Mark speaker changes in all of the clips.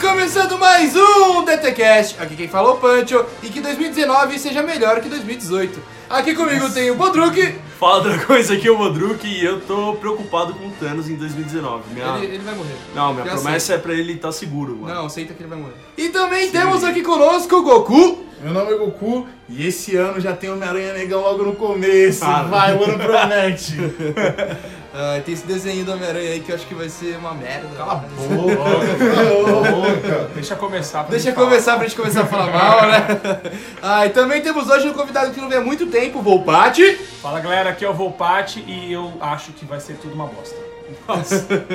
Speaker 1: começando mais um DTCast. Aqui quem fala é o Pancho. E que 2019 seja melhor que 2018. Aqui comigo tem o Bodruk.
Speaker 2: Fala dragões, aqui é o Modruk e eu tô preocupado com o Thanos em 2019. Minha...
Speaker 1: Ele, assim. ele vai morrer.
Speaker 2: Não, minha
Speaker 1: Já
Speaker 2: promessa é pra ele estar seguro, mano.
Speaker 1: Não, aceita que ele vai morrer. E também temos aqui conosco o Goku.
Speaker 3: Meu nome é Goku e esse ano já tem Homem-Aranha Negão logo no começo.
Speaker 2: Ah.
Speaker 3: Vai, o ano promete.
Speaker 1: Ah, tem esse desenho do Homem-Aranha aí que eu acho que vai ser uma merda.
Speaker 3: Cala a boca.
Speaker 4: Deixa começar pra
Speaker 1: Deixa
Speaker 4: mim
Speaker 1: eu
Speaker 4: falar.
Speaker 1: começar pra gente começar a falar mal, né? Ah, e também temos hoje um convidado que não vem há muito tempo, o Volpati.
Speaker 4: Fala galera, aqui é o Volpati e eu acho que vai ser tudo uma bosta.
Speaker 1: É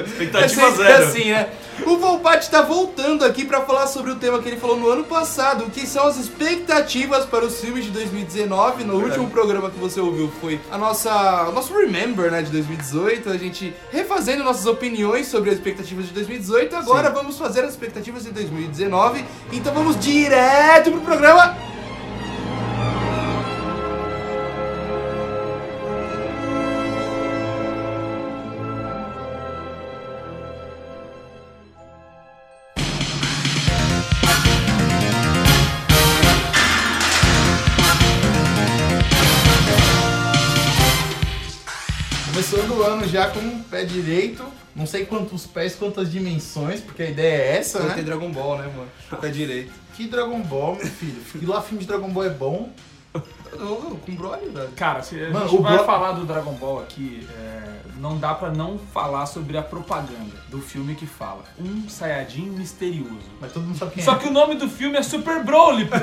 Speaker 2: Expectativa
Speaker 1: sempre
Speaker 2: Tá zero.
Speaker 1: assim, né? O Volpati tá voltando aqui pra falar sobre o tema que ele falou no ano passado, que são as expectativas para os filmes de 2019. No último programa que você ouviu foi a nossa, o nosso Remember, né, de 2018, a gente refazendo nossas opiniões sobre as expectativas de 2018. Agora vamos fazer as expectativas de 2019. Então vamos direto pro programa.
Speaker 3: Começando o ano já com um pé direito. Não sei quantos pés, quantas dimensões, porque a ideia é essa,
Speaker 1: Vai ter
Speaker 3: né?
Speaker 1: Dragon Ball, né, mano? Pé direito.
Speaker 3: Que Dragon Ball, meu filho. E lá filme de Dragon Ball é bom.
Speaker 1: Ô, com brolho, velho.
Speaker 4: Cara, se a
Speaker 3: Mano,
Speaker 4: gente
Speaker 3: o
Speaker 4: vai
Speaker 3: Bro-
Speaker 4: falar do Dragon Ball aqui, é, não dá pra não falar sobre a propaganda do filme que fala. Um Saiyajin misterioso.
Speaker 3: Mas todo mundo sabe quem
Speaker 4: Só
Speaker 3: é.
Speaker 4: que o nome do filme é Super Broly. pô.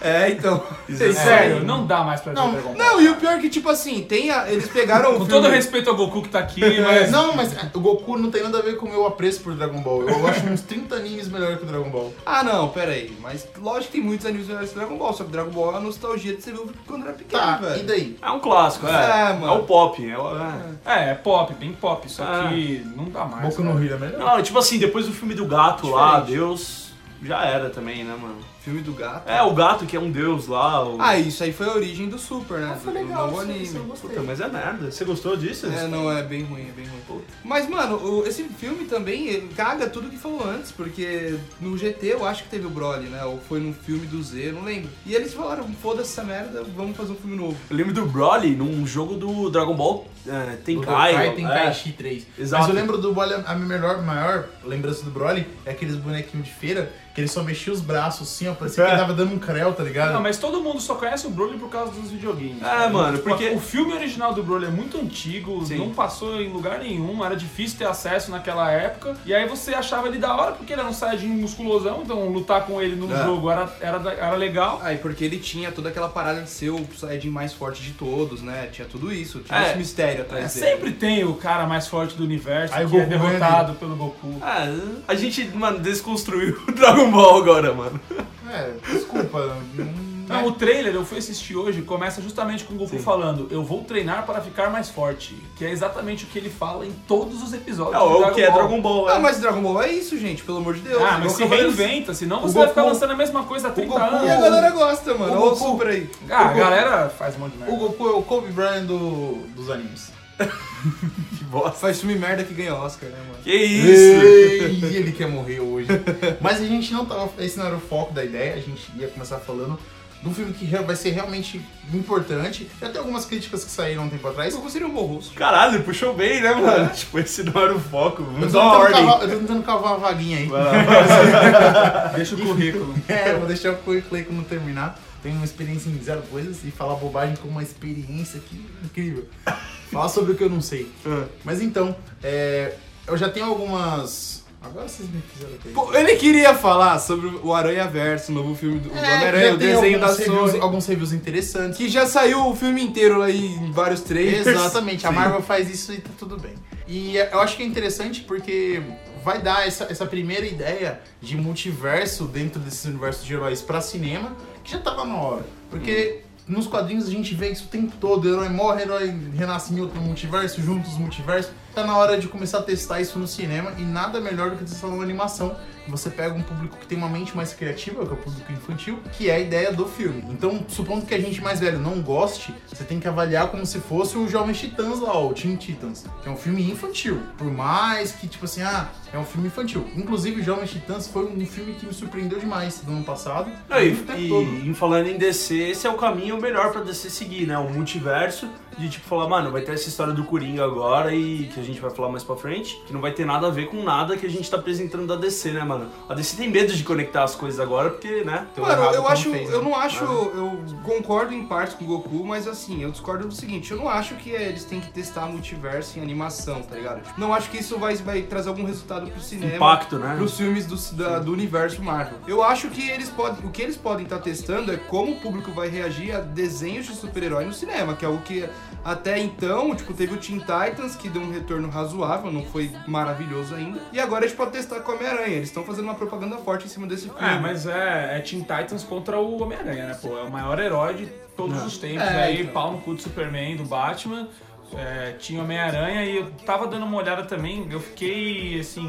Speaker 1: É, então.
Speaker 4: É, Sério, não dá mais pra ver
Speaker 3: Não,
Speaker 4: Dragon Ball.
Speaker 1: Não, e o pior é que, tipo assim, tem a- eles pegaram o
Speaker 4: Com
Speaker 1: filme-
Speaker 4: todo respeito ao Goku que tá aqui, mas...
Speaker 3: Não, mas é, o Goku não tem nada a ver com o meu apreço por Dragon Ball. Eu acho uns 30 animes melhor que o Dragon Ball.
Speaker 1: Ah, não, pera aí. Mas lógico que tem muitos animes melhores que Dragon Ball, só que Dragon Ball é a nostalgia de você ver quando era pequeno,
Speaker 3: Tá, e
Speaker 1: velho.
Speaker 3: daí?
Speaker 2: É um clássico, é.
Speaker 1: É, mano.
Speaker 2: o pop. É o... é.
Speaker 4: É, é pop, bem pop, só
Speaker 2: Ah.
Speaker 4: que não dá mais.
Speaker 3: Boku
Speaker 4: cara.
Speaker 3: no Rio é melhor.
Speaker 2: Não, tipo assim, depois do filme do gato lá,
Speaker 1: Diferente.
Speaker 2: Deus, já era também, né, mano?
Speaker 1: Filme do gato.
Speaker 2: É, o gato que é um deus lá. O...
Speaker 1: Ah, isso aí foi a origem do Super, né?
Speaker 3: Ah, foi
Speaker 1: Do
Speaker 3: legal, isso-
Speaker 1: novo anime.
Speaker 3: isso eu gostei.
Speaker 2: Puta, mas é merda. Você gostou disso?
Speaker 1: É, não, é bem ruim, é bem ruim. Mas, mano, o- esse filme também ele caga tudo que falou antes, porque no GT eu acho que teve o Broly, né? Ou foi num filme do Z, não lembro. E eles falaram, foda-se essa merda, vamos fazer um filme novo.
Speaker 2: Eu lembro do Broly num jogo do Dragon Ball é,
Speaker 3: O
Speaker 2: Tenkai.
Speaker 3: Kai tem
Speaker 2: é.
Speaker 3: Kaishi 3.
Speaker 2: Exato.
Speaker 3: Mas eu lembro do Broly, a minha melhor, maior lembrança do Broly é aqueles bonequinhos de feira que ele só mexia os braços assim, ó, parecia que ele tava dando um creu, tá ligado?
Speaker 4: Não, mas todo mundo só conhece o Broly por causa dos videogames.
Speaker 2: É, mano, porque-
Speaker 4: O filme original do Broly é muito antigo,
Speaker 2: Sim.
Speaker 4: não passou em lugar nenhum, era difícil ter acesso naquela época. E aí você achava ele da hora porque ele era um Saiyajin musculosão, então lutar com ele no
Speaker 1: É.
Speaker 4: jogo era, era, era legal.
Speaker 1: Ah, e porque ele tinha toda aquela parada de ser o Saiyajin mais forte de todos, né? Tinha tudo isso, tinha
Speaker 2: É.
Speaker 1: esse mistério atrás
Speaker 4: É,
Speaker 1: dele.
Speaker 4: sempre tem o cara mais forte do universo
Speaker 3: Aí o
Speaker 4: que é
Speaker 3: Goku ganha
Speaker 4: derrotado pelo Goku.
Speaker 2: É, a gente, mano, desconstruiu o Dragon Ball agora, mano.
Speaker 3: É, desculpa. não-
Speaker 4: Não, o trailer eu fui assistir hoje, começa justamente com o Goku falando: Eu vou treinar para ficar mais forte. Que é exatamente o que ele fala em todos os episódios.
Speaker 2: É,
Speaker 4: do
Speaker 2: o que é
Speaker 4: Ball.
Speaker 2: Dragon Ball, é.
Speaker 1: Ah, mas Dragon Ball é isso, gente, pelo amor de Deus.
Speaker 4: né? Ah, mas
Speaker 1: Igual
Speaker 4: se
Speaker 1: Cavaleiros-
Speaker 4: reinventa, senão
Speaker 3: o
Speaker 4: você vai
Speaker 3: Goku-
Speaker 4: ficar lançando a mesma coisa há 30
Speaker 3: Goku-
Speaker 1: E a
Speaker 4: anos.
Speaker 1: galera gosta, mano.
Speaker 3: O
Speaker 1: Olha o
Speaker 3: Goku-
Speaker 1: Super aí.
Speaker 4: Ah, a
Speaker 3: Goku-
Speaker 4: galera faz um monte de merda.
Speaker 3: O Goku é o Kobe Bryant do- dos animes.
Speaker 2: Que bosta.
Speaker 1: Faz filme merda que ganha Oscar, né, mano?
Speaker 2: Que isso?
Speaker 3: Ei, ele quer morrer hoje. Mas a gente não tava. Esse não era o foco da ideia, a gente ia começar falando de um filme que re- vai ser realmente importante. Já tem algumas críticas que saíram um tempo atrás.
Speaker 1: Eu gostaria um bom rosto.
Speaker 2: Caralho, puxou bem, né, mano? Tipo, esse não era o foco.
Speaker 3: Eu um
Speaker 2: Vamos
Speaker 3: tô,
Speaker 2: dar uma
Speaker 3: tentando
Speaker 2: ordem.
Speaker 3: cavar, eu tô tentando cavar uma vaguinha aí.
Speaker 4: Deixa o currículo.
Speaker 3: É, vou deixar o currículo aí quando terminar. Tenho uma experiência em zero coisas e falar bobagem com uma experiência que incrível. falar sobre o que eu não sei. Mas então, é, eu já tenho algumas. Agora vocês me fizeram até.
Speaker 1: Pô, ele queria falar sobre o Aranha Verso, o novo filme do do Homem-Aranha, o desenho da
Speaker 3: É, alguns reviews,
Speaker 1: Sony.
Speaker 3: alguns reviews interessantes.
Speaker 1: Que já saiu o filme inteiro aí em vários trailers.
Speaker 3: Exatamente, a Marvel faz isso e tá tudo bem. E eu acho que é interessante porque vai dar essa, essa primeira ideia de multiverso dentro desse universo de heróis pra cinema, que já tava na hora. Porque nos quadrinhos a gente vê isso o tempo todo, herói morre, herói renasce em outro multiverso, juntos multiverso. tá na hora de começar a testar isso no cinema e nada melhor do que testar numa animação. Você pega um público que tem uma mente mais criativa, que é o público infantil, que é a ideia do filme. Então, supondo que a gente mais velho não goste, você tem que avaliar como se fosse o Jovem Titãs lá, o Teen Titans, que é um filme infantil. Por mais que, tipo assim, ah, é um filme infantil. Inclusive, Jovem Titãs foi um filme que me surpreendeu demais no ano passado.
Speaker 2: Não, e,
Speaker 3: O tempo
Speaker 2: e-
Speaker 3: todo.
Speaker 2: e falando em DC, esse é o caminho melhor pra DC seguir, né? O multiverso de tipo falar, mano, vai ter essa história do Coringa agora e que a gente vai falar mais pra frente, que não vai ter nada a ver com nada que a gente tá apresentando da DC, né, mano? A DC tem medo de conectar as coisas agora porque, né?
Speaker 3: Deu
Speaker 1: Mano,
Speaker 3: errado
Speaker 1: eu
Speaker 3: como
Speaker 1: acho,
Speaker 3: fez, né?
Speaker 1: eu não acho, eu concordo em partes com o Goku, mas assim, eu discordo do seguinte, eu não acho que eh, eles têm que testar multiverso em animação, tá ligado? Tipo, Não acho que isso vai, vai trazer algum resultado
Speaker 3: Um
Speaker 1: É, pro cinema.
Speaker 2: Impacto, né?
Speaker 1: Pros filmes do, da- do universo Marvel. Eu acho que eles podem. O que eles podem estar testando é como o público vai reagir a desenhos de super-herói no cinema, que é algo que até então, tipo, teve o Teen Titans, que deu um retorno razoável, não foi maravilhoso ainda. E agora a gente pode testar com o Homem-Aranha. Eles estão fazendo uma propaganda forte em cima desse filme.
Speaker 4: É, mas é, é Teen Titans contra o Homem-Aranha, né, pô? É o maior herói de todos os tempos.
Speaker 1: É,
Speaker 4: aí,
Speaker 1: então.
Speaker 4: pau no cu do Superman, do Batman. é, tinha Homem-Aranha e eu tava dando uma olhada também. Eu fiquei, assim,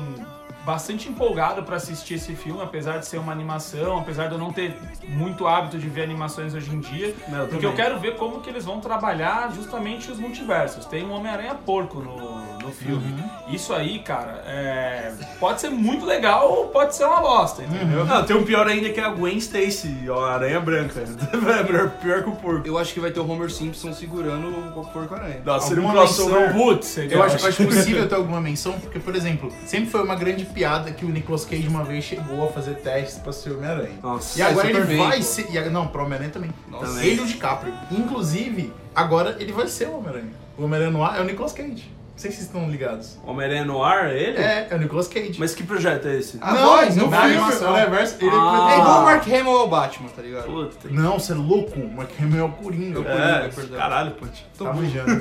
Speaker 4: bastante empolgado pra assistir esse filme, apesar de ser uma animação, apesar de eu não ter muito hábito de ver animações hoje em dia.
Speaker 2: Não, eu
Speaker 4: porque eu
Speaker 2: também.
Speaker 4: quero ver como que eles vão trabalhar justamente os multiversos. Tem um Homem-Aranha porco no, no filme. Isso aí, cara, é, pode ser muito legal ou pode ser uma bosta, entendeu?
Speaker 2: Não, tem um pior ainda que é a Gwen Stacy, ó, a Aranha Branca. É melhor, pior que o porco.
Speaker 1: Eu acho que vai ter o Homer Simpson segurando o Porco Aranha.
Speaker 2: Nossa, seria um
Speaker 3: Alguma
Speaker 2: crossover.
Speaker 3: menção-
Speaker 4: Putz,
Speaker 3: Eu acho, eu acho possível ter alguma menção, porque, por exemplo, sempre foi uma grande piada que o Nicolas Cage uma vez chegou a fazer testes pra ser Homem-Aranha.
Speaker 2: Nossa.
Speaker 3: E agora
Speaker 1: é
Speaker 3: ele
Speaker 1: Superman,
Speaker 3: vai
Speaker 1: pô.
Speaker 3: ser. e a- não, pro Homem-Aranha também.
Speaker 1: Nossa.
Speaker 2: Também.
Speaker 3: Ele e o DiCaprio. Inclusive, agora ele vai ser o Homem-Aranha. O Homem-Aranha no ar é o Nicolas Cage. Não sei se vocês estão ligados.
Speaker 2: Homem-Aranha no ar, é ele?
Speaker 3: É, é o Nicolas Cage.
Speaker 2: Mas que projeto é esse?
Speaker 1: Ah, voz,
Speaker 3: no
Speaker 1: na
Speaker 3: filme,
Speaker 1: animação.
Speaker 3: no reverso, ele
Speaker 2: Ah.
Speaker 1: É igual o
Speaker 3: é
Speaker 1: Mark Hamill ao Batman, tá ligado?
Speaker 2: Puta.
Speaker 3: Não, você é louco. O Mark Hamill é o Coringa.
Speaker 2: É,
Speaker 1: acordando.
Speaker 2: caralho, Ponte.
Speaker 1: Tô
Speaker 3: tá
Speaker 1: muito-
Speaker 3: mijando.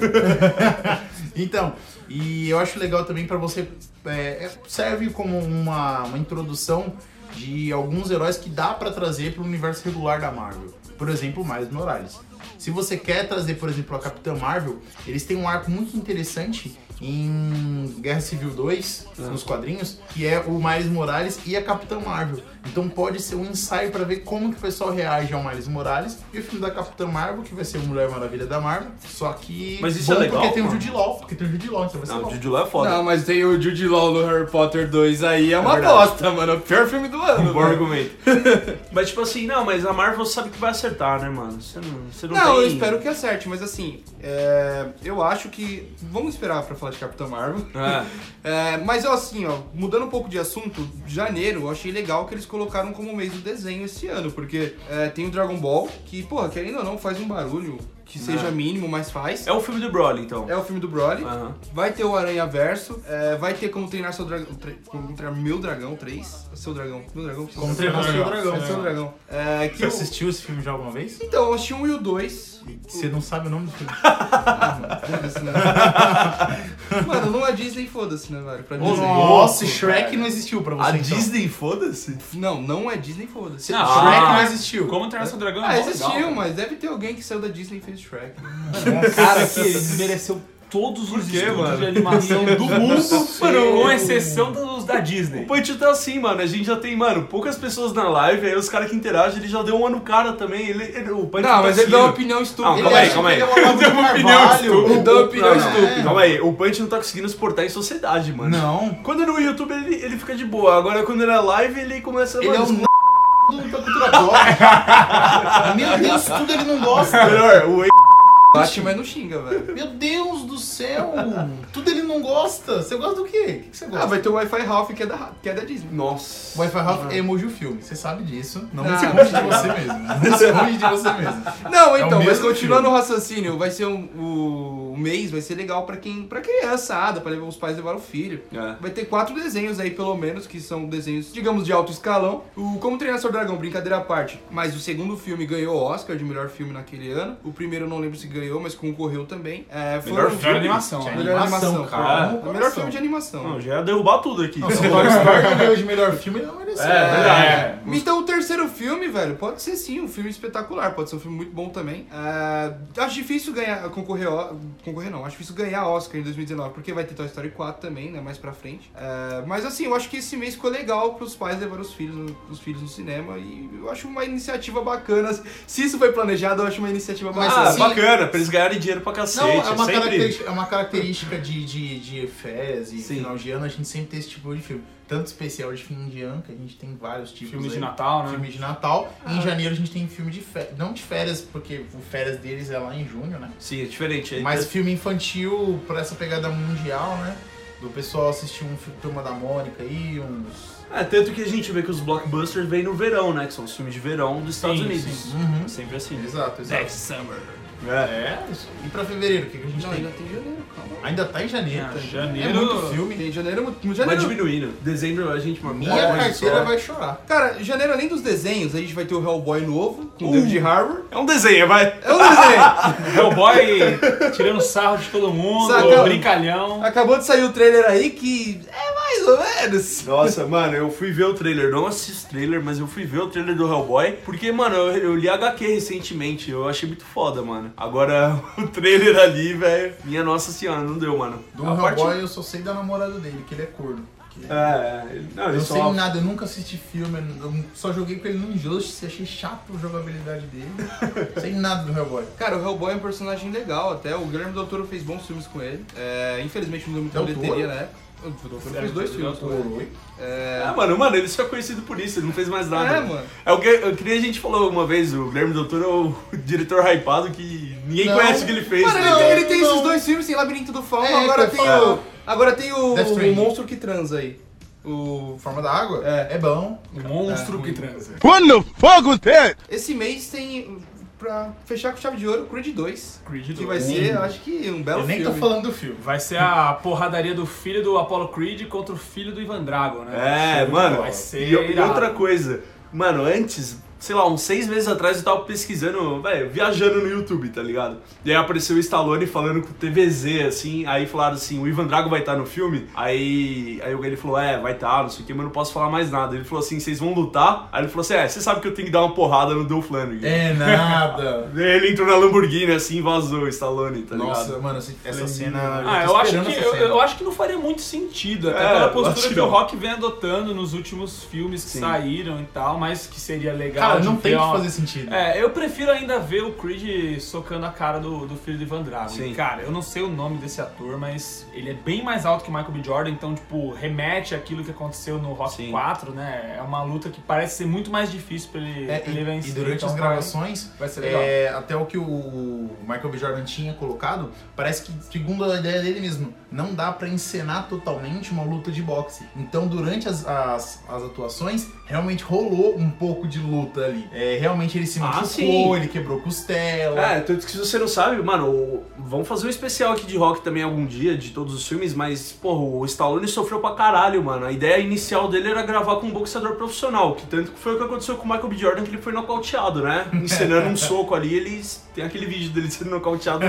Speaker 3: então, e eu acho legal também pra você. é, serve como uma, uma introdução de alguns heróis que dá pra trazer pro universo regular da Marvel. Por exemplo, Miles Morales. Se você quer trazer, por exemplo, a Capitã Marvel, eles têm um arco muito interessante em Guerra Civil 2,
Speaker 2: Ah.
Speaker 3: nos quadrinhos, que é o Miles Morales e a Capitã Marvel. Então pode ser um ensaio pra ver como que o pessoal reage ao Miles Morales e o filme da Capitã Marvel, que vai ser o Mulher Maravilha da Marvel, só que
Speaker 2: Mas isso
Speaker 3: bom
Speaker 2: é legal,
Speaker 3: porque tem um o
Speaker 2: mano?
Speaker 3: Jude Law, porque tem o Jude Law, então vai ser
Speaker 2: Não,
Speaker 3: bom.
Speaker 2: o Jude Law é foda.
Speaker 1: Não, mas tem o Jude Law no Harry Potter 2 aí, é uma
Speaker 2: verdade.
Speaker 1: bosta, mano. É o pior filme do ano.
Speaker 2: Bom
Speaker 1: mano.
Speaker 2: argumento. mas tipo assim, não, mas a Marvel sabe que vai acertar, né, mano? Você não, você não,
Speaker 1: Não,
Speaker 2: tem...
Speaker 1: eu espero que acerte, mas assim, é, eu acho que. Vamos esperar pra falar de Capitão Marvel.
Speaker 2: É.
Speaker 1: É, mas ó, assim, ó, mudando um pouco de assunto, janeiro eu achei legal que eles colocaram como mês do desenho esse ano, porque é, tem o Dragon Ball, que, porra, querendo ou não, faz um barulho que seja
Speaker 2: É.
Speaker 1: mínimo, mas faz.
Speaker 2: é o filme do Broly, então.
Speaker 1: É o filme do Broly.
Speaker 2: Aham.
Speaker 1: Vai ter o Aranha Verso, é, vai ter como treinar seu dragão. tre- Como treinar meu dragão 3. Seu dragão. Meu dragão? Seu
Speaker 3: Como
Speaker 1: dragão.
Speaker 3: treinar seu dragão.
Speaker 1: É, seu dragão. É, que
Speaker 3: Você
Speaker 1: eu-
Speaker 3: assistiu esse filme já alguma vez?
Speaker 1: Então, eu assisti um e o dois.
Speaker 3: E Você não sabe o nome do filme.
Speaker 1: Ah, mano, foda-se, né? Mano, não é Disney, foda-se, né, velho? Pra Disney.
Speaker 3: Nossa, Shrek não existiu pra você.
Speaker 2: A
Speaker 3: então.
Speaker 2: Disney, foda-se.
Speaker 1: Não, não é Disney, foda-se.
Speaker 4: Não,
Speaker 3: Shrek
Speaker 4: Ah.
Speaker 3: não existiu.
Speaker 4: Como treinar seu dragão é
Speaker 1: Ah,
Speaker 4: mó legal,
Speaker 1: existiu,
Speaker 4: cara.
Speaker 1: mas deve ter alguém que saiu da Disney e fez Shrek.
Speaker 4: Um cara que mereceu todos os
Speaker 2: quê,
Speaker 4: estudos
Speaker 2: mano?
Speaker 4: de animação do mundo, mano, com exceção dos da
Speaker 2: O
Speaker 4: Disney.
Speaker 2: Punch tá assim, mano. A gente já tem, mano, poucas pessoas na live, aí os caras que interagem, ele já deu uma no cara também. Ele, ele- o Punch
Speaker 1: Não,
Speaker 2: tá
Speaker 1: mas ele
Speaker 2: assim,
Speaker 1: dá uma
Speaker 2: ó.
Speaker 1: opinião
Speaker 2: Não,
Speaker 1: estúpida.
Speaker 2: calma
Speaker 1: Ele
Speaker 2: aí,
Speaker 1: acha
Speaker 2: calma
Speaker 1: que
Speaker 2: aí.
Speaker 1: ele é uma lava
Speaker 2: Deu
Speaker 1: do
Speaker 2: uma opinião
Speaker 1: Carvalho. Ele dá uma opinião
Speaker 2: Não, não,
Speaker 1: estúpida.
Speaker 2: Calma aí, o Punch não tá conseguindo suportar em sociedade, mano.
Speaker 3: Não.
Speaker 2: Quando é no YouTube ele, ele fica de boa, agora quando ele é live ele começa
Speaker 3: Ele é o
Speaker 2: mano,
Speaker 3: n... do- da cultura pop. Meu Deus, tudo ele não gosta.
Speaker 2: melhor, o
Speaker 1: Bate, mas não xinga, velho.
Speaker 3: Meu Deus do céu. Tudo ele não gosta. Você gosta do quê? O que que você
Speaker 1: Ah,
Speaker 3: gosta?
Speaker 1: vai ter o Wi-Fi Ralph que é da, que é da Disney.
Speaker 2: Nossa.
Speaker 3: Wi-Fi Ralph é emoji o filme. Você sabe disso. Não
Speaker 1: Ah.
Speaker 3: se esconde de você mesmo. Não se esconde de você mesmo.
Speaker 1: Não,
Speaker 3: É o
Speaker 1: então, mas
Speaker 3: mesmo
Speaker 1: continuando o raciocínio, vai ser um, o, o mês, vai ser legal pra quem, pra criançada, pra levar os pais levar o filho.
Speaker 2: É.
Speaker 1: Vai ter quatro desenhos aí, pelo menos, que são desenhos, digamos, de alto escalão. O Como Treinar Seu Dragão, brincadeira à parte, mas o segundo filme ganhou o Oscar de melhor filme naquele ano. O primeiro eu não lembro se ganhou ganhou, mas concorreu também. É,
Speaker 5: Melhor
Speaker 1: foram-
Speaker 5: filme.
Speaker 4: Melhor animação.
Speaker 3: Tinha
Speaker 4: né?
Speaker 1: Melhor
Speaker 3: Animação,
Speaker 1: animação,
Speaker 3: cara.
Speaker 1: cara. Melhor filme de animação.
Speaker 2: Não, já ia derrubar tudo aqui.
Speaker 3: Não, se o Toy Story ganhou de melhor filme, ele não mereceu.
Speaker 2: É, verdade.
Speaker 4: É.
Speaker 3: Uhum.
Speaker 1: Então o terceiro filme, velho, pode ser sim um filme espetacular, pode ser um filme muito bom também. É, acho difícil ganhar, concorrer, o- concorrer não, acho difícil ganhar Oscar em 2019, porque vai ter Toy Story 4 também, né, mais pra frente. É, mas assim, eu acho que esse mês ficou legal pros pais levar os filhos, no- os filhos no cinema e eu acho uma iniciativa bacana. Se isso foi planejado, eu acho uma iniciativa
Speaker 3: Mas,
Speaker 1: bacana.
Speaker 2: Ah,
Speaker 3: assim,
Speaker 2: bacana, pra eles ganharem dinheiro pra cacete.
Speaker 3: Não, é uma,
Speaker 2: sempre-
Speaker 3: característica, é uma característica de, de, de férias e
Speaker 2: Sim.
Speaker 3: final de ano, a gente sempre tem esse tipo de filme. Tanto especial de fim de ano, que a gente tem vários tipos.
Speaker 4: Filme de
Speaker 3: aí.
Speaker 4: Natal, né?
Speaker 3: Filme de Natal. E em janeiro a gente tem filme de férias. Não de férias, porque o férias deles é lá em junho, né?
Speaker 2: Sim, é diferente. é
Speaker 3: Mas filme infantil pra essa pegada mundial, né? Do pessoal assistir um filme Turma da Mônica aí, uns.
Speaker 2: É, tanto que a gente vê que os blockbusters vêm no verão, né? Que são os filmes de verão dos Estados
Speaker 4: Sim,
Speaker 2: Unidos.
Speaker 4: sim.
Speaker 3: Uhum.
Speaker 2: Sempre assim.
Speaker 3: Exato, exato.
Speaker 1: Summer.
Speaker 3: É, isso. E pra fevereiro, o que, que a gente
Speaker 1: Não,
Speaker 3: tem?
Speaker 1: ainda tem janeiro, calma.
Speaker 3: Ainda tá em janeiro.
Speaker 4: Ah,
Speaker 3: tá?
Speaker 4: janeiro-
Speaker 3: É muito filme.
Speaker 1: Tem janeiro, muito-
Speaker 2: Vai
Speaker 1: janeiro
Speaker 2: diminuindo. Dezembro a gente...
Speaker 3: Minha
Speaker 2: Olha
Speaker 3: carteira
Speaker 2: só.
Speaker 3: vai chorar.
Speaker 1: Cara, janeiro, além dos desenhos, a gente vai ter o Hellboy novo,
Speaker 3: Uh!
Speaker 1: com o David Harbour.
Speaker 2: É um desenho, vai.
Speaker 1: É um desenho!
Speaker 4: Hellboy tirando sarro de todo mundo,
Speaker 1: Saca-
Speaker 4: brincalhão.
Speaker 1: Acabou de sair o trailer aí que é mais ou menos.
Speaker 2: Nossa, mano, eu fui ver o trailer, não assisto trailer, mas eu fui ver o trailer do Hellboy, porque, mano, eu, eu li HQ recentemente, eu achei muito foda, mano. Agora, o trailer ali, velho, minha nossa senhora, não deu, mano.
Speaker 3: Do
Speaker 2: A
Speaker 3: Hellboy
Speaker 2: parte-
Speaker 3: eu só sei da namorada dele, que ele é corno. Que-
Speaker 2: É, ele- não,
Speaker 3: Eu
Speaker 2: ele
Speaker 3: não sei
Speaker 2: só...
Speaker 3: nada, eu nunca assisti filme, eu só joguei com ele no Injustice, achei chato a jogabilidade dele. sei nada do Hellboy.
Speaker 1: Cara, o Hellboy é um personagem legal até. O Guilherme Del Toro fez bons filmes com ele. É, infelizmente não deu muita
Speaker 3: Del Toro?
Speaker 1: bilheteria na época. O Del Toro fez dois filmes com ele.
Speaker 3: Oi?
Speaker 1: É,
Speaker 2: É, mano, mano, ele só é conhecido por isso, ele não fez mais nada.
Speaker 1: é, mano.
Speaker 2: É o que, é que nem a gente falou uma vez, o Guilherme Doutor é o diretor hypado que ninguém
Speaker 3: Não.
Speaker 2: conhece o que ele fez. tá
Speaker 1: Mano, ele
Speaker 3: não,
Speaker 1: tem, ele tem
Speaker 3: não.
Speaker 1: esses dois filmes, tem Labirinto do Fauno,
Speaker 3: É,
Speaker 1: agora,
Speaker 3: que eu
Speaker 1: tem
Speaker 3: ia
Speaker 1: o, agora tem o,
Speaker 3: Death
Speaker 1: o
Speaker 3: Stranding.
Speaker 1: Monstro que Transa aí. O...
Speaker 3: Forma da água?
Speaker 1: É.
Speaker 3: bom.
Speaker 4: O monstro que transa.
Speaker 1: Esse mês tem, pra fechar com chave de ouro, Creed 2.
Speaker 4: Creed
Speaker 1: Que
Speaker 4: 2.
Speaker 1: vai ser, eu acho que um belo
Speaker 3: Hum. eu nem
Speaker 1: filme.
Speaker 3: tô falando do filme.
Speaker 4: Vai ser a porradaria do filho do Apollo Creed contra o filho do Ivan Drago, né?
Speaker 2: É, mano.
Speaker 4: Vai ser
Speaker 2: e, e
Speaker 4: irado.
Speaker 2: outra coisa, mano, antes, sei lá, uns seis meses atrás eu tava pesquisando, velho, viajando no YouTube, tá ligado? E aí apareceu o Stallone falando com o TVZ, assim, aí falaram assim, o Ivan Drago vai estar no filme? Aí, aí ele falou, é, vai estar, não sei o que, mas eu não posso falar mais nada. Ele falou assim, vocês vão lutar? Aí ele falou assim, é, você sabe que eu tenho que dar uma porrada no Dolph Lundgren.
Speaker 3: É nada.
Speaker 2: Ele entrou na Lamborghini assim e vazou o Stallone, tá ligado?
Speaker 3: Nossa, mano, esse- essa cena.
Speaker 4: Ah,
Speaker 3: tô
Speaker 4: eu acho,
Speaker 3: Tá esperando
Speaker 4: que,
Speaker 3: essa
Speaker 4: eu,
Speaker 3: cena.
Speaker 4: eu acho que não faria muito sentido, até
Speaker 2: É,
Speaker 4: pela
Speaker 2: eu
Speaker 4: postura
Speaker 2: acho
Speaker 4: que
Speaker 2: que
Speaker 4: o
Speaker 2: não.
Speaker 4: Rock vem adotando nos últimos filmes que
Speaker 2: Sim.
Speaker 4: saíram e tal, mas que seria legal.
Speaker 3: Cara,
Speaker 4: de
Speaker 3: não
Speaker 4: ver
Speaker 3: tem que
Speaker 4: uma-
Speaker 3: fazer sentido.
Speaker 4: É, eu prefiro ainda ver o Creed socando a cara do, do filho do Ivan Drago.
Speaker 2: Sim.
Speaker 4: Cara, eu não sei o nome desse ator, mas ele é bem mais alto que o Michael B. Jordan, então, tipo, remete àquilo que aconteceu no Rock
Speaker 2: Sim.
Speaker 4: 4, né? É uma luta que parece ser muito mais difícil pra ele,
Speaker 3: É,
Speaker 4: pra ele
Speaker 3: e,
Speaker 4: vencer.
Speaker 3: e durante
Speaker 4: então
Speaker 3: as
Speaker 4: vai-
Speaker 3: gravações,
Speaker 4: Vai ser Tá legal.
Speaker 3: É, até o que o Michael B. Jordan tinha colocado, parece que, segundo a ideia dele mesmo, não dá pra encenar totalmente uma luta de boxe. Então, durante as, as, as atuações, realmente rolou um pouco de luta ali. É, realmente ele se
Speaker 2: Ah,
Speaker 3: machucou,
Speaker 2: sim.
Speaker 3: ele quebrou costela.
Speaker 2: É, tanto que se você não sabe, mano, o- vamos fazer um especial aqui de rock também algum dia, de todos os filmes, mas, porra, o Stallone sofreu pra caralho, mano. A ideia inicial dele era gravar com um boxeador profissional, que tanto que foi o que aconteceu com o Michael B. Jordan, que ele foi nocauteado, né? Encenando um soco ali, ele tem aquele vídeo dele sendo nocauteado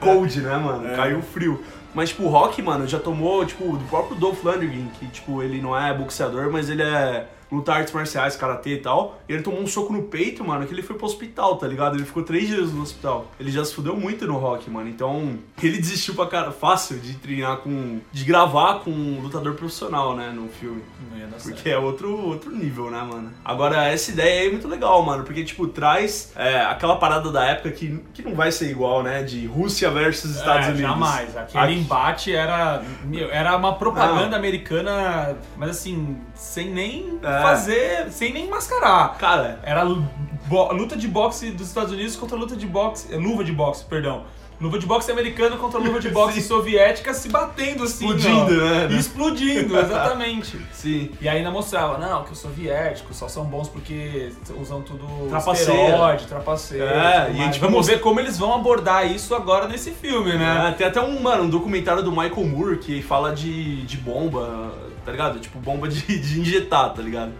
Speaker 2: cold, né, mano? Caiu frio. Mas, tipo, o Rock, mano, já tomou, tipo, do próprio Dolph Lundgren, que, tipo, ele não é boxeador, mas ele é lutar artes marciais, karatê e tal. E ele tomou um soco no peito, mano, que ele foi pro hospital, tá ligado? Ele ficou três dias no hospital. Ele já se fudeu muito no rock, mano. Então, ele desistiu pra cara fácil de treinar com. de gravar com um lutador profissional, né, no filme.
Speaker 4: Não ia dar Tá certo.
Speaker 2: Porque é outro, outro nível, né, mano? Agora, essa ideia aí é muito legal, mano. Porque, tipo, traz é, aquela parada da época que, que não vai ser igual, né? De Rússia versus Estados
Speaker 4: É,
Speaker 2: Unidos.
Speaker 4: Jamais. Aquele
Speaker 2: Aqui-
Speaker 4: embate era, meu, era uma propaganda americana, mas assim, sem nem
Speaker 2: É.
Speaker 4: fazer, sem nem mascarar.
Speaker 2: Cara,
Speaker 4: Era lu- bo- luta de boxe dos Estados Unidos contra luta de boxe, eh, luva de boxe, perdão. Luva de boxe americana contra luva de boxe soviética se batendo assim, ó.
Speaker 2: explodindo, né?
Speaker 4: E Explodindo, exatamente.
Speaker 2: Sim.
Speaker 4: E ainda mostrava, não, que os soviéticos só são bons porque usam tudo
Speaker 2: Trapaceiro.
Speaker 4: esteroide, trapaceiro.
Speaker 2: É,
Speaker 4: tudo
Speaker 2: e
Speaker 4: mais.
Speaker 2: tipo,
Speaker 4: Vamos
Speaker 2: mostra-
Speaker 4: ver como eles vão abordar isso agora nesse filme, né?
Speaker 2: É, tem até um, mano, um documentário do Michael Moore que fala de, de bomba, tá ligado? Tipo, bomba de, de injetar, tá ligado?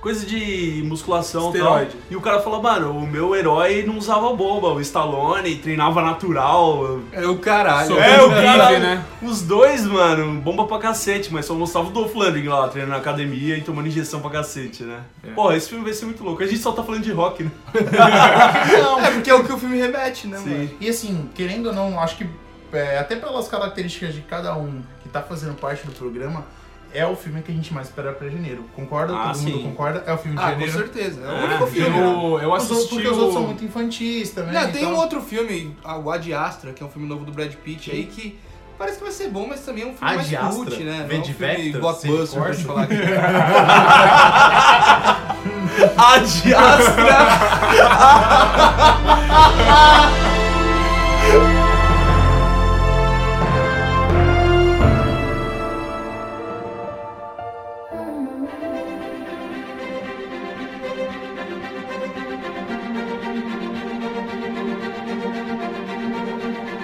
Speaker 2: coisa de musculação e tal.
Speaker 4: Esteroide.
Speaker 2: E o cara falou, mano, o meu herói não usava bomba, o Stallone treinava natural. Então, tipo,
Speaker 1: É o caralho.
Speaker 4: Sou- É, o cara- né?
Speaker 2: Os dois, mano, bomba pra cacete, mas só mostrava o Dolph Lundgren lá, treinando na academia e tomando injeção pra cacete, né?
Speaker 4: É.
Speaker 2: Porra, esse filme vai ser muito louco. A gente só tá falando de rock, né?
Speaker 1: É porque é o que o filme remete, né, mano?
Speaker 3: E assim, querendo ou não, acho que é, até pelas características de cada um que tá fazendo parte do programa, é o filme que a gente mais espera pra janeiro. Concorda?
Speaker 2: Ah,
Speaker 3: Todo mundo
Speaker 2: sim.
Speaker 3: concorda? É o filme de
Speaker 1: Ah, com
Speaker 3: janeiro.
Speaker 1: certeza. É o
Speaker 2: É,
Speaker 1: único filme. né?
Speaker 4: Eu, eu
Speaker 3: Os outros-
Speaker 4: assisti
Speaker 3: porque os outros são
Speaker 4: o-
Speaker 3: muito infantis também.
Speaker 1: Não, tem
Speaker 3: então-
Speaker 1: um outro filme, a- o Ad Astra, que é um filme novo do Brad Pitt aí, que parece que vai ser bom, mas também é um filme
Speaker 3: Ad
Speaker 1: mais
Speaker 3: Astra?
Speaker 1: cult,
Speaker 3: Vem
Speaker 1: né? Não é um
Speaker 3: de
Speaker 1: filme
Speaker 3: Vector? Sim,
Speaker 1: blockbuster, pra
Speaker 3: corta.
Speaker 1: te falar aqui.
Speaker 2: A diastra!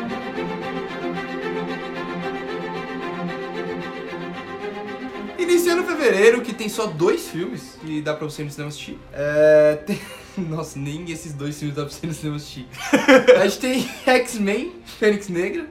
Speaker 1: Iniciando fevereiro, que tem só dois filmes que dá pra você ir no cinema assistir. É, tem- Nossa, nem esses dois filmes dá pra você ir no cinema assistir. A gente tem X-Men, Fênix Negra.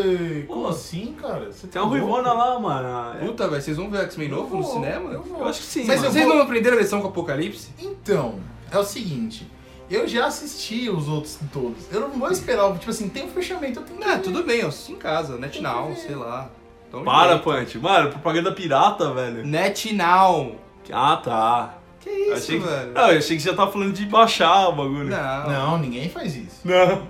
Speaker 3: Ei, como assim, cara? Você
Speaker 2: Tem um uma ruivona lá,
Speaker 4: É.
Speaker 2: mano.
Speaker 1: Puta, velho, vocês vão ver o
Speaker 3: É.
Speaker 1: X-Men
Speaker 3: Eu
Speaker 1: novo
Speaker 3: vou,
Speaker 1: no cinema?
Speaker 3: eu vou.
Speaker 2: Eu acho que sim,
Speaker 1: Mas
Speaker 2: mano.
Speaker 1: vocês não aprenderam a lição com o Apocalipse?
Speaker 3: Então, é o seguinte. Eu já assisti os outros todos. Eu não vou esperar, tipo assim, tem um fechamento, eu tenho que
Speaker 1: Ah,
Speaker 3: ver.
Speaker 1: tudo bem, eu assisti em casa, NetNow,
Speaker 3: Tem que ver.
Speaker 1: sei lá. Então,
Speaker 2: Para, Punch. Mano, propaganda pirata, velho.
Speaker 1: NetNow.
Speaker 2: Ah, tá.
Speaker 1: Que isso,
Speaker 2: achei que... Ah,
Speaker 1: velho?
Speaker 2: Não, eu achei que você já tava falando de baixar o bagulho.
Speaker 1: Não.
Speaker 3: Não, ninguém faz isso.
Speaker 2: Não.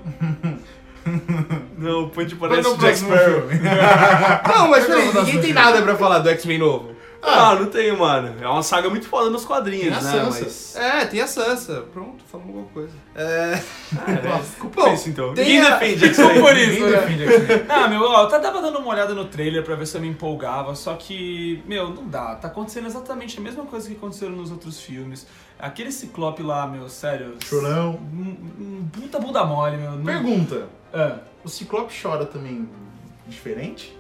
Speaker 2: Não, o Punch parece
Speaker 3: Mas
Speaker 2: o
Speaker 3: no
Speaker 2: Jack
Speaker 3: um próximo
Speaker 2: Sparrow.
Speaker 3: filme.
Speaker 1: Não, mas
Speaker 3: Eu
Speaker 1: peraí,
Speaker 3: não vou
Speaker 1: ninguém
Speaker 3: dar
Speaker 1: tem
Speaker 3: sua
Speaker 1: nada pra falar do X-Men novo.
Speaker 2: Ah, não tenho, mano. É uma saga muito foda nos quadrinhos,
Speaker 3: Tem a
Speaker 2: né?
Speaker 3: Sansa.
Speaker 2: Mas.
Speaker 1: É, tem a Sansa. Pronto, falando alguma coisa. É.
Speaker 2: Ah, é. Culpa
Speaker 1: Bom,
Speaker 2: isso, então.
Speaker 1: tem
Speaker 2: Ninguém
Speaker 1: a-
Speaker 2: defende Jack
Speaker 3: um
Speaker 4: Só
Speaker 2: Sparrow.
Speaker 4: por isso,
Speaker 3: Ninguém
Speaker 4: né?
Speaker 3: defende aqui.
Speaker 4: Ah, meu, ó, eu tá- tava dando uma olhada no trailer pra ver se eu me empolgava, só que, meu, não dá. Tá acontecendo exatamente a mesma coisa que aconteceu nos outros filmes. Aquele ciclope lá, meu, sério.
Speaker 3: Chorão.
Speaker 4: Um, um puta bunda mole, meu. Não-
Speaker 3: Pergunta.
Speaker 4: Ah,
Speaker 3: O Ciclope chora também diferente?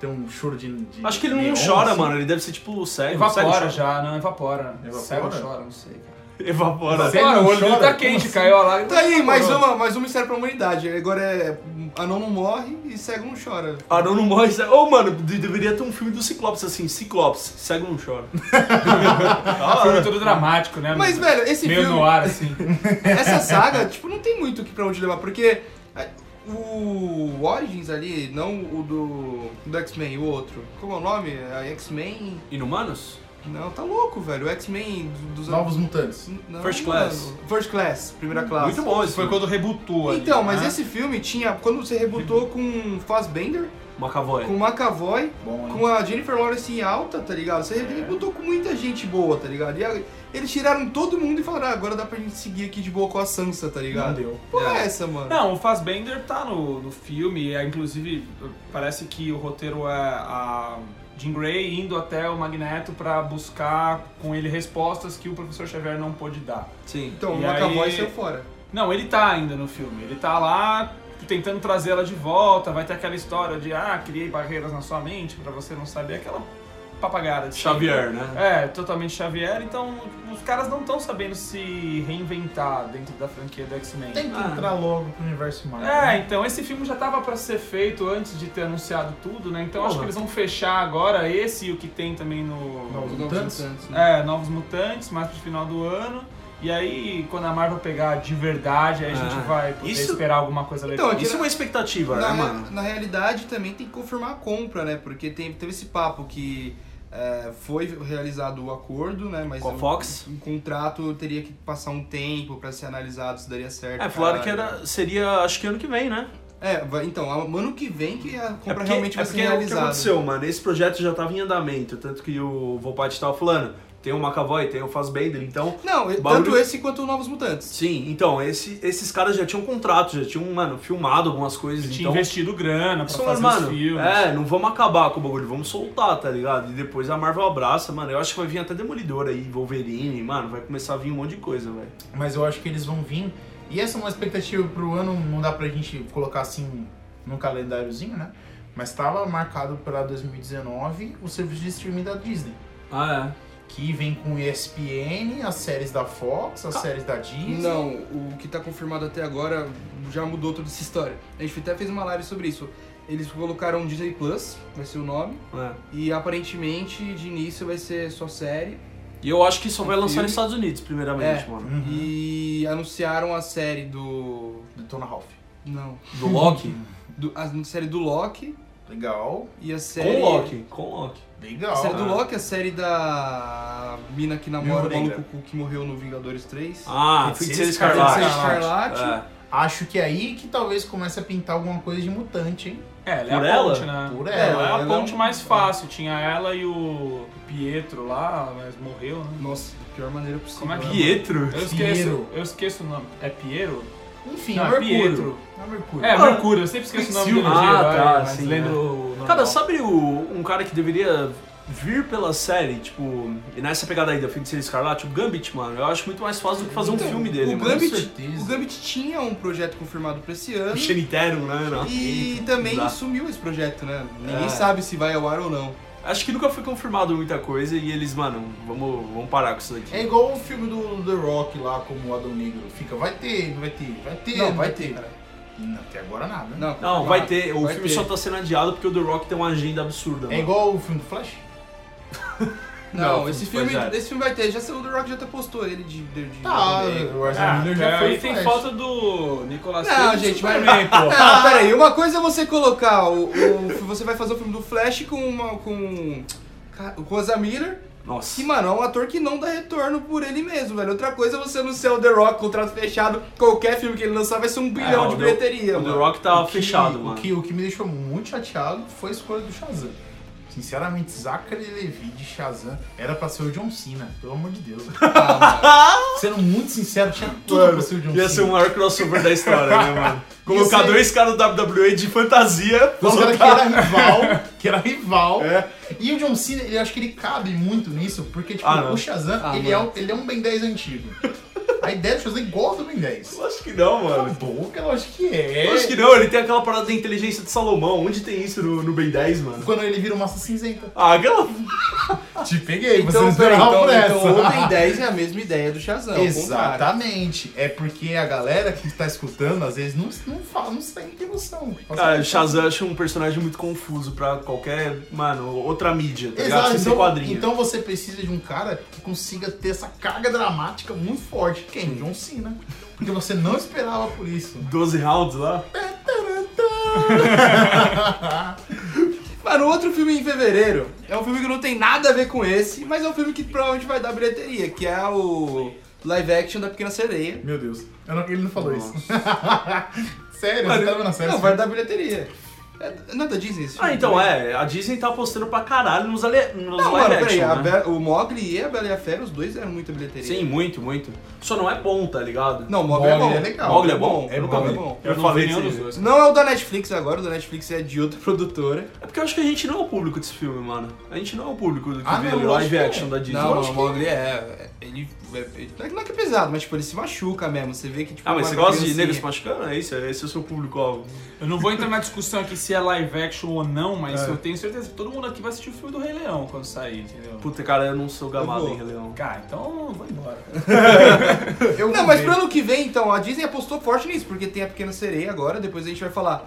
Speaker 3: Tem um choro de. de-
Speaker 2: Acho que ele não
Speaker 3: neon,
Speaker 2: chora,
Speaker 3: assim?
Speaker 2: mano. Ele deve ser tipo cego. cego
Speaker 4: evapora
Speaker 2: chora.
Speaker 4: já, não, evapora.
Speaker 3: Evapora?
Speaker 4: Cego chora, não sei, cara.
Speaker 2: Evapora.
Speaker 3: Cego
Speaker 4: Evapora, o olho dele
Speaker 3: chora?
Speaker 4: tá quente,
Speaker 3: Como
Speaker 4: caiu a lágrima.
Speaker 1: Tá aí, mais
Speaker 4: Evaporou.
Speaker 1: uma, mais um mistério pra humanidade. Agora é. Anão não morre e cego não chora.
Speaker 2: Arão Ah, não morre. cego. Ô, mano, de- deveria ter um filme do Ciclopes assim. Ciclopes, cego não chora.
Speaker 4: Ah, filme todo dramático, né?
Speaker 1: Mas,
Speaker 4: meu?
Speaker 1: velho, esse
Speaker 4: Meio
Speaker 1: filme.
Speaker 4: no ar, assim.
Speaker 1: Essa saga, tipo, não tem muito que pra onde levar, porque. é, O Origins ali, não o do, do X-Men, o outro. Como é o nome? É X-Men.
Speaker 2: Inumanos?
Speaker 1: Não, tá louco, velho. O X-Men do- dos
Speaker 3: Novos Mutantes.
Speaker 1: Não,
Speaker 2: First Class.
Speaker 1: mano. First Class, primeira classe.
Speaker 2: Muito bom esse
Speaker 4: Foi
Speaker 2: filme.
Speaker 4: quando rebutou ali,
Speaker 1: Então, mas
Speaker 4: né?
Speaker 1: esse filme tinha. Quando você rebutou com Fassbender,
Speaker 2: Macavoy.
Speaker 1: com McAvoy,
Speaker 3: Bom, hein?
Speaker 1: com a Jennifer Lawrence em alta, tá ligado? Você rebutou com muita gente boa, tá ligado? E a- eles tiraram todo mundo e falaram, ah, agora dá pra gente seguir aqui de boa com a Sansa, tá
Speaker 3: Não
Speaker 1: ligado?
Speaker 3: deu.
Speaker 1: Porra, é essa, mano.
Speaker 4: Não, o Fassbender tá no, no filme, é, inclusive parece que o roteiro é a Jean Grey indo até o Magneto pra buscar com ele respostas que o Professor Xavier não pôde dar.
Speaker 2: Sim.
Speaker 1: Então, o
Speaker 4: E
Speaker 1: McAvoy
Speaker 4: aí-
Speaker 1: saiu fora.
Speaker 4: Não, ele tá ainda no filme, ele tá lá tentando trazer ela de volta, vai ter aquela história de ah, criei barreiras na sua mente pra você não saber, aquela papagada de sempre.
Speaker 2: Xavier, né?
Speaker 4: É, totalmente Xavier, então os caras não estão sabendo se reinventar dentro da franquia do X-Men. né?
Speaker 3: Tem que
Speaker 2: Ah.
Speaker 3: entrar logo pro universo Marvel.
Speaker 4: É,
Speaker 3: né?
Speaker 4: então esse filme já tava pra ser feito antes de ter anunciado tudo, né? Então acho
Speaker 2: Porra.
Speaker 4: que eles vão fechar agora esse e o que tem também no
Speaker 3: Novos
Speaker 1: Os
Speaker 3: Mutantes?
Speaker 1: né?
Speaker 4: é, Novos Mutantes, mais pro final do ano. E aí, quando a Marvel pegar de verdade, aí a gente
Speaker 2: Ah,
Speaker 4: vai poder
Speaker 2: isso-
Speaker 4: esperar alguma coisa legal.
Speaker 1: Então,
Speaker 2: Isso é uma expectativa, né,
Speaker 1: Na,
Speaker 2: mano?
Speaker 1: na realidade, também tem que confirmar a compra, né? Porque tem- teve esse papo que é, foi realizado o acordo, né? Mas
Speaker 2: Com a
Speaker 1: o-
Speaker 2: Fox?
Speaker 1: um contrato teria que passar um tempo pra ser analisado se daria certo.
Speaker 2: É, falaram que
Speaker 1: caralho.
Speaker 2: era, seria, acho que ano que vem, né?
Speaker 1: É, vai- então, a- ano que vem que a compra
Speaker 2: É porque-
Speaker 1: realmente vai
Speaker 2: é
Speaker 1: ser
Speaker 2: porque O que
Speaker 1: realizada.
Speaker 2: aconteceu, mano? Esse projeto já tava em andamento, tanto que o Volpati tava falando. Tem o McAvoy, tem o Fassbender, então...
Speaker 1: Não,
Speaker 2: O
Speaker 1: tanto
Speaker 2: bagulho-
Speaker 1: esse quanto o Novos Mutantes.
Speaker 2: Sim, então, esse- esses caras já tinham contrato, já tinham, mano, filmado algumas coisas,
Speaker 4: tinha
Speaker 2: então...
Speaker 4: investido grana pra
Speaker 2: Só,
Speaker 4: fazer
Speaker 2: mano,
Speaker 4: os filmes.
Speaker 2: é, não vamos acabar com o bagulho, vamos soltar, tá ligado? E depois a Marvel abraça, mano. Eu acho que vai vir até Demolidor aí, Wolverine, mano, vai começar a vir um monte de coisa, velho.
Speaker 3: Mas eu acho que eles vão vir. E essa é uma expectativa pro ano, não dá pra gente colocar assim num calendáriozinho, né? Mas tava marcado pra 2019 o serviço de streaming da Disney.
Speaker 2: Ah,
Speaker 3: que vem com ESPN, as séries da Fox, as séries da Disney.
Speaker 1: Não, o que tá confirmado até agora já mudou toda essa história. A gente até fez uma live sobre isso. Eles colocaram Disney Plus, vai ser o nome,
Speaker 2: É.
Speaker 1: e aparentemente de início vai ser só série.
Speaker 2: E eu acho que só vai
Speaker 1: Um
Speaker 2: lançar
Speaker 1: filme.
Speaker 2: nos Estados Unidos, primeiramente,
Speaker 1: É.
Speaker 2: mano.
Speaker 3: Uhum.
Speaker 1: E anunciaram a série do.
Speaker 3: Do Tona Ralph.
Speaker 1: Não.
Speaker 2: Do Loki.
Speaker 1: Do- a série do Loki
Speaker 3: Legal,
Speaker 1: e a série.
Speaker 2: com Loki. Com Loki.
Speaker 1: A
Speaker 3: legal.
Speaker 1: série é do
Speaker 2: Ah.
Speaker 1: Loki, a série da mina que namora o
Speaker 3: Viúva Negra.
Speaker 1: maluco cu- que morreu no Vingadores 3.
Speaker 2: Ah,
Speaker 3: Feiticeira
Speaker 2: Feiticeira
Speaker 3: Escarlate.
Speaker 2: Escarlate.
Speaker 1: Escarlate.
Speaker 2: É.
Speaker 3: Acho que é aí que talvez comece a pintar alguma coisa de mutante, hein?
Speaker 4: É, ela é
Speaker 2: Por
Speaker 4: a
Speaker 2: ela?
Speaker 4: ponte, né?
Speaker 3: Por
Speaker 4: É,
Speaker 3: ela.
Speaker 4: ela é a
Speaker 1: ela
Speaker 4: ponte
Speaker 1: é um-
Speaker 4: mais fácil. Tinha ela e o Pietro lá, mas morreu,
Speaker 2: É.
Speaker 4: né?
Speaker 1: Nossa, da pior maneira possível.
Speaker 4: Como é que-
Speaker 2: Pietro.
Speaker 4: Eu esqueço,
Speaker 3: Piero.
Speaker 4: eu esqueço o nome. É Piero?
Speaker 3: Enfim,
Speaker 4: Não,
Speaker 3: é
Speaker 4: é
Speaker 3: Mercúrio.
Speaker 4: Pietro.
Speaker 3: É Mercúrio.
Speaker 4: É, Mercúrio, eu sempre esqueço o nome dele.
Speaker 2: Quicksilver.
Speaker 4: de
Speaker 2: Ah,
Speaker 4: herói,
Speaker 2: tá,
Speaker 4: mas
Speaker 2: sim,
Speaker 4: lembro
Speaker 2: é.
Speaker 4: o nome
Speaker 2: Cara,
Speaker 4: dela.
Speaker 2: sabe o- um cara que deveria vir pela série, tipo, e nessa pegada aí da Feiticeira Escarlate, o Gambit, mano, eu acho muito mais fácil do que fazer um
Speaker 1: Então,
Speaker 2: filme
Speaker 4: é
Speaker 2: dele,
Speaker 1: o
Speaker 2: mano.
Speaker 1: Gambit,
Speaker 3: com certeza.
Speaker 1: o Gambit tinha um projeto confirmado pra esse ano.
Speaker 2: O Xeniterum, né? não?
Speaker 1: E também
Speaker 2: Exato.
Speaker 1: sumiu esse projeto, né? Ninguém
Speaker 2: É.
Speaker 1: sabe se vai ao ar ou não.
Speaker 2: Acho que nunca foi confirmado muita coisa e eles, mano, vamos, vamos parar com isso daqui.
Speaker 3: É igual o filme do The Rock lá, como o Adão Negro. Fica, vai ter, não vai ter, vai ter,
Speaker 1: Não,
Speaker 3: não
Speaker 1: vai
Speaker 3: vai ter.
Speaker 1: cara.
Speaker 3: E não, até agora nada.
Speaker 1: Não,
Speaker 2: Não,
Speaker 1: confirmado.
Speaker 2: vai ter. O
Speaker 1: Vai
Speaker 2: filme
Speaker 1: ter.
Speaker 2: só tá sendo adiado porque o The Rock tem uma agenda absurda,
Speaker 3: É
Speaker 2: mano.
Speaker 3: igual o filme do Flash?
Speaker 1: Não,
Speaker 2: Não,
Speaker 1: esse, filme,
Speaker 2: pois é.
Speaker 1: esse filme vai ter. Já saiu, o The Rock já até postou ele de. de, de
Speaker 3: o
Speaker 4: Ah,
Speaker 3: Miller
Speaker 4: é,
Speaker 3: já foi
Speaker 4: aí tem
Speaker 3: Flash.
Speaker 4: foto do Nicolas
Speaker 1: Não,
Speaker 4: Cage
Speaker 1: gente,
Speaker 4: do Superman, pô.
Speaker 1: Não, Ah, peraí, uma coisa é você colocar o, o- Você vai fazer o filme do Flash com uma. com. ca- Com a Zah Miller,
Speaker 2: Nossa.
Speaker 1: que, mano, é um ator que não dá retorno por ele mesmo, velho. Outra coisa é você anunciar o The Rock, contrato fechado, qualquer filme que ele lançar vai ser um bilhão
Speaker 2: É, o
Speaker 1: de
Speaker 2: The-
Speaker 1: bilheteria,
Speaker 2: O The
Speaker 1: mano.
Speaker 2: Rock tá
Speaker 3: O que-
Speaker 2: fechado,
Speaker 3: o
Speaker 2: mano.
Speaker 3: que, o que me deixou muito chateado foi a escolha do Shazam. Sinceramente, Zachary Levi de Shazam era pra ser o John Cena, pelo amor de Deus.
Speaker 1: Ah,
Speaker 3: Sendo muito sincero, tinha tudo pra ser o John
Speaker 2: Ia ser o
Speaker 3: Cena.
Speaker 2: maior crossover da história, né, mano? Colocar
Speaker 3: ser-
Speaker 2: dois caras do WWE de fantasia.
Speaker 3: Os caras que
Speaker 2: botar-
Speaker 3: era rival, tá que era rival. E o John Cena, ele, eu acho que ele cabe muito nisso, porque tipo,
Speaker 2: Ah, não.
Speaker 3: o Shazam,
Speaker 1: Ah,
Speaker 3: ele, é, um- ele é um Ben 10 antigo. A ideia do Shazam é igual ao do Ben 10.
Speaker 2: Eu acho que não,
Speaker 3: Cala a
Speaker 2: mano.
Speaker 3: boca, eu acho Tá que é.
Speaker 2: Eu acho que não, ele tem aquela parada da inteligência de Salomão. Onde tem isso no, no Ben 10, mano?
Speaker 3: Quando ele vira uma massa cinzenta.
Speaker 2: Ah, aquela.
Speaker 3: Ah, Te peguei, você não
Speaker 1: então, peraí,
Speaker 3: esperava por
Speaker 1: então,
Speaker 3: essa.
Speaker 1: então Open 10 é a mesma ideia do Shazam. ao contrário.
Speaker 3: Exatamente. É porque a galera que tá escutando, às vezes, não, não fala, não tem, não tem noção.
Speaker 2: Cara, o Shazam acho um personagem muito confuso pra qualquer, mano, outra mídia, tá ligado?
Speaker 3: Exato.
Speaker 2: Sem ser
Speaker 3: Então,
Speaker 2: quadrinho.
Speaker 3: então você precisa de um cara que consiga ter essa carga dramática muito forte. Quem? John Cena. Porque você não esperava por isso.
Speaker 2: 12 rounds lá.
Speaker 1: Mano, outro filme em fevereiro é um filme que não tem nada a ver com esse, mas é um filme que provavelmente vai dar bilheteria, que é o live action da Pequena Sereia.
Speaker 3: Meu Deus. Eu não- ele não falou isso. Sério,
Speaker 2: Mano,
Speaker 3: você tava na né? série.
Speaker 1: Não, vai dar bilheteria. É, não é da Disney esse
Speaker 2: Ah,
Speaker 1: filme,
Speaker 2: então
Speaker 1: né?
Speaker 2: é. A Disney tá apostando pra caralho nos, ale... nos
Speaker 1: Não,
Speaker 2: live
Speaker 1: mano, peraí,
Speaker 2: action,
Speaker 1: a
Speaker 2: né?
Speaker 1: Be- o Mogli e a Bela e a Fera, os dois eram muita bilheteria.
Speaker 2: Sim, muito, muito. Só não é bom, tá ligado?
Speaker 1: Não, o Mogli é bom.
Speaker 3: Mogli é legal.
Speaker 2: Mogli é bom?
Speaker 1: É bom,
Speaker 2: Eu nunca
Speaker 1: é
Speaker 2: vi.
Speaker 1: bom.
Speaker 2: Eu
Speaker 4: não
Speaker 2: falei
Speaker 4: vi nenhum
Speaker 2: isso.
Speaker 4: dos dois.
Speaker 1: Não é o da Netflix agora, o da Netflix é de outra produtora.
Speaker 2: É porque eu acho que a gente não é o público desse filme, mano. A gente não é o público do que
Speaker 3: Ah,
Speaker 2: vê
Speaker 3: não, lógico
Speaker 2: live
Speaker 3: que é.
Speaker 2: action da Disney.
Speaker 1: Não,
Speaker 3: acho
Speaker 1: o
Speaker 3: que-
Speaker 1: Mogli é. é- Ele, é- ele- não é que- não é que é pesado, mas tipo, ele se machuca mesmo. Você vê que tipo.
Speaker 2: Ah,
Speaker 1: uma
Speaker 2: mas você gosta de
Speaker 1: criancinha-
Speaker 2: nego se machucando? É isso, esse é o seu público-alvo.
Speaker 4: Eu não vou entrar na discussão aqui se é live action ou não, mas eu tenho certeza que todo mundo aqui vai assistir o filme do Rei Leão quando sair, entendeu?
Speaker 2: Puta, cara, eu não sou gamado
Speaker 1: vou.
Speaker 2: em Leão.
Speaker 4: Cara, então eu vou embora.
Speaker 3: Eu
Speaker 1: Não, mas
Speaker 3: ver.
Speaker 1: pro ano que vem, então, a Disney apostou forte nisso, porque tem a Pequena Sereia agora, depois a gente vai falar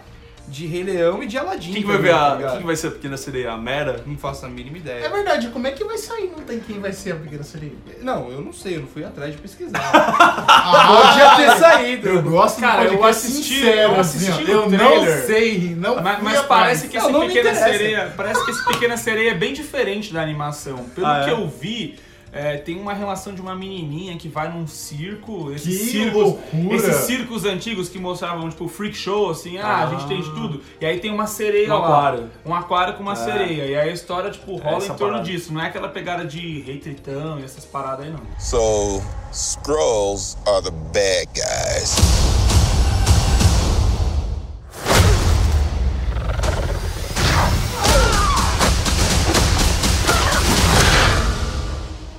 Speaker 1: de Rei Leão e de Aladdin.
Speaker 2: Quem que vai
Speaker 1: também,
Speaker 2: ver
Speaker 1: tá
Speaker 2: a...
Speaker 1: ligado?
Speaker 2: Quem que vai ser a pequena sereia? A Mera?
Speaker 1: Não faço a mínima ideia.
Speaker 3: É verdade, como é que vai sair? Não tem quem vai ser a pequena sereia.
Speaker 1: Não, eu não sei, eu não fui atrás de pesquisar.
Speaker 4: Ah,
Speaker 3: Podia ter saído. Eu gosto
Speaker 4: Cara,
Speaker 3: do
Speaker 4: eu
Speaker 3: podcast
Speaker 4: assisti-
Speaker 3: sincero,
Speaker 4: eu assisti
Speaker 3: assim, ó.
Speaker 4: o
Speaker 3: Eu não
Speaker 4: trailer.
Speaker 3: sei, não
Speaker 4: Mas,
Speaker 3: fui
Speaker 4: mas
Speaker 3: atrás.
Speaker 4: parece que
Speaker 1: Não,
Speaker 4: esse
Speaker 1: não me
Speaker 4: pequena
Speaker 1: interessa.
Speaker 4: sereia. Parece que esse pequena sereia é bem diferente da animação. Pelo
Speaker 2: Ah, é?
Speaker 4: que eu vi, é, tem uma relação de uma menininha que vai num é circo. Esses
Speaker 3: Que
Speaker 4: circos.
Speaker 3: loucura.
Speaker 4: Esses circos antigos que mostravam, tipo, freak show, assim, ah, a
Speaker 2: Ah.
Speaker 4: gente tem de tudo. E aí tem uma sereia
Speaker 2: Um
Speaker 4: lá.
Speaker 2: aquário.
Speaker 4: Um aquário com uma
Speaker 2: É.
Speaker 4: sereia. E aí a história, tipo, rola
Speaker 2: essa
Speaker 4: em torno
Speaker 2: parada.
Speaker 4: disso. Não é aquela pegada de rei tritão e essas paradas aí, não.
Speaker 5: So, Skrulls are the bad guys.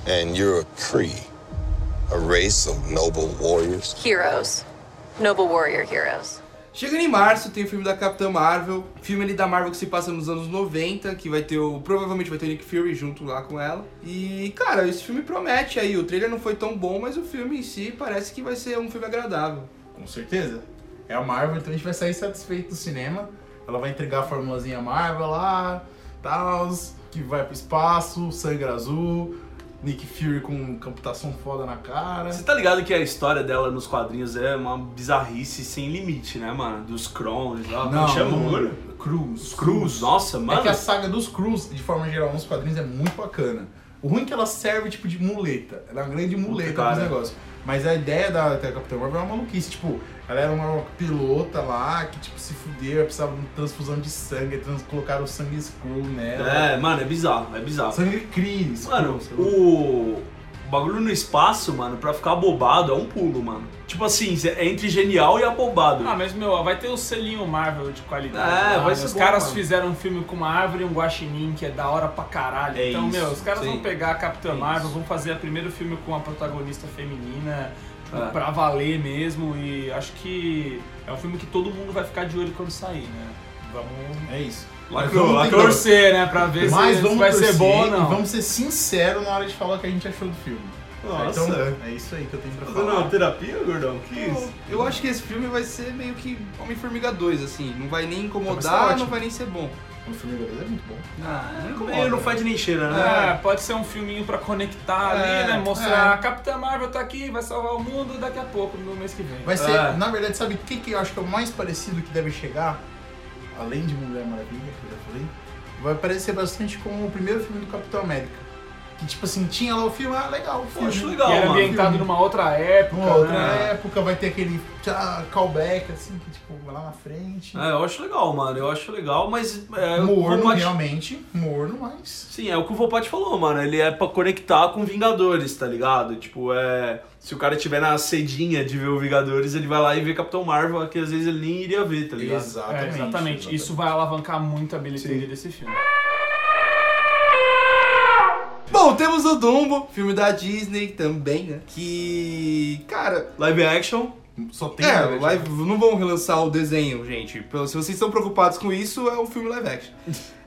Speaker 5: And you're a Cree, a race of noble warriors.
Speaker 6: Heroes. Noble warrior heroes.
Speaker 1: Chegando em março, tem o filme da Capitã Marvel, filme ali da Marvel que se passa nos anos 90, que vai ter o. Provavelmente vai ter o Nick Fury junto lá com ela. E, cara, esse filme promete aí. O trailer não foi tão bom, mas o filme em si parece que vai ser um filme agradável.
Speaker 3: Com certeza. É a Marvel, então a gente vai sair satisfeito do cinema. Ela vai entregar a formulazinha Marvel lá, tal, que vai pro espaço, sangue azul, Nick Fury com computação foda na cara.
Speaker 2: Você tá ligado que a história dela nos quadrinhos é uma bizarrice sem limite, né, mano? Dos Crons lá, como chama o olho?
Speaker 3: Cruz.
Speaker 2: Cruz, nossa,
Speaker 3: É
Speaker 2: mano.
Speaker 3: que a saga dos Cruz, de forma geral, nos quadrinhos é muito bacana. O ruim é que ela serve tipo de muleta. Ela é uma grande muleta
Speaker 2: cara.
Speaker 3: dos negócios. Mas a ideia da, da Capitã Marvel é uma maluquice. Tipo, ela era uma pilota lá que tipo se fudeu, precisava de uma transfusão de sangue, trans, colocaram o sangue Skrull nela.
Speaker 2: É, mano, é bizarro, é bizarro.
Speaker 3: Sangue Cris.
Speaker 2: Mano, o... o bagulho no espaço, mano, pra ficar abobado é um pulo, mano. Tipo assim, cê- é entre genial e abobado.
Speaker 4: Ah, mas meu, vai ter o selinho Marvel de qualidade.
Speaker 2: É,
Speaker 4: lá,
Speaker 2: vai
Speaker 4: né?
Speaker 2: ser
Speaker 4: Os
Speaker 2: bom,
Speaker 4: caras
Speaker 2: mano.
Speaker 4: fizeram um filme com uma árvore e um guaxinim que é da hora pra caralho.
Speaker 2: É
Speaker 4: então, meu,
Speaker 2: isso,
Speaker 4: os caras
Speaker 2: sim.
Speaker 4: vão pegar a Capitã
Speaker 2: É
Speaker 4: Marvel, vão fazer o primeiro filme com a protagonista feminina, tipo,
Speaker 2: É.
Speaker 4: pra valer mesmo. E acho que é um filme que todo mundo vai ficar de olho quando sair, né? Vamos
Speaker 3: É isso.
Speaker 2: Lacrou,
Speaker 3: Mas vamos
Speaker 2: lacrou.
Speaker 3: tentar-
Speaker 4: torcer, né? Pra ver
Speaker 3: Mas
Speaker 4: se,
Speaker 3: vamos
Speaker 4: vai ser
Speaker 3: torcer
Speaker 4: bom ou não.
Speaker 3: E vamos ser sinceros na hora de falar o que a gente achou do filme.
Speaker 2: Nossa.
Speaker 3: Então, é isso aí que eu tenho pra
Speaker 2: Foi
Speaker 3: falar.
Speaker 2: na terapia, gordão? Que isso?
Speaker 1: Eu acho que esse filme vai ser meio que Homem-Formiga 2, assim. Não vai nem
Speaker 3: Então vai ser
Speaker 1: incomodar,
Speaker 3: ótimo.
Speaker 1: não vai nem ser bom.
Speaker 3: O filme é muito bom.
Speaker 2: Ah,
Speaker 1: Não, não incomoda.
Speaker 2: Meio não faz nem cheira, né?
Speaker 4: É, pode ser um filminho pra conectar
Speaker 3: É,
Speaker 4: ali, né? Mostrar
Speaker 3: é.
Speaker 4: a Capitã Marvel tá aqui, vai salvar o mundo daqui a pouco, no mês que vem.
Speaker 3: Vai ser,
Speaker 2: Ah.
Speaker 3: na verdade, sabe o que, que eu acho que é o mais parecido que deve chegar? Além de Mulher Maravilha, que eu já falei, vai parecer bastante com o primeiro filme do Capitão América. Que tipo assim, tinha lá o filme, ah, legal, o
Speaker 2: Pô,
Speaker 3: filme.
Speaker 2: acho
Speaker 4: E
Speaker 2: legal,
Speaker 4: era
Speaker 2: mano.
Speaker 4: ambientado
Speaker 3: Filme.
Speaker 4: numa outra época,
Speaker 3: Numa outra
Speaker 4: né?
Speaker 3: época, vai ter aquele tchá, callback, assim, que tipo, vai lá na frente.
Speaker 2: É, eu acho legal, mano. Eu acho legal, mas. É, o que o
Speaker 3: morno,
Speaker 2: Vopat-
Speaker 3: realmente, morno, mas.
Speaker 2: Sim, é o que o Vopat falou, mano. Ele é pra conectar com Vingadores, tá ligado? Tipo, é. Se o cara tiver na sedinha de ver o Vingadores, ele vai lá e vê Capitão Marvel, que às vezes ele nem iria ver, tá ligado?
Speaker 4: É, exatamente. Isso vai alavancar muito a bilheteria desse filme.
Speaker 1: Bom, temos o Dumbo, filme da Disney também, né? Que. Cara.
Speaker 2: Live action.
Speaker 3: Só tem.
Speaker 1: É,
Speaker 3: né, tipo,
Speaker 1: live- não vão relançar o desenho, gente. Pelo- Se vocês estão preocupados com isso, é um filme live action.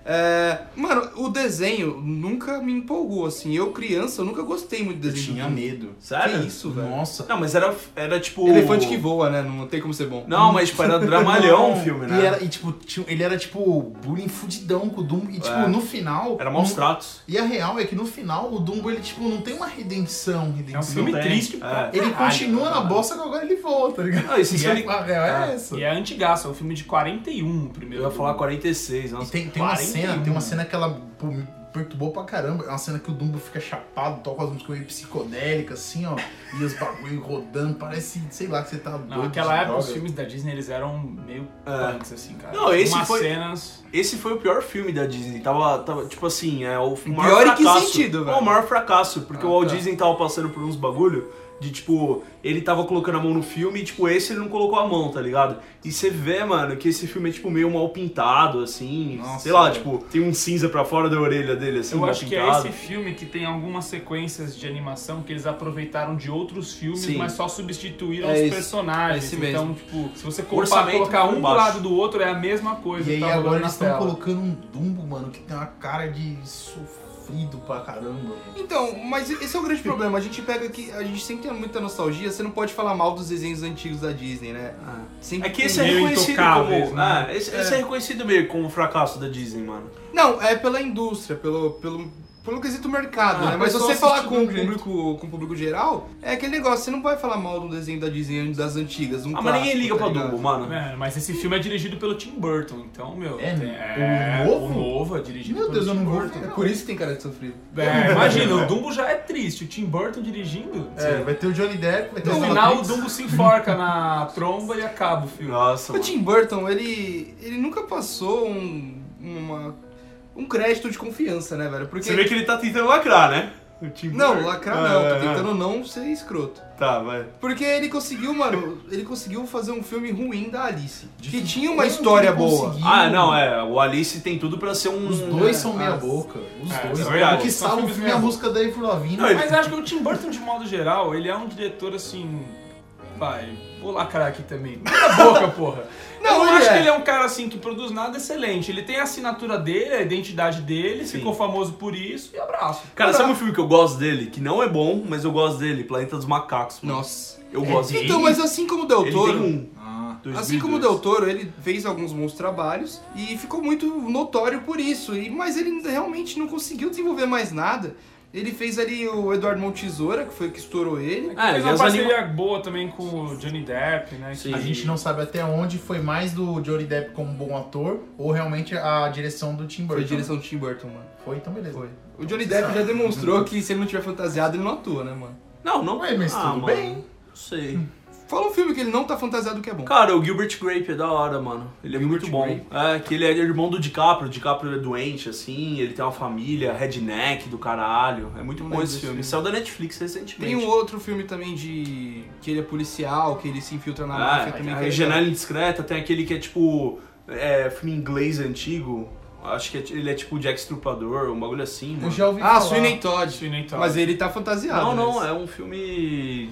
Speaker 1: É, mano, o desenho nunca me empolgou, assim. Eu, criança, eu nunca gostei muito do
Speaker 3: Eu
Speaker 1: desenho.
Speaker 3: tinha
Speaker 1: do Dumbo.
Speaker 3: medo.
Speaker 2: Sério?
Speaker 1: Que isso, velho?
Speaker 3: Nossa.
Speaker 2: Não, mas era, era tipo.
Speaker 1: Elefante que voa, né? Não tem como ser bom.
Speaker 2: Não, mas tipo, era dramalhão o filme, né?
Speaker 3: E, era, e tipo, tinha- ele era tipo bullying fudidão com o Dumbo. E tipo,
Speaker 2: É.
Speaker 3: no final.
Speaker 2: Era maus tratos.
Speaker 3: E a real é que no final o Dumbo ele tipo não tem uma redenção,
Speaker 4: É um
Speaker 3: redenção.
Speaker 4: filme
Speaker 2: tem.
Speaker 4: triste pra
Speaker 2: É.
Speaker 3: Ele
Speaker 4: caralho. né?
Speaker 3: continua na bosta que agora ele voa, tá ligado?
Speaker 2: Ah, esse
Speaker 3: E
Speaker 2: filme-
Speaker 3: é, a real é essa.
Speaker 4: E é antigaço, é um filme de 41, o primeiro.
Speaker 2: Eu ia falar
Speaker 4: do-
Speaker 2: 46,
Speaker 3: E
Speaker 2: nossa.
Speaker 3: tem, tem uma
Speaker 4: 41.
Speaker 3: cena, tem uma cena que ela pô, me perturbou pra caramba. É uma cena que o Dumbo fica chapado, toca as músicas meio psicodélicas, assim, ó. E os bagulho rodando, parece, sei lá, que você tá doido.
Speaker 4: Não, naquela
Speaker 3: de
Speaker 4: época
Speaker 3: droga.
Speaker 4: os filmes da Disney eles eram meio punks, assim, cara.
Speaker 2: É. Não, esse
Speaker 4: Umas
Speaker 2: foi-
Speaker 4: cenas.
Speaker 2: Esse foi o pior filme da Disney. Tava, tava tipo assim, é o maior
Speaker 1: Pior em que
Speaker 2: fracasso.
Speaker 1: sentido,
Speaker 2: Não,
Speaker 1: velho?
Speaker 2: O maior fracasso, porque
Speaker 1: Ah,
Speaker 2: o Walt
Speaker 1: tá.
Speaker 2: Disney tava passando por uns bagulho de tipo, ele tava colocando a mão no filme e tipo, esse ele não colocou a mão, tá ligado? E você vê, mano, que esse filme é tipo meio mal pintado assim,
Speaker 3: Nossa,
Speaker 2: sei lá,
Speaker 3: velho.
Speaker 2: tipo, tem um cinza pra fora da orelha dele assim,
Speaker 4: Eu
Speaker 2: mal
Speaker 4: acho que é
Speaker 2: pintado.
Speaker 4: esse filme que tem algumas sequências de animação que eles aproveitaram de outros filmes,
Speaker 2: Sim.
Speaker 4: mas só substituíram
Speaker 1: É
Speaker 4: os
Speaker 1: isso.
Speaker 4: personagens.
Speaker 1: É esse
Speaker 4: então, tipo, se você comparar,
Speaker 2: orçamento
Speaker 4: colocar
Speaker 2: muito
Speaker 4: um do
Speaker 2: baixo.
Speaker 4: lado do outro, é a mesma coisa.
Speaker 3: E aí
Speaker 4: tá
Speaker 3: agora
Speaker 4: rolando
Speaker 3: eles
Speaker 4: na
Speaker 3: estão
Speaker 4: tela.
Speaker 3: colocando um Dumbo, mano, que tem uma cara de sofrido pra caramba. velho.
Speaker 1: Então, mas esse é o grande problema. A gente pega que a gente sempre tem muita nostalgia. Você não pode falar mal dos desenhos antigos da Disney, né?
Speaker 2: Ah.
Speaker 1: Sempre
Speaker 2: É que
Speaker 1: tem-
Speaker 2: esse é
Speaker 4: Meio
Speaker 2: reconhecido
Speaker 4: intocáveis,
Speaker 2: como.
Speaker 4: né?
Speaker 2: Ah, esse, esse é reconhecido meio como o fracasso da Disney, mano.
Speaker 1: Não, é pela indústria, pelo, pelo, pelo quesito mercado,
Speaker 3: Ah,
Speaker 1: né?
Speaker 3: o
Speaker 1: Mas se
Speaker 3: pessoal
Speaker 1: você falar
Speaker 3: assiste
Speaker 1: com o,
Speaker 3: de um jeito.
Speaker 1: público, com o público geral, é aquele negócio, você não vai falar mal de um desenho da Disney das antigas, um
Speaker 2: Ah, mas
Speaker 1: clássico,
Speaker 2: ninguém liga
Speaker 1: tá
Speaker 2: pra
Speaker 1: ligado?
Speaker 2: Dumbo, mano.
Speaker 4: É, mas esse filme é dirigido pelo Tim Burton, então, meu.
Speaker 3: É,
Speaker 4: tem-
Speaker 3: o
Speaker 4: é,
Speaker 3: novo?
Speaker 4: O novo é dirigido
Speaker 3: Meu
Speaker 4: pelo
Speaker 3: Deus, eu
Speaker 4: Tim
Speaker 3: não vou
Speaker 4: Burton.
Speaker 1: É por isso que tem cara de sofrido.
Speaker 4: É, imagina, o Dumbo já é triste, o Tim Burton dirigindo.
Speaker 3: É, vai ter o Johnny Depp, vai ter
Speaker 4: No
Speaker 3: o
Speaker 4: final, o
Speaker 3: Matrix.
Speaker 4: Dumbo se enforca na tromba e acaba o filme.
Speaker 1: O
Speaker 2: Nossa, mano.
Speaker 1: Tim Burton, ele, ele nunca passou um, uma, um crédito de confiança, né, velho? Porque...
Speaker 2: Você vê que ele tá tentando lacrar, né? O Tim
Speaker 1: Não,
Speaker 2: Burton.
Speaker 1: lacrar
Speaker 2: Ah,
Speaker 1: não,
Speaker 2: é,
Speaker 1: tô
Speaker 2: é.
Speaker 1: tentando não ser escroto.
Speaker 2: Tá, vai.
Speaker 1: Porque ele conseguiu, mano, ele conseguiu fazer um filme ruim da Alice. Que
Speaker 3: Difícil.
Speaker 1: tinha uma
Speaker 3: Como
Speaker 1: história
Speaker 3: que
Speaker 1: boa.
Speaker 3: conseguiu?
Speaker 2: Ah, não, é. O Alice tem tudo pra ser um.
Speaker 3: Os dois são
Speaker 1: Ah,
Speaker 3: meia
Speaker 1: as-
Speaker 3: boca. Os
Speaker 4: É,
Speaker 3: dois.
Speaker 4: é
Speaker 2: verdade.
Speaker 3: o que
Speaker 4: São
Speaker 3: salva o
Speaker 4: filmes
Speaker 3: filme é a
Speaker 4: meia
Speaker 3: música da Avril Lavigne.
Speaker 2: Não, ele-
Speaker 4: Mas acho que o Tim Burton, de modo geral, ele é um diretor assim. pai, vou lacrar aqui também. Cala a boca, porra.
Speaker 1: Não,
Speaker 4: eu
Speaker 1: ele
Speaker 4: não acho
Speaker 1: é.
Speaker 4: que ele é um cara assim que produz nada excelente. Ele tem a assinatura dele, a identidade dele, ficou famoso por isso e abraço.
Speaker 2: Cara, sabe um filme que eu gosto dele? Que não é bom, mas eu gosto dele. Planeta dos Macacos. mano.
Speaker 1: Nossa.
Speaker 2: Eu gosto dele.
Speaker 1: Então, mas assim como o Del
Speaker 2: Ele
Speaker 1: Toro.
Speaker 2: tem um.
Speaker 3: Ah,
Speaker 2: 2002.
Speaker 1: Assim como o Del Toro, ele fez alguns bons trabalhos e ficou muito notório por isso. E, mas ele realmente não conseguiu desenvolver mais nada. Ele fez ali o Eduardo Montesoura, que foi o que estourou ele.
Speaker 2: É,
Speaker 4: Fez
Speaker 2: e
Speaker 4: uma
Speaker 2: as
Speaker 4: parceria boa também com o Johnny Depp, né?
Speaker 2: Sim.
Speaker 3: A gente não sabe até onde foi mais do Johnny Depp como bom ator ou realmente a direção do Tim
Speaker 1: Foi
Speaker 3: Burton.
Speaker 1: a direção do Tim Burton, mano.
Speaker 3: Foi, então beleza.
Speaker 1: Foi. O Johnny Depp já demonstrou que se ele não tiver fantasiado, ele não atua, né, mano?
Speaker 2: Não, não.
Speaker 3: Ué, mas tudo bem.
Speaker 2: Não sei.
Speaker 1: Fala um filme que ele não tá fantasiado que é bom.
Speaker 2: Cara, o Gilbert Grape é da hora, mano. Ele é muito bom.
Speaker 1: Grape.
Speaker 2: É, que ele é irmão do DiCaprio. O DiCaprio é doente, assim. Ele tem uma família, redneck do caralho. É muito
Speaker 1: Não
Speaker 2: bom
Speaker 1: lembro
Speaker 2: esse
Speaker 1: desse
Speaker 2: filme.
Speaker 1: filme.
Speaker 2: Saiu da Netflix
Speaker 1: Tem
Speaker 2: recentemente.
Speaker 1: um outro filme também de. que ele é policial, que ele se infiltra na máfia
Speaker 2: É,
Speaker 1: também. que
Speaker 2: a
Speaker 1: é
Speaker 2: Janela Indiscreta tem aquele que é tipo. É, filme inglês antigo. Acho que é- ele é tipo Jack Strupador, um bagulho assim.
Speaker 3: Eu
Speaker 2: Mano.
Speaker 3: já ouvi
Speaker 1: legal. Ah,
Speaker 3: falar.
Speaker 1: Sweeney Todd.
Speaker 4: Sweeney Todd.
Speaker 1: Mas ele tá fantasiado.
Speaker 2: Não, não,
Speaker 1: né?
Speaker 2: é um filme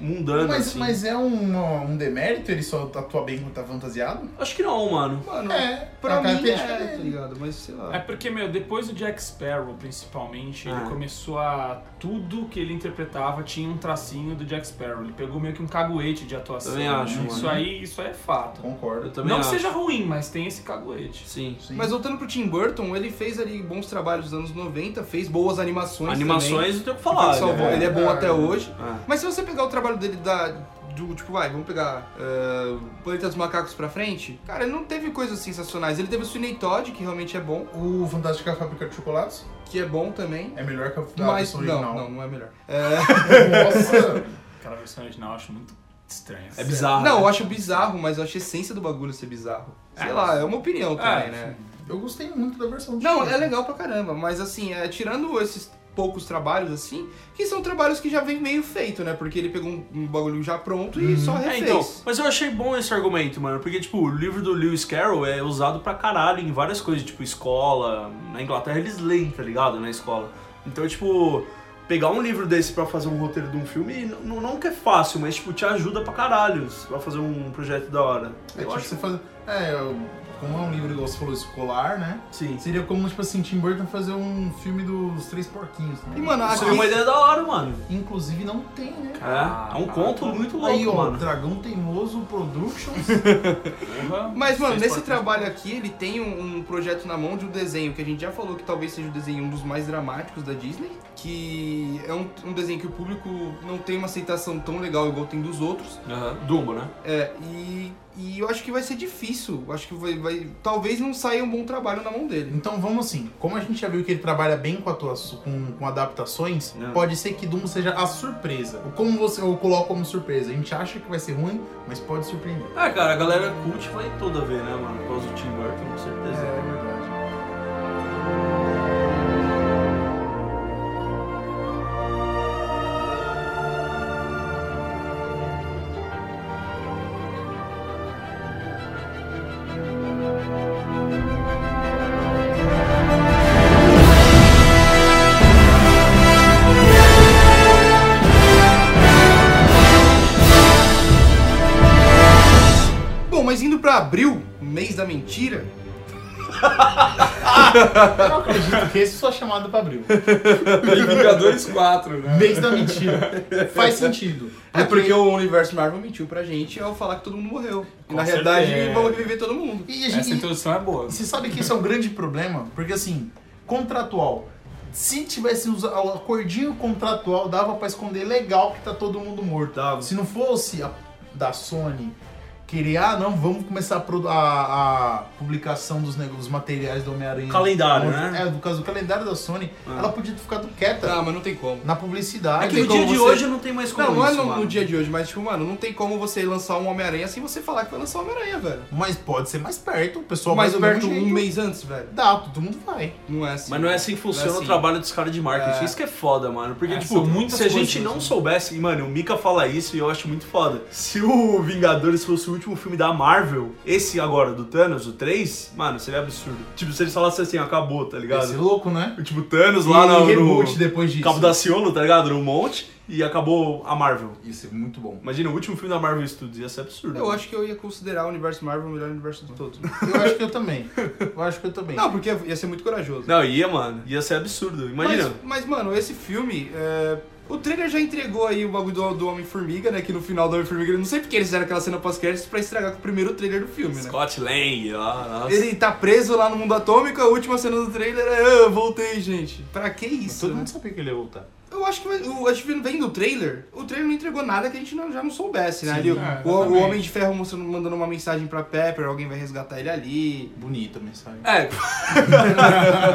Speaker 2: mundano,
Speaker 3: Mas,
Speaker 2: assim.
Speaker 3: mas é um, um demérito ele só atua bem quando tá fantasiado?
Speaker 2: Acho que não, mano.
Speaker 1: Mano,
Speaker 3: É,
Speaker 1: pra
Speaker 3: a
Speaker 1: mim é,
Speaker 3: característica
Speaker 1: tá
Speaker 3: dele.
Speaker 1: ligado? Mas sei lá.
Speaker 4: É porque, meu, depois do Jack Sparrow, principalmente,
Speaker 2: Ah.
Speaker 4: ele começou a. Tudo que ele interpretava tinha um tracinho do Jack Sparrow. Ele pegou meio que um caguete de atuação.
Speaker 2: Também acho,
Speaker 4: né? Isso
Speaker 2: mano.
Speaker 4: aí, isso aí é fato.
Speaker 2: Eu
Speaker 3: Concordo.
Speaker 2: também
Speaker 4: Não
Speaker 2: acho.
Speaker 4: que seja ruim, mas tem esse caguete.
Speaker 2: Sim.
Speaker 3: Sim.
Speaker 1: Mas voltando pro Tim Burton, ele fez ali bons trabalhos nos anos 90, fez boas animações. também,
Speaker 2: Animações não tem o
Speaker 1: que
Speaker 2: que falar.
Speaker 1: ele salvou-
Speaker 2: né?
Speaker 1: ele é bom até hoje.
Speaker 2: É.
Speaker 1: Mas se você pegar o trabalho dele da. Do, tipo, vai, vamos pegar eh, Planeta dos Macacos pra frente. Cara, ele não teve coisas sensacionais. Ele teve o Sweeney Todd, que realmente é bom,
Speaker 3: O Fantástica Fábrica de Chocolates
Speaker 1: que é bom também.
Speaker 3: é melhor que a, a
Speaker 1: mas
Speaker 3: versão
Speaker 1: não,
Speaker 3: original.
Speaker 1: não, não é melhor.
Speaker 3: Nossa!
Speaker 4: Aquela versão original eu acho muito estranha.
Speaker 2: É bizarro.
Speaker 1: Não,
Speaker 2: né?
Speaker 1: eu acho bizarro, mas eu acho a essência do bagulho ser bizarro. Sei
Speaker 4: É,
Speaker 1: lá, é uma opinião também,
Speaker 4: É,
Speaker 1: né?
Speaker 3: Eu gostei muito da versão de
Speaker 1: Não,
Speaker 3: hoje.
Speaker 1: é legal pra caramba, mas assim, é, tirando esses poucos trabalhos assim, que são trabalhos que já vem meio feito, né? Porque ele pegou um, um bagulho já pronto e só
Speaker 2: É,
Speaker 1: refez.
Speaker 2: então, mas eu achei bom esse argumento, mano, porque, tipo, o livro do Lewis Carroll é usado pra caralho em várias coisas, tipo, escola, na Inglaterra eles leem, tá ligado, na escola. Então, tipo, pegar um livro desse pra fazer um roteiro de um filme, n- n- não que é fácil, mas, tipo, te ajuda pra caralho pra fazer um projeto da hora.
Speaker 3: É,
Speaker 2: eu
Speaker 3: tipo,
Speaker 2: acho
Speaker 3: você faz... É, eu- como é um livro, igual você falou, escolar, né?
Speaker 2: sim.
Speaker 3: Seria como, tipo assim, Tim Burton fazer um filme dos Três Porquinhos. Né?
Speaker 1: E, mano,
Speaker 2: Isso é uma
Speaker 1: aqui,
Speaker 2: ideia da hora, mano.
Speaker 3: Inclusive não tem, né?
Speaker 2: É, é um conto muito louco,
Speaker 3: Aí, ó,
Speaker 2: mano.
Speaker 3: Dragão Teimoso Productions.
Speaker 4: Porra.
Speaker 1: mas, mano,
Speaker 4: Vocês
Speaker 1: nesse
Speaker 4: podem-
Speaker 1: trabalho aqui, ele tem um, um projeto na mão de um desenho que a gente já falou que talvez seja o desenho um dos mais dramáticos da Disney, que é um, um desenho que o público não tem uma aceitação tão legal igual tem dos outros.
Speaker 2: Aham. Dumbo, né?
Speaker 1: É, e, e eu acho que vai ser difícil. Eu Acho que vai, vai- talvez não saia um bom trabalho na mão dele.
Speaker 3: então vamos assim, como a gente já viu que ele trabalha bem com, atua- com, com adaptações,
Speaker 2: Não.
Speaker 3: pode ser que Dumbo seja a surpresa. Ou Como você eu coloco como surpresa? A gente acha que vai ser ruim, mas pode surpreender.
Speaker 2: Ah, cara, a galera cult vai toda ver, né, mano? Por causa do Tim Burton, com certeza.
Speaker 3: verdade.
Speaker 1: Bom, mas indo pra abril, mês da mentira,
Speaker 3: Eu não acredito que esse sua chamada pra abril.
Speaker 4: Vingadores 4, né?
Speaker 3: Mês da mentira. Faz sentido.
Speaker 1: É porque o universo Marvel mentiu pra gente ao falar que todo mundo morreu. E
Speaker 4: Com
Speaker 1: na realidade,
Speaker 4: certeza.
Speaker 1: vão reviver todo mundo.
Speaker 3: E a gente-
Speaker 4: Essa introdução é boa.
Speaker 3: E Você sabe que isso é um grande problema? Porque assim, contratual. Se tivesse usado o acordinho contratual, dava pra esconder legal que tá todo mundo morto.
Speaker 2: Dava.
Speaker 3: Se não fosse a da Sony querer, ah não, vamos começar a, produ- a- a publicação dos, nego- dos materiais do Homem-Aranha.
Speaker 2: Calendário,
Speaker 3: Onde-
Speaker 2: né?
Speaker 3: É, do caso do calendário da Sony, ela podia ter ficado quieta
Speaker 1: Ah, mas não tem como.
Speaker 3: na publicidade.
Speaker 1: É que
Speaker 2: No
Speaker 1: Tem como
Speaker 2: dia de
Speaker 1: você-
Speaker 2: hoje não tem mais como
Speaker 1: Não, não é
Speaker 2: isso,
Speaker 1: no, no
Speaker 2: mano.
Speaker 1: dia de hoje, mas tipo, mano, não tem como você lançar um Homem-Aranha sem você falar que vai lançar um Homem-Aranha, velho.
Speaker 3: Mas pode ser mais perto, o pessoal
Speaker 1: Mais
Speaker 3: vai do
Speaker 1: perto
Speaker 3: mesmo jeito.
Speaker 1: um mês antes, velho.
Speaker 3: Dá, todo mundo vai.
Speaker 1: Não é assim.
Speaker 2: Mas não é assim que funciona
Speaker 1: Não é assim.
Speaker 2: o trabalho dos caras de marketing. Isso que é foda, mano. Porque,
Speaker 4: É,
Speaker 2: tipo,
Speaker 4: são muitas
Speaker 2: se a gente
Speaker 4: coisas,
Speaker 2: não
Speaker 4: né?
Speaker 2: soubesse. E, mano, o Mika fala isso e eu acho muito foda. Se o Vingadores fosse o último filme da Marvel, esse agora do Thanos, o 3, mano, seria absurdo. Tipo, se eles falassem assim, acabou, tá
Speaker 3: Vai ser
Speaker 2: ligado?
Speaker 3: louco, né?
Speaker 2: Tipo, Thanos lá
Speaker 3: E
Speaker 2: no.
Speaker 3: reboot
Speaker 2: no...
Speaker 3: depois disso.
Speaker 2: Cabo da Ciolo, tá ligado? Um monte. e acabou a Marvel.
Speaker 3: Ia ser muito bom.
Speaker 2: Imagina, o último filme da Marvel Studios ia ser absurdo.
Speaker 1: Eu acho que eu ia considerar o universo Marvel o melhor universo de todos.
Speaker 3: Eu acho que eu também. Eu acho que eu também.
Speaker 1: Não, porque ia ser muito corajoso.
Speaker 2: Não, ia, mano. Ia ser absurdo. Imagina.
Speaker 1: Mas, mas, mano, esse filme. é, O trailer já entregou aí o bagulho do, do Homem-Formiga, né? Que no final do Homem-Formiga, eu não sei porque eles fizeram aquela cena pós-créditos pra estragar com o primeiro trailer do filme, né?
Speaker 2: Scott Lang, ó. nossa.
Speaker 1: Ele tá preso lá no mundo atômico, a última cena do trailer é. "Ah, Eu voltei, gente. Pra que
Speaker 3: Mas
Speaker 1: isso?
Speaker 3: todo
Speaker 1: né?
Speaker 3: mundo sabia que ele ia voltar.
Speaker 1: Eu acho que o, acho que vem do trailer. O trailer não entregou nada que a gente não- já não soubesse, né?
Speaker 3: Sim,
Speaker 1: Ali, o-
Speaker 4: é,
Speaker 1: o, o
Speaker 4: exatamente.
Speaker 1: Homem de Ferro mostrando, mandando uma mensagem pra Pepper, alguém vai resgatar ele ali.
Speaker 3: Bonita a mensagem.
Speaker 2: É.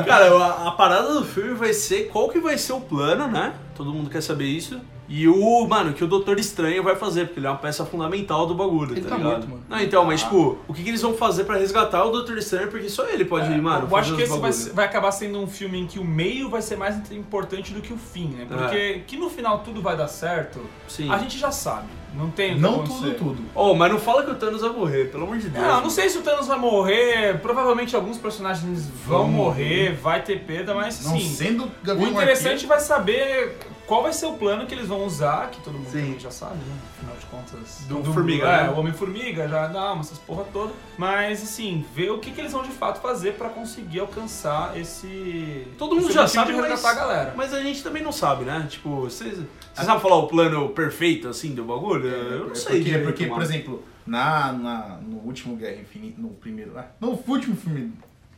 Speaker 2: Cara, a, a parada do filme vai ser qual que vai ser o plano, né? Todo mundo quer saber isso. E o, mano, que o Doutor Estranho vai fazer, porque ele é uma peça fundamental do bagulho,
Speaker 1: Ele tá
Speaker 2: ligado?
Speaker 1: morto, mano.
Speaker 2: Não, então, mas tipo, o que, que eles vão fazer pra resgatar o Doutor Estranho? Porque só ele pode, ir, mano.
Speaker 4: É, eu acho
Speaker 2: fazer
Speaker 4: que
Speaker 2: os
Speaker 4: esse vai,
Speaker 2: bagulho.
Speaker 4: ser- vai acabar sendo um filme em que o meio vai ser mais importante do que o fim,
Speaker 2: É.
Speaker 4: né? Porque que no final tudo vai dar certo,
Speaker 2: Sim.
Speaker 4: a gente já sabe. Não tem o que
Speaker 3: Não
Speaker 4: acontecer. Ah,
Speaker 3: tudo, tudo.
Speaker 2: Oh, mas não fala que o Thanos vai morrer, pelo amor de Deus.
Speaker 4: Não,
Speaker 2: mano.
Speaker 4: não sei se o Thanos vai morrer, provavelmente alguns personagens vão
Speaker 3: Vão
Speaker 4: morrer, vai ter perda, mas
Speaker 3: Não
Speaker 4: sim.
Speaker 3: sendo
Speaker 4: O
Speaker 3: Gavião
Speaker 4: interessante vai saber qual vai ser o plano que eles vão usar, que todo mundo
Speaker 1: Sim.
Speaker 4: já sabe, né? Afinal de contas.
Speaker 2: Do Formiga,
Speaker 4: É,
Speaker 2: né?
Speaker 4: o Homem-Formiga, já dá uma, essas porra toda. Mas assim, ver o que, que eles vão de fato fazer pra conseguir alcançar esse.
Speaker 2: Todo mundo
Speaker 4: esse
Speaker 2: já
Speaker 4: objetivo
Speaker 2: sabe,
Speaker 4: de
Speaker 2: mas-
Speaker 4: resgatar a galera.
Speaker 2: Mas a gente também não sabe, né? Tipo, vocês vocês sabem falar o plano perfeito, assim, do bagulho?
Speaker 3: Arqueiro.
Speaker 2: eu não
Speaker 3: É
Speaker 2: sei.
Speaker 3: porque,
Speaker 2: direito,
Speaker 3: porque, por
Speaker 2: mano.
Speaker 3: exemplo, na, na, no último Guerra Infinita, no primeiro, ah, no último filme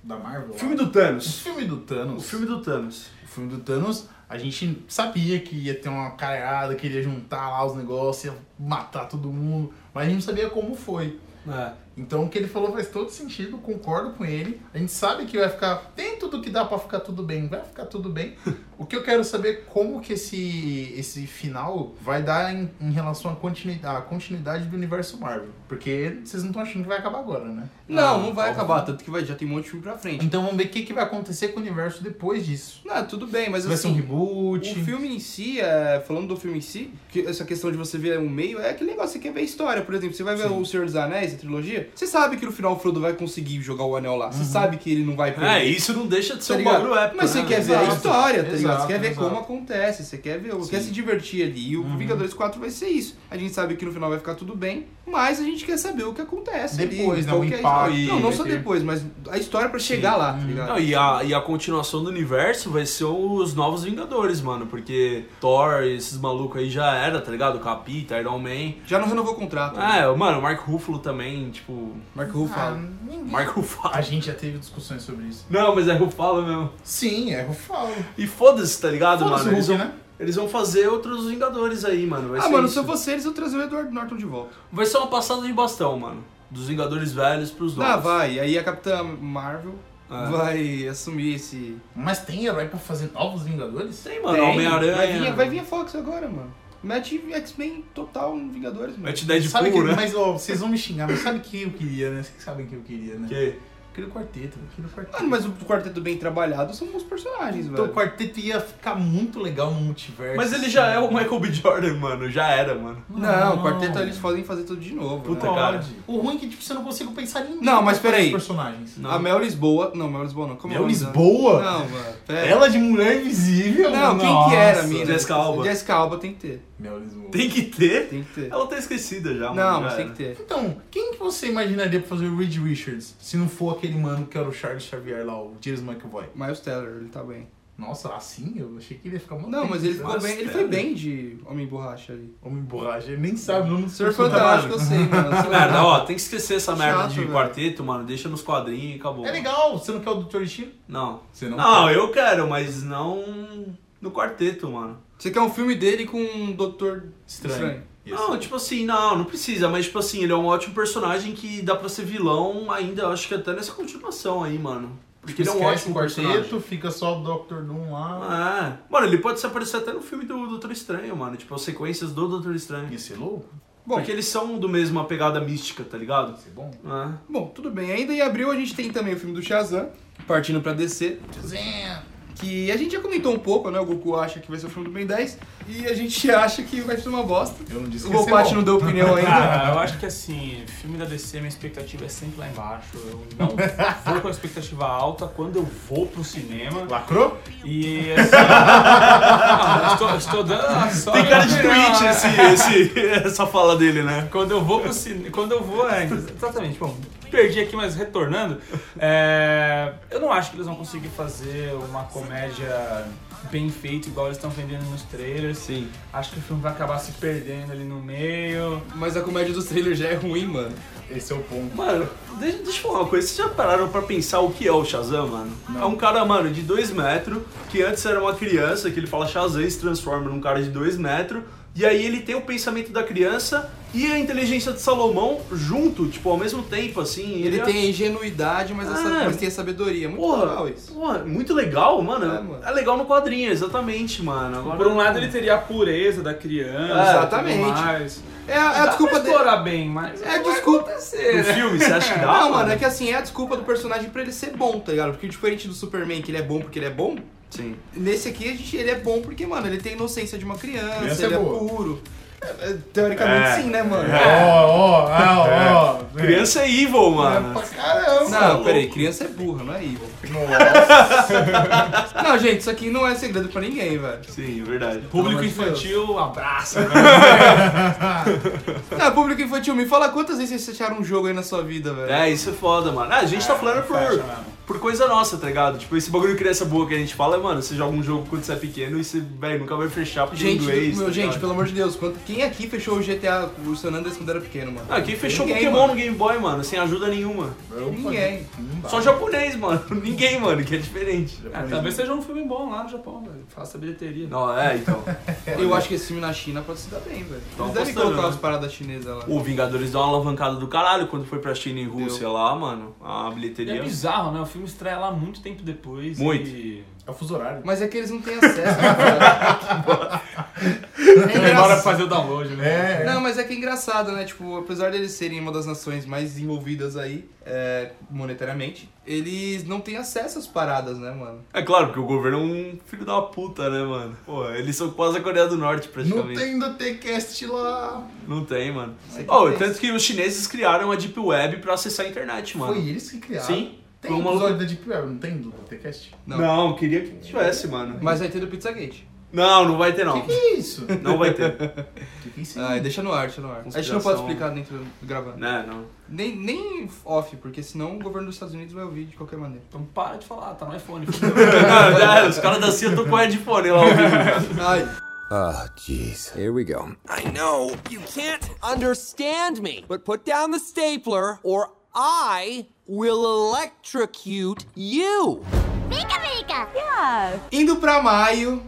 Speaker 3: da Marvel,
Speaker 2: O filme
Speaker 3: lá,
Speaker 2: do
Speaker 3: o
Speaker 2: Thanos.
Speaker 3: filme do Thanos,
Speaker 2: O filme do Thanos.
Speaker 3: o filme do Thanos, a gente sabia que ia ter uma caralhada, que ele ia juntar lá os negócios, ia matar todo mundo, mas a gente não sabia como foi.
Speaker 2: É.
Speaker 3: Então o que ele falou faz todo sentido, concordo com ele. A gente sabe que vai ficar. Tem tudo que dá pra ficar tudo bem, vai ficar tudo bem. o que eu quero saber é como que esse, esse final vai dar em, em relação à continuidade, à continuidade do universo Marvel. Porque vocês não estão achando que vai acabar agora, né?
Speaker 1: Não,
Speaker 2: Ah,
Speaker 1: não vai acabar, tanto que vai, já tem um monte de filme pra frente.
Speaker 3: Então vamos ver o que, que vai acontecer com o universo depois disso.
Speaker 1: Não, tudo bem, mas
Speaker 3: Vai ser um
Speaker 1: assim.
Speaker 3: reboot.
Speaker 1: O filme em si, é, falando do filme em si, que essa questão de você ver um meio, é aquele negócio, você quer ver a história, por exemplo, você vai ver
Speaker 3: Sim.
Speaker 1: O Senhor dos Anéis, a trilogia, você sabe que no final o Frodo vai conseguir jogar o anel lá, você sabe que ele não vai perder.
Speaker 2: É, isso não deixa de ser
Speaker 1: Tá
Speaker 2: um
Speaker 1: ligado?
Speaker 2: bagulho épico.
Speaker 1: Mas você
Speaker 2: né?
Speaker 1: quer ver a
Speaker 3: Exato,
Speaker 1: história, tá
Speaker 3: exato,
Speaker 1: ligado? Você quer ver
Speaker 3: exato.
Speaker 1: como acontece, você quer ver, quer se divertir ali. E o Vingadores 4 vai ser isso. A gente sabe que no final vai ficar tudo bem, mas a gente quer saber o que acontece ali.
Speaker 3: Depois, né,
Speaker 1: qual
Speaker 3: o
Speaker 1: que é a
Speaker 3: impacto
Speaker 1: história. Não, não
Speaker 3: que
Speaker 1: só
Speaker 3: vai ter.
Speaker 1: depois, mas a história pra chegar lá, tá ligado?
Speaker 2: Não, e, a, e a continuação do universo vai ser os novos Vingadores, mano. Porque Thor, esses malucos aí já era, tá ligado? Capita, Iron Man.
Speaker 1: Já não renovou o contrato. né?
Speaker 2: É, mano, o Mark Ruffalo também, tipo.
Speaker 1: Mark
Speaker 3: Ah,
Speaker 1: Ruffalo.
Speaker 2: Mark
Speaker 3: A
Speaker 2: Ruffalo.
Speaker 3: gente já teve discussões sobre isso.
Speaker 2: Não, mas é Ruffalo mesmo.
Speaker 3: Sim, é, eu falo.
Speaker 2: E foda-se, tá ligado,
Speaker 3: Foda-se
Speaker 2: mano?
Speaker 3: o
Speaker 2: Eles
Speaker 3: Hulk,
Speaker 2: vão,
Speaker 3: né?
Speaker 2: eles vão fazer outros Vingadores aí, mano. Vai
Speaker 1: ah,
Speaker 2: ser
Speaker 1: mano,
Speaker 2: isso.
Speaker 1: se eu fosse eles, eu trazia o Edward Norton de volta.
Speaker 2: Vai ser uma passada de bastão, mano. Dos Vingadores velhos pros novos.
Speaker 1: Ah, vai. Aí a Capitã Marvel
Speaker 2: É.
Speaker 1: vai assumir esse.
Speaker 3: Mas tem herói pra fazer novos Vingadores?
Speaker 2: Tem, mano,
Speaker 1: Tem. Vai
Speaker 2: Homem-Aranha.
Speaker 1: vir, vai vir a Fox agora, mano. Mete X-Men total no Vingadores, mano.
Speaker 2: Mete Deadpool,
Speaker 3: Sabe que,
Speaker 2: né?
Speaker 3: Mas ó, vocês vão me xingar, mas sabe quem eu queria, né? Vocês sabem quem eu queria, né?
Speaker 2: Que-
Speaker 3: Eu queria o quarteto, eu queria o quarteto.
Speaker 1: Mano, mas o quarteto bem trabalhado são bons personagens,
Speaker 3: Então o
Speaker 1: velho.
Speaker 3: quarteto ia ficar muito legal no multiverso.
Speaker 2: Mas ele já é o Michael B. Jordan, mano. Já era, mano.
Speaker 1: Não, o quarteto eles podem fazer tudo de novo.
Speaker 2: Puta,
Speaker 1: né?
Speaker 2: cara.
Speaker 3: O ruim é que tipo, você não consigo pensar em ninguém.
Speaker 1: Não, mas
Speaker 3: pra fazer
Speaker 1: peraí.
Speaker 3: os personagens.
Speaker 1: A Mel Lisboa. Não, Mel Lisboa não. Como é
Speaker 3: Mel
Speaker 1: o nome dela?
Speaker 3: Lisboa?
Speaker 1: Não, mano. Pera.
Speaker 3: Ela de mulher invisível?
Speaker 1: Não, quem
Speaker 3: Nossa.
Speaker 1: que era, mina?
Speaker 2: Jessica Alba.
Speaker 1: Jessica Alba tem que ter.
Speaker 3: Mel Lisboa.
Speaker 2: Tem que ter?
Speaker 1: Tem que ter.
Speaker 2: Ela tá esquecida já, mano.
Speaker 1: Não,
Speaker 2: já
Speaker 1: mas tem
Speaker 2: era.
Speaker 1: que ter.
Speaker 3: Então, quem que você imaginaria pra fazer o Reed Richards? Se não for aquele mano que era o Charles Xavier lá, o James McAvoy.
Speaker 1: Miles Teller, ele tá bem.
Speaker 3: Nossa, assim? Eu achei que ele ia ficar muito
Speaker 1: Não, mas ele ficou
Speaker 2: Miles
Speaker 1: bem. Ele
Speaker 2: Teller.
Speaker 1: foi bem de Homem Borracha ali.
Speaker 3: Homem borracha, ele nem sabe o nome do
Speaker 1: Senhor é
Speaker 3: personagem.
Speaker 1: Fantástico, eu sei, mano.
Speaker 2: Essa merda, ó, tem que esquecer essa merda
Speaker 1: Chato,
Speaker 2: de
Speaker 1: velho.
Speaker 2: quarteto, mano. Deixa nos quadrinhos e acabou.
Speaker 3: É legal, você não quer o Dr. Destino?
Speaker 2: Não.
Speaker 3: Você
Speaker 2: Não,
Speaker 3: quer.
Speaker 2: eu quero, mas não no quarteto, mano.
Speaker 1: Você quer um filme dele com um doutor
Speaker 3: Estranho.
Speaker 1: estranho.
Speaker 3: Isso.
Speaker 2: Não, tipo assim, não, não precisa, mas tipo assim, ele é um ótimo personagem que dá pra ser vilão ainda, eu acho que até nessa continuação aí, mano. Porque ele é um
Speaker 3: Esquece
Speaker 2: ótimo
Speaker 3: o quarteto,
Speaker 2: personagem.
Speaker 3: fica só o Dr. Doom lá.
Speaker 2: É. Mano, ele pode se aparecer até no filme do Doutor Estranho, mano. Tipo, as sequências do Doutor Estranho.
Speaker 3: Ia ser louco?
Speaker 1: Bom.
Speaker 2: Porque eles são do mesmo a pegada mística, tá ligado?
Speaker 3: Ia ser bom?
Speaker 2: É.
Speaker 1: Bom, tudo bem. Ainda em abril a gente tem também o filme do Shazam, partindo pra DC.
Speaker 3: Shazam!
Speaker 1: que a gente já comentou um pouco, né? O Goku acha que vai ser o filme do Ben 10 e a gente acha que vai ser uma bosta.
Speaker 3: Eu não disse
Speaker 1: O
Speaker 3: que ia ser
Speaker 1: Gopachi
Speaker 3: bom.
Speaker 1: não deu opinião ainda.
Speaker 4: Cara, eu acho que assim, filme da DC, minha expectativa é sempre lá embaixo. Eu não vou com a expectativa alta quando eu vou pro cinema.
Speaker 3: Lacrou?
Speaker 4: E assim. não, eu estou, eu estou dando a sorte.
Speaker 2: Tem cara de tweet assim. esse, esse- essa fala dele, né?
Speaker 4: Quando eu vou pro cinema. Quando eu vou. É, exatamente. Bom, perdi aqui, mas retornando. é, eu não acho que eles vão conseguir fazer uma comédia bem feita, igual eles estão vendendo nos trailers.
Speaker 2: Sim.
Speaker 4: Acho que o filme vai acabar se perdendo ali no meio.
Speaker 1: Mas a comédia dos trailers já é ruim, mano.
Speaker 3: Esse é o ponto.
Speaker 2: Mano, deixa, deixa eu falar uma coisa. Vocês já pararam pra pensar o que é o Shazam, mano? É um cara, mano, de 2 metros, que antes era uma criança, que ele fala Shazam e se transforma num cara de 2 metros. E aí ele tem o pensamento da criança e a inteligência de Salomão junto, tipo, ao mesmo tempo, assim.
Speaker 1: Ele
Speaker 2: é-
Speaker 1: tem ingenuidade, mas, essa,
Speaker 2: Ah.
Speaker 1: mas tem a sabedoria. Muito
Speaker 2: Porra,
Speaker 1: legal isso.
Speaker 2: porra, muito legal, mano.
Speaker 1: É, mano.
Speaker 2: É legal no quadrinho, exatamente, mano. Agora,
Speaker 4: Por um lado, ele teria a pureza da criança.
Speaker 1: É, exatamente.
Speaker 4: tudo mais.
Speaker 1: É a, é a
Speaker 4: Dá
Speaker 1: desculpa
Speaker 4: pra
Speaker 1: dele.
Speaker 4: explorar bem, mas.
Speaker 1: É a
Speaker 4: não vai
Speaker 1: desculpa.
Speaker 4: acontecer,
Speaker 2: No
Speaker 4: né?
Speaker 2: filme, você acha que dá?
Speaker 1: Não, mano, é que assim, é a desculpa do personagem pra ele ser bom, tá ligado? Porque diferente do Superman, que ele é bom porque ele é bom,
Speaker 2: Sim.
Speaker 1: nesse aqui a gente, ele é bom porque, mano, ele tem a inocência de uma criança,
Speaker 3: Criança é
Speaker 1: ele é,
Speaker 3: boa.
Speaker 1: puro. É, é, Teoricamente sim, né, mano?
Speaker 3: Ó,
Speaker 2: É.
Speaker 3: ó, ó, ó.
Speaker 2: Criança é evil, mano.
Speaker 3: Pra caramba.
Speaker 1: Não, peraí, criança é burra, não é evil.
Speaker 3: Nossa.
Speaker 1: Não, gente, isso aqui não é segredo pra ninguém, velho.
Speaker 2: Sim, é verdade.
Speaker 4: Público
Speaker 1: Pelo amor de
Speaker 4: infantil, abraço. né?
Speaker 1: Não, público infantil, me fala quantas vezes vocês acharam um jogo aí na sua vida, velho.
Speaker 2: É, isso é foda, mano. Ah, a gente tá falando por,
Speaker 4: fecha mesmo.
Speaker 2: por coisa nossa, tá ligado? Tipo, esse bagulho de criança boa que a gente fala é, mano, você joga um jogo quando você é pequeno e você, velho, nunca vai fechar porque é
Speaker 1: Gente,
Speaker 2: inglês.
Speaker 1: meu,
Speaker 2: tá
Speaker 1: gente,
Speaker 2: ligado?
Speaker 1: pelo amor de Deus, quanto, quem aqui fechou o GTA, o San Andreas quando era pequeno, mano?
Speaker 2: Ah, quem fechou
Speaker 1: Ninguém,
Speaker 2: Pokémon
Speaker 1: mano.
Speaker 2: no Game Boy, mano, sem ajuda nenhuma.
Speaker 1: Ninguém.
Speaker 3: Não dá.
Speaker 2: Só japonês, mano. Ninguém, mano, que é diferente.
Speaker 4: É, talvez seja um filme bom lá no Japão, velho. Faça bilheteria.
Speaker 2: Não, é, então.
Speaker 1: Eu acho que esse filme na China pode se dar bem, velho.
Speaker 2: Tão
Speaker 1: Eles devem
Speaker 2: apostando,
Speaker 1: colocar
Speaker 2: né?
Speaker 1: as paradas chinesas lá.
Speaker 2: O Vingadores deu uma alavancada do caralho quando foi pra China e Rússia lá, mano. A
Speaker 4: E é
Speaker 2: bilheteria.
Speaker 4: bizarro, né? O filme estreia lá muito tempo depois.
Speaker 2: Muito.
Speaker 4: E...
Speaker 3: É o fuso horário.
Speaker 1: Mas é que eles não têm acesso, né, cara? É
Speaker 4: Demora pra
Speaker 1: engraçado.
Speaker 4: fazer o download, né?
Speaker 3: É.
Speaker 1: Não, mas é que é engraçado, né? Tipo, apesar deles serem uma das nações mais desenvolvidas aí, é, monetariamente, eles não têm acesso às paradas, né, mano?
Speaker 2: É claro, porque o governo é um filho da puta, né, mano? Pô, eles são quase a Coreia do Norte,
Speaker 3: Não
Speaker 2: praticamente.
Speaker 3: tem do T-Cast lá.
Speaker 2: Não tem, mano.
Speaker 1: Sei que
Speaker 2: Oh,
Speaker 3: é
Speaker 1: tem.
Speaker 2: tanto que os chineses criaram a Deep Web pra acessar a internet, mano.
Speaker 3: Foi eles que criaram.
Speaker 2: Sim.
Speaker 3: Tem
Speaker 2: Foi
Speaker 3: um
Speaker 2: uma
Speaker 3: episódio da Deep Web, não tem do T-Cast?
Speaker 1: Não.
Speaker 2: Não. queria que tivesse, mano.
Speaker 1: Mas vai ter do Pizzagate.
Speaker 2: Não, não vai ter, não.
Speaker 3: Que que é isso?
Speaker 2: Não vai ter.
Speaker 3: que que é isso?
Speaker 1: Ah, deixa no ar, deixa no ar. A gente não pode
Speaker 2: Conspiração.
Speaker 1: explicar dentro do gravando.
Speaker 2: Não, Né, não.
Speaker 1: Nem, nem off, porque senão o governo dos Estados Unidos vai ouvir de qualquer maneira.
Speaker 4: Então para de falar, tá no iPhone.
Speaker 2: Não, não, os caras da CIA estão com o headphone lá
Speaker 3: é
Speaker 2: ouvindo.
Speaker 1: Ai,
Speaker 6: Oh, jeez. Here we go.
Speaker 7: I know you can't understand me, but put down the stapler or I will electrocute you.
Speaker 8: Mica, mica!
Speaker 1: Indo pra maio,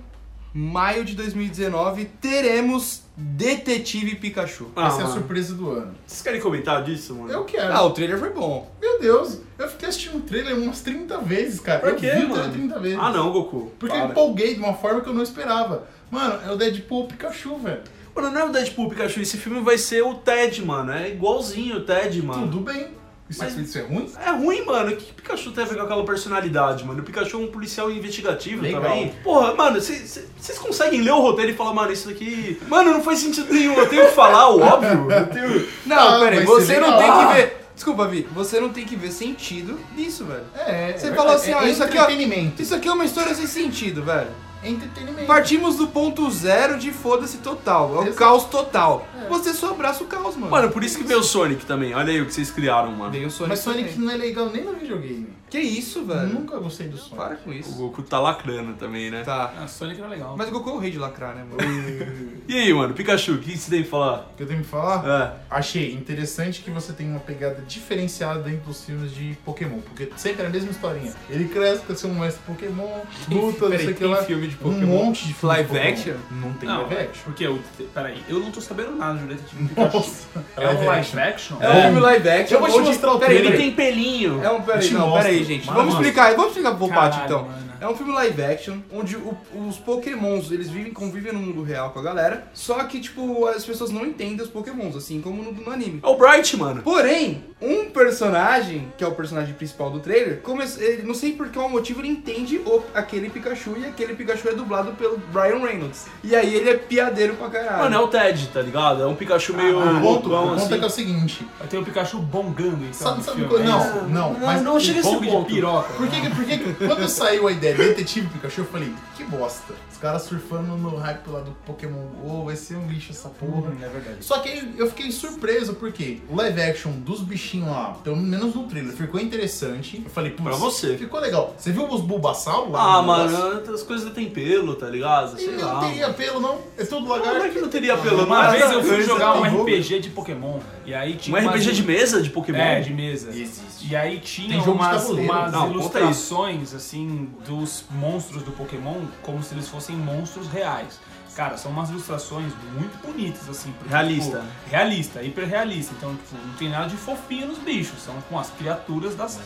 Speaker 1: maio de 2019, teremos Detetive Pikachu.
Speaker 2: Ah,
Speaker 3: Essa é a
Speaker 2: mano.
Speaker 3: surpresa do ano.
Speaker 2: Vocês querem comentar disso, mano?
Speaker 3: Eu quero.
Speaker 1: Ah, o trailer foi bom.
Speaker 3: Meu Deus, eu fiquei assistindo o trailer umas 30 vezes, cara.
Speaker 2: Pra
Speaker 3: eu
Speaker 2: quê,
Speaker 3: vi o
Speaker 2: mano?
Speaker 3: trailer 30 vezes.
Speaker 2: Ah, não, Goku.
Speaker 3: Porque eu
Speaker 2: Para.
Speaker 3: empolguei de uma forma que eu não esperava. Mano, é o Deadpool Pikachu, velho.
Speaker 2: Mano, não é o Deadpool Pikachu, esse filme vai ser o Ted, mano. É igualzinho o Ted, mano.
Speaker 3: Tudo bem. Isso,
Speaker 2: Ah. Mas-
Speaker 3: é, isso é ruim?
Speaker 2: É ruim, mano. O que que Pikachu tem a ver com aquela personalidade, mano? O Pikachu é um policial investigativo
Speaker 3: Legal.
Speaker 2: também. Porra, mano, vocês conseguem ler o roteiro e falar, mano, isso daqui. Mano, não faz sentido nenhum. Eu tenho que falar, o óbvio. Eu tenho.
Speaker 1: Não,
Speaker 3: Ah,
Speaker 1: peraí,
Speaker 3: vai
Speaker 1: você
Speaker 3: ser
Speaker 1: não tem
Speaker 3: legal.
Speaker 1: que ver. Desculpa, Vi, você não tem que ver sentido nisso, velho.
Speaker 3: É,
Speaker 1: Você
Speaker 3: é verdade.
Speaker 1: falou assim, ó,
Speaker 3: é
Speaker 1: isso aqui, ó.
Speaker 3: entretenimento.
Speaker 1: Isso aqui é uma história sem sentido, velho.
Speaker 3: É entretenimento.
Speaker 1: Partimos do ponto zero de foda-se total. É o
Speaker 3: Exato. É.
Speaker 1: caos total. Você só abraça o caos, mano.
Speaker 2: Mano, por isso que veio o Sonic também. Olha aí o que vocês criaram, mano.
Speaker 1: Veio o Sonic.
Speaker 3: Mas Sonic
Speaker 1: também.
Speaker 3: não é legal nem no videogame.
Speaker 1: Que isso,
Speaker 3: Eu
Speaker 1: velho?
Speaker 3: nunca gostei do Sonic.
Speaker 1: Para com
Speaker 2: O
Speaker 1: isso.
Speaker 2: Goku tá lacrando também, né?
Speaker 1: Tá.
Speaker 4: Ah, Sonic era legal.
Speaker 1: Mas o Goku é o rei de lacrar, né, mano?
Speaker 2: E aí, mano, Pikachu, o que você tem pra falar?
Speaker 3: O que eu tenho que falar?
Speaker 2: É.
Speaker 3: Achei interessante que você tem uma pegada diferenciada dentro dos filmes de Pokémon, porque sempre é a mesma historinha. Ele cresce, quer ser um mestre Pokémon, luta, não sei o que lá.
Speaker 1: filme de
Speaker 3: Um monte de filme
Speaker 1: Live
Speaker 3: de Pokémon.
Speaker 1: action?
Speaker 3: Não tem
Speaker 4: Não,
Speaker 3: live
Speaker 4: velho,
Speaker 3: action.
Speaker 4: porque eu. Peraí, eu não tô sabendo nada de Detetive Pikachu.
Speaker 3: Nossa.
Speaker 4: É um
Speaker 3: Live
Speaker 4: live action?
Speaker 1: É um filme live action.
Speaker 3: Eu vou te
Speaker 1: onde-
Speaker 3: mostrar o
Speaker 1: É um- peraí,
Speaker 3: trailer.
Speaker 1: peraí.
Speaker 2: tem pelinho.
Speaker 1: É um,
Speaker 3: Eu
Speaker 1: peraí,
Speaker 3: te
Speaker 1: não,
Speaker 3: mostro.
Speaker 1: peraí,
Speaker 3: Mas,
Speaker 1: gente. vamos
Speaker 3: mano.
Speaker 1: explicar, vamos explicar pro
Speaker 4: Caralho,
Speaker 1: Pati, então.
Speaker 4: mano.
Speaker 1: É um filme live action, onde o- os pokémons, eles vivem, convivem no mundo real com a galera, só que, tipo, as pessoas não entendem os pokémons, assim como no, no anime.
Speaker 2: É o Bright, mano.
Speaker 1: Porém, um personagem, que é o personagem principal do trailer, come- ele, não sei por qual motivo, ele entende o- aquele Pikachu e aquele Pikachu é dublado pelo Brian Reynolds. E aí ele é piadeiro pra caralho.
Speaker 2: Mano, é o Ted, tá ligado? É um Pikachu meio
Speaker 4: Ah,
Speaker 3: O ponto,
Speaker 4: então,
Speaker 2: loucão,
Speaker 3: o ponto
Speaker 2: assim.
Speaker 3: é que é o seguinte.
Speaker 4: Aí tem o Pikachu bongando, então.
Speaker 3: Sabe,
Speaker 4: no
Speaker 3: sabe
Speaker 4: filme,
Speaker 3: quando-
Speaker 4: é isso?
Speaker 3: Não, não.
Speaker 2: Não,
Speaker 3: mas
Speaker 2: não chega a esse
Speaker 4: Bong
Speaker 2: ponto.
Speaker 4: de piroca.
Speaker 3: Por que, que- por que, que- quando saiu a ideia do Detetive Pikachu, eu falei, que bosta. Os caras surfando no hype lá do Pokémon GO, vai ser um lixo essa porra.
Speaker 4: Hum, é verdade.
Speaker 3: Só que aí eu fiquei surpreso, porque o live action dos bichinhos lá, pelo menos no trailer, ficou interessante. Eu falei, putz,
Speaker 2: Pra você.
Speaker 3: ficou legal. Você viu os Bulbasaur lá?
Speaker 2: Ah,
Speaker 3: no negócio?
Speaker 2: mano, as coisas tem pelo, tá ligado? Sei
Speaker 3: Eu
Speaker 2: lá.
Speaker 3: não teria pelo, não. É tudo
Speaker 2: Como é que
Speaker 3: lagarto.
Speaker 2: não teria pelo?
Speaker 4: Uma vez eu fui
Speaker 3: Eles
Speaker 4: jogar um
Speaker 3: eram loucos.
Speaker 4: RPG de Pokémon. E aí tinha
Speaker 2: Um
Speaker 4: umas-
Speaker 2: é RPG de mesa de Pokémon?
Speaker 4: É, de mesa.
Speaker 3: Existe.
Speaker 4: E aí tinha
Speaker 3: Tem jogo de
Speaker 4: umas,
Speaker 3: tabuleiro.
Speaker 4: umas
Speaker 2: Não, conta
Speaker 4: ilustrações, assim, dos monstros do Pokémon como se eles fossem monstros reais. Cara, são umas ilustrações muito bonitas, assim. porque,
Speaker 2: Realista.
Speaker 4: tipo, realista, hiperrealista. Então, tipo, não tem nada de fofinho nos bichos. São com as criaturas das...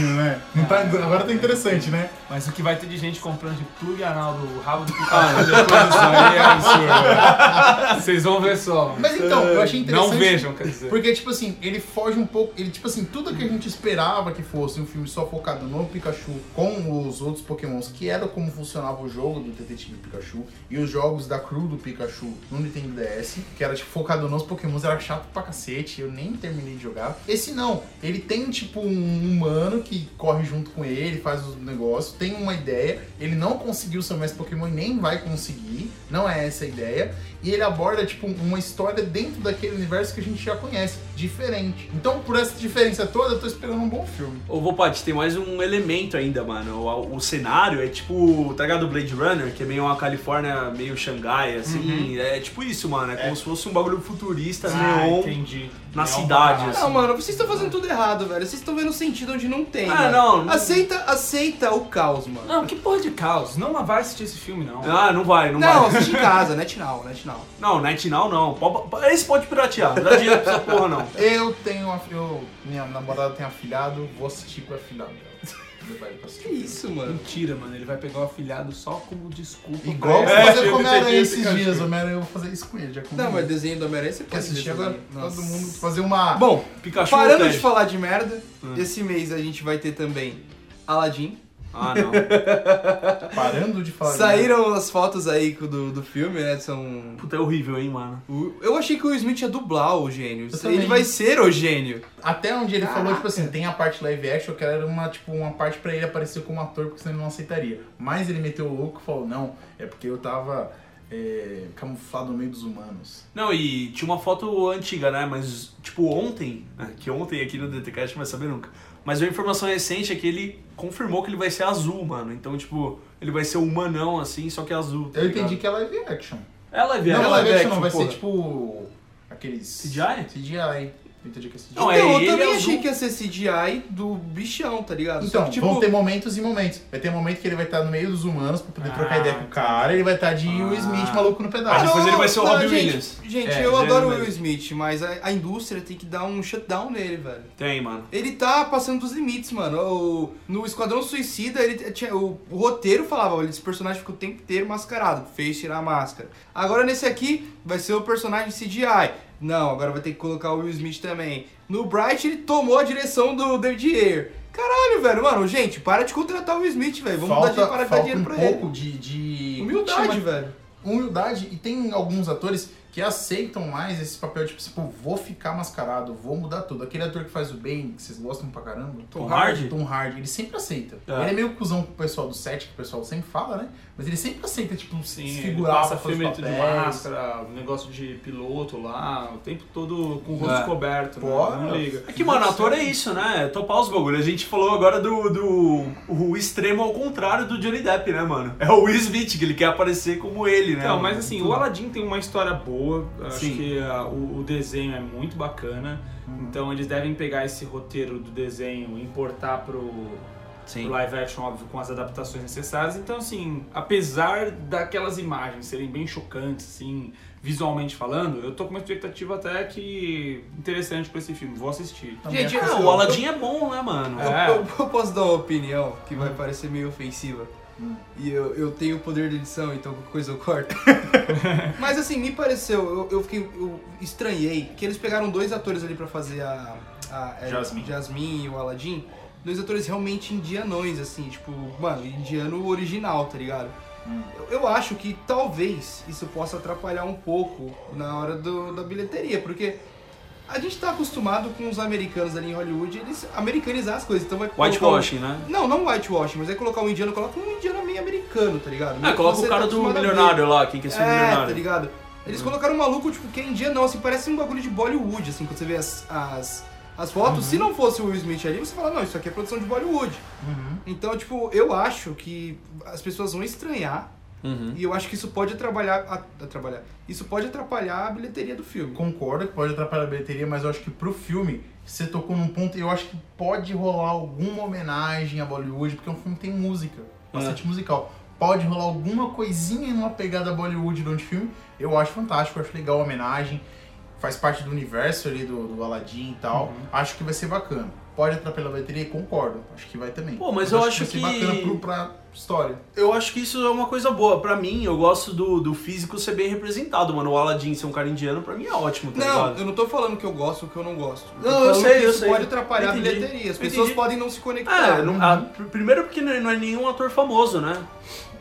Speaker 3: Não é? Não tá- agora tá interessante, né?
Speaker 4: Mas o que vai ter de gente comprando de tudo e anal do rabo do Pikachu depois isso aí é absurdo. Vocês vão ver só.
Speaker 3: Mas então, eu achei
Speaker 4: Não
Speaker 3: interessante.
Speaker 4: vejam, quer dizer.
Speaker 3: Porque, tipo assim, ele foge um pouco. Ele, tipo assim, tudo que a gente esperava que fosse um filme só focado no Pikachu com os outros Pokémons, que era como funcionava o jogo do Detetive Pikachu e os jogos da crew do Pikachu no Nintendo DS, que era tipo, focado nos Pokémons, era chato pra cacete, eu nem terminei de jogar. Esse não, ele tem tipo um humano que corre junto com ele, faz o negócio, tem uma ideia, ele não conseguiu ser o mestre Pokémon e nem vai conseguir, não é essa a ideia e ele aborda tipo uma história dentro daquele universo que a gente já conhece, diferente. Então, por essa diferença toda, eu tô esperando um bom filme.
Speaker 2: Ô, Vopati, tem mais um elemento ainda, mano. O, o cenário é tipo, tá ligado? Blade Runner, que é meio uma Califórnia, meio Xangai, assim. É tipo isso, mano. É como se fosse um bagulho futurista,
Speaker 4: Ah,
Speaker 3: um
Speaker 2: neon.
Speaker 4: entendi.
Speaker 2: na
Speaker 4: Neon
Speaker 2: cidade,
Speaker 4: pra
Speaker 2: assim.
Speaker 1: Não, mano, vocês estão fazendo tudo errado, velho. Vocês estão vendo sentido onde não tem.
Speaker 2: Ah,
Speaker 1: mano.
Speaker 2: não, não-
Speaker 1: Aceita, aceita o caos, mano.
Speaker 4: Não, que porra de caos. Não vai assistir esse filme, não.
Speaker 2: Ah, não vai, não,
Speaker 1: Não, assim-
Speaker 2: vai.
Speaker 1: assiste em casa, net now, net now.
Speaker 2: Não, NetNow não. Po- po- Esse pode piratear. Não dá dinheiro pra essa porra, não.
Speaker 3: Eu tenho uma eu, minha namorada tem afilhado, vou assistir com o afilhado. dela. Levar ele pra
Speaker 1: Que
Speaker 3: assistir.
Speaker 1: isso, mano.
Speaker 4: Mentira, mano. Ele vai pegar o afilhado só como desculpa. pra
Speaker 3: Igual
Speaker 4: ele.
Speaker 1: É,
Speaker 3: eu vou fazer
Speaker 2: eu
Speaker 3: com o Homem-Aranha
Speaker 2: entendi
Speaker 3: esses
Speaker 2: esse
Speaker 3: dias, Homem-Aranha, eu vou fazer isso com ele, já comigo.
Speaker 1: Não, mas desenho do Homem-Aranha você
Speaker 3: Quer
Speaker 1: pode
Speaker 3: assistir
Speaker 1: assistir
Speaker 3: agora?
Speaker 1: Nossa. Ah,
Speaker 3: Todo mundo fazer uma...
Speaker 1: Bom,
Speaker 2: Pikachu ou
Speaker 1: parando
Speaker 2: Ted?
Speaker 1: de falar de merda,
Speaker 2: Hum.
Speaker 1: esse mês a gente vai ter também Aladdin.
Speaker 2: Ah, não.
Speaker 3: Tá parando de falar...
Speaker 1: Saíram
Speaker 3: né?
Speaker 1: as fotos aí do, do filme, né? São.
Speaker 2: Puta, é horrível, hein, mano.
Speaker 1: o- Eu achei que o Will Smith ia dublar o gênio.
Speaker 3: Eu
Speaker 1: Ele
Speaker 3: também.
Speaker 1: vai ser o gênio.
Speaker 3: Até onde ele falou, tipo assim, tem a parte live action, que era uma, tipo, uma parte pra ele aparecer como ator, porque senão ele não aceitaria. Mas ele meteu o louco e falou, não, é porque eu tava é, camuflado no meio dos humanos.
Speaker 2: Não, e tinha uma foto antiga, né? Mas, tipo, ontem, né, que ontem aqui no DTCast não vai saber nunca. Mas a informação recente é que ele confirmou que ele vai ser azul, mano. Então, tipo, ele vai ser um humanão, assim, só que azul. tá
Speaker 3: Eu
Speaker 2: ligado?
Speaker 3: entendi que é live action.
Speaker 2: É live
Speaker 3: não,
Speaker 2: action.
Speaker 3: é live action, não, vai
Speaker 2: porra.
Speaker 3: ser tipo aqueles...
Speaker 2: CGI?
Speaker 3: CGI. Eu entendi que é CGI.
Speaker 2: Não, é
Speaker 1: então, eu
Speaker 2: ele
Speaker 1: também
Speaker 2: azul.
Speaker 1: achei que ia ser CGI do bichão, tá ligado? Só
Speaker 3: Então,
Speaker 1: que, tipo,
Speaker 3: vão ter momentos e momentos. Vai ter momento que ele vai estar no meio dos humanos pra poder trocar ideia com o cara, ele vai estar de Will Smith maluco no
Speaker 2: Mas
Speaker 3: pedaço.
Speaker 2: Ah, depois ele vai ser o
Speaker 1: não,
Speaker 2: Robin
Speaker 1: gente,
Speaker 2: Williams.
Speaker 1: Gente,
Speaker 3: É,
Speaker 1: eu
Speaker 2: já
Speaker 1: adoro o
Speaker 2: não é.
Speaker 1: Will Smith, mas a, a indústria tem que dar um shutdown nele, velho.
Speaker 2: Tem, mano.
Speaker 1: Ele tá passando dos limites, mano. O- no Esquadrão Suicida, ele tinha, o, o roteiro falava, olha, esse personagem fica o tempo inteiro mascarado, fez tirar a máscara. Agora nesse aqui, vai ser o personagem CGI. Não, agora vai ter que colocar o Will Smith também. No Bright, ele tomou a direção do David Ayer. Caralho, velho, mano, gente, para de contratar o Will Smith, velho. Vamos
Speaker 3: falta,
Speaker 1: dar dinheiro, para de dar
Speaker 3: falta
Speaker 1: dinheiro
Speaker 3: um
Speaker 1: pra
Speaker 3: pouco
Speaker 1: ele.
Speaker 3: de, de...
Speaker 1: Humildade,
Speaker 3: chama-
Speaker 1: velho.
Speaker 3: humildade e tem alguns atores que aceitam mais esse papel tipo assim, pô, vou ficar mascarado, vou mudar tudo. Aquele ator que faz o bem, que vocês gostam pra caramba,
Speaker 2: Tom Hardy?
Speaker 3: Tom Hardy, ele sempre aceita.
Speaker 2: É.
Speaker 3: Ele é meio cuzão com o pessoal do set, que o pessoal sempre fala, né? Mas ele sempre aceita, tipo, se
Speaker 4: Sim, ele
Speaker 3: figurar
Speaker 4: passa
Speaker 3: pra fazer
Speaker 4: filme
Speaker 3: os
Speaker 4: dentro de
Speaker 3: papéis.
Speaker 4: máscara, um negócio de piloto lá, o tempo todo com o
Speaker 2: É.
Speaker 4: rosto coberto. né?
Speaker 3: Pô,
Speaker 4: não liga.
Speaker 2: É que, mano, ator é isso, né? É Topar os bagulhos. A gente falou agora do, do o extremo ao contrário do Johnny Depp, né, mano? É o Will Smith, que ele quer aparecer como ele, né?
Speaker 4: Não,
Speaker 2: mano?
Speaker 4: mas assim, o Aladdin tem uma história boa, acho
Speaker 2: Sim. Uhum.
Speaker 4: que ah, o, o desenho é muito bacana, então eles devem pegar esse roteiro do desenho e importar pro,
Speaker 2: Sim.
Speaker 4: pro live action, óbvio, com as adaptações necessárias. Então, assim, apesar daquelas imagens serem bem chocantes, assim, visualmente falando, eu tô com uma expectativa até que interessante pra esse filme, vou assistir.
Speaker 3: Também
Speaker 1: Gente,
Speaker 3: aconteceu.
Speaker 2: Ah, o Aladdin é bom, né, mano?
Speaker 4: É.
Speaker 1: Eu, eu posso dar uma opinião que vai parecer meio ofensiva. E eu, eu tenho o poder de edição, então qualquer coisa eu corto. Mas assim, me pareceu, eu, eu fiquei. Eu estranhei que eles pegaram dois atores ali pra fazer a. a é,
Speaker 8: Jasmine.
Speaker 1: Jasmine e o Aladdin. Dois atores realmente indianões, assim, tipo, mano, indiano original, tá ligado? Eu, eu acho que talvez isso possa atrapalhar um pouco na hora do- da bilheteria, porque. A gente tá acostumado com os americanos ali em Hollywood, eles americanizar as coisas, então vai colocar um-
Speaker 2: Whitewashing, né?
Speaker 1: não, não whitewashing, mas é colocar um indiano, coloca um indiano meio americano, tá ligado? Meio
Speaker 2: Ah,
Speaker 1: que
Speaker 2: coloca
Speaker 1: você
Speaker 2: o
Speaker 1: tá
Speaker 2: cara do
Speaker 1: acostumado a ver.
Speaker 2: milionário lá, quem quer ser um
Speaker 1: É, tá
Speaker 2: milionário.
Speaker 1: ligado?
Speaker 2: Uhum.
Speaker 1: Eles colocaram um maluco, tipo, que é indiano, não, assim, parece um bagulho de Bollywood, assim, quando você vê as, as, as fotos.
Speaker 2: Uhum.
Speaker 1: Se não fosse o Will Smith ali, você fala, não, isso aqui é produção de Bollywood.
Speaker 2: Uhum.
Speaker 1: Então, tipo, eu acho que as pessoas vão estranhar
Speaker 2: Uhum.
Speaker 1: e eu acho que isso pode atrapalhar, a, atrapalhar. Isso pode atrapalhar a bilheteria do filme.
Speaker 3: Concordo que pode atrapalhar a bilheteria, mas eu acho que pro filme você tocou num ponto e eu acho que pode rolar alguma homenagem a Bollywood, porque é um filme que tem música, bastante musical. Pode rolar alguma coisinha numa pegada Bollywood durante o filme, eu acho fantástico, eu acho legal a homenagem, faz parte do universo ali do, do Aladdin e tal, acho que vai ser bacana. Pode atrapalhar a bilheteria, concordo, acho que vai também.
Speaker 2: Pô, mas eu acho
Speaker 3: vai ser
Speaker 2: que-
Speaker 3: bacana pro, pra história.
Speaker 2: Eu acho que isso é uma coisa boa. Pra mim, eu gosto do, do físico ser bem representado, mano. O Aladdin ser um cara indiano, pra mim é ótimo, tá
Speaker 1: Não,
Speaker 2: ligado?
Speaker 1: eu não tô falando que eu gosto ou que eu não gosto. tô
Speaker 2: Não, eu
Speaker 1: falando
Speaker 2: sei,
Speaker 1: que
Speaker 2: eu
Speaker 1: isso
Speaker 2: sei.
Speaker 1: pode atrapalhar
Speaker 2: Entendi.
Speaker 1: a bilheteria. As
Speaker 2: Entendi.
Speaker 1: pessoas podem não se conectar.
Speaker 2: É, não- a- pr- primeiro porque não é, não é nenhum ator famoso, né?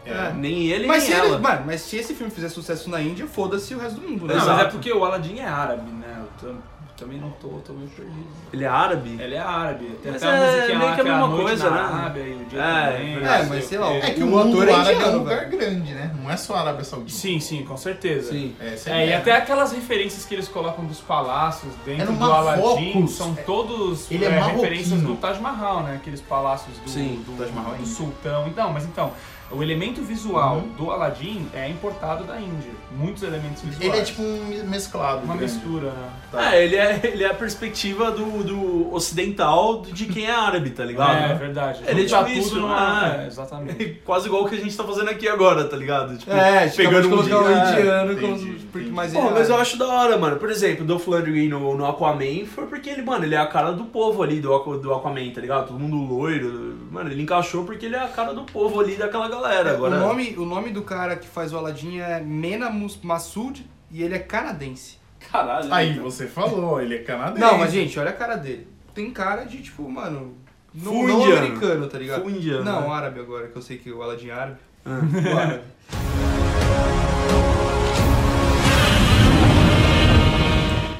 Speaker 1: É.
Speaker 2: Nem ele,
Speaker 1: Mas se,
Speaker 2: nem
Speaker 1: ele-
Speaker 2: ela.
Speaker 1: mano, mas se esse filme fizer sucesso na Índia, foda-se o resto do mundo, né?
Speaker 4: Não, mas é
Speaker 2: Exato.
Speaker 4: porque o Aladdin é árabe, né? Eu tam- também não tô, tô meio perdido.
Speaker 2: Ele é árabe?
Speaker 4: Ele é árabe. Tem
Speaker 2: Mas
Speaker 4: até a
Speaker 2: é
Speaker 4: musiquinha
Speaker 2: meio
Speaker 4: lá
Speaker 2: que a
Speaker 4: é
Speaker 2: mesma
Speaker 4: noite
Speaker 2: coisa,
Speaker 4: na
Speaker 2: né?
Speaker 4: Arábia e o dia
Speaker 2: É,
Speaker 4: também, assim.
Speaker 2: é,
Speaker 4: não sei
Speaker 1: mas sei
Speaker 4: o
Speaker 1: lá,
Speaker 4: quê.
Speaker 1: o-
Speaker 3: É que o,
Speaker 1: O
Speaker 3: mundo
Speaker 1: ator é
Speaker 3: árabe é um
Speaker 1: indiano,
Speaker 3: lugar
Speaker 1: velho.
Speaker 3: grande, né? Não é só Arábia Saudita.
Speaker 4: Sim, sim, com certeza.
Speaker 1: Sim.
Speaker 3: É, essa a
Speaker 4: É, e
Speaker 3: ideia.
Speaker 4: até aquelas referências que eles colocam dos palácios
Speaker 3: Era
Speaker 4: dentro
Speaker 3: um
Speaker 4: do Aladdin
Speaker 3: Marrocos.
Speaker 4: são
Speaker 3: É.
Speaker 4: todos
Speaker 3: Ele é
Speaker 4: referências
Speaker 3: marroquino.
Speaker 4: do Taj Mahal, né? Aqueles palácios do,
Speaker 2: Sim,
Speaker 4: do,
Speaker 3: Taj Mahal é
Speaker 4: do
Speaker 3: índio.
Speaker 4: sultão. Não, mas então, o elemento visual
Speaker 2: Uhum.
Speaker 4: do Aladdin é importado da Índia. Muitos elementos visuais.
Speaker 3: Ele é tipo um mesclado.
Speaker 4: uma
Speaker 3: grande.
Speaker 4: mistura, né?
Speaker 3: Tá.
Speaker 2: É, ele é, ele é a perspectiva do, do ocidental de quem é árabe, tá ligado?
Speaker 4: É, é verdade.
Speaker 2: Ele é
Speaker 4: Juntar
Speaker 2: tipo isso,
Speaker 4: numa-
Speaker 2: né?
Speaker 4: é, exatamente.
Speaker 2: Quase igual o que a gente tá fazendo aqui agora, tá ligado? Tipo,
Speaker 1: É, pegando
Speaker 2: um
Speaker 1: colocar um
Speaker 2: dia-
Speaker 1: indiano
Speaker 3: entendi,
Speaker 1: como.
Speaker 3: entendi.
Speaker 1: Porque mais
Speaker 2: Pô,
Speaker 1: ele-
Speaker 2: mas eu acho da hora, mano. Por exemplo, o Dolph Lundgren no, no Aquaman foi porque ele, mano, ele é a cara do povo ali do, Aqu- do Aquaman, tá ligado? Todo mundo loiro. Mano, ele encaixou porque ele é a cara do povo ali daquela galera.
Speaker 1: O
Speaker 2: Agora,
Speaker 1: nome, o nome do cara que faz o Aladdin é Mena Mus- Massoud e ele é canadense.
Speaker 2: caralho.
Speaker 3: Aí
Speaker 2: então.
Speaker 3: você falou, ele é canadense.
Speaker 1: Não, mas gente, olha a cara dele. Tem cara de tipo, mano. Não,
Speaker 2: Full
Speaker 1: não
Speaker 2: indiano.
Speaker 1: americano, tá ligado?
Speaker 2: Full indiano,
Speaker 1: Não,
Speaker 2: né? Ah.
Speaker 1: árabe agora, que eu sei que o Aladdin é árabe.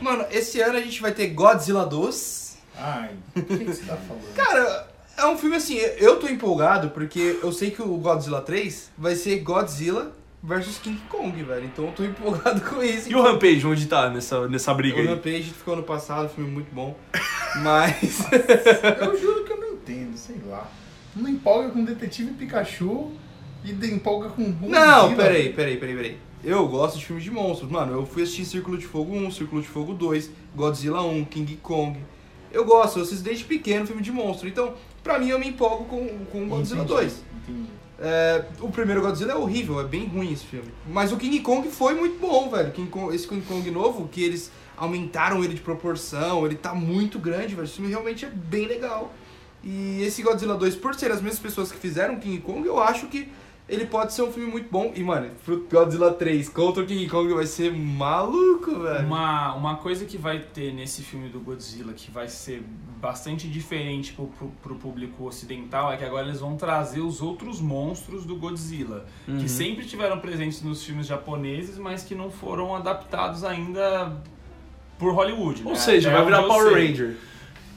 Speaker 1: Mano, esse ano a gente vai ter Godzilla 2.
Speaker 3: Ai, o que, que você tá falando?
Speaker 1: Cara, é um filme assim, eu tô empolgado porque eu sei que o Godzilla 3 vai ser Godzilla versus King Kong, velho. Então eu tô empolgado com isso.
Speaker 2: E o Rampage, onde tá nessa, nessa briga
Speaker 1: O
Speaker 2: aí?
Speaker 1: Rampage ficou ano passado, um filme muito bom. Mas.
Speaker 3: Eu juro que eu não entendo, sei lá. Não empolga com Detetive Pikachu e de- empolga com Godzilla.
Speaker 1: Não, peraí, peraí, peraí, peraí. Eu gosto de filmes de monstros, mano. Eu fui assistir Círculo de Fogo 1, Círculo de Fogo 2, Godzilla 1, King Kong. Eu gosto, eu assisto desde pequeno filme de monstro. Então, pra mim, eu me empolgo com,
Speaker 2: um
Speaker 1: com Godzilla 2.
Speaker 3: Entendi.
Speaker 1: É, o primeiro Godzilla é horrível, é bem ruim esse filme. Mas o King Kong foi muito bom, velho. King Kong- esse King Kong novo, que eles aumentaram ele de proporção, ele tá muito grande, velho. Esse filme realmente é bem legal. E esse Godzilla 2, por ser as mesmas pessoas que fizeram King Kong, eu acho que ele pode ser um filme muito bom. E, mano, pro Godzilla 3 contra o King Kong vai ser maluco, velho.
Speaker 4: Uma, uma coisa que vai ter nesse filme do Godzilla que vai ser bastante diferente pro, pro, pro público ocidental é que agora eles vão trazer os outros monstros do Godzilla,
Speaker 2: Uhum.
Speaker 4: que sempre tiveram presentes nos filmes japoneses, mas que não foram adaptados ainda por Hollywood.
Speaker 2: Ou
Speaker 4: né?
Speaker 2: seja,
Speaker 4: Até
Speaker 2: vai virar
Speaker 4: onde eu
Speaker 2: Power
Speaker 4: sei.
Speaker 2: Ranger.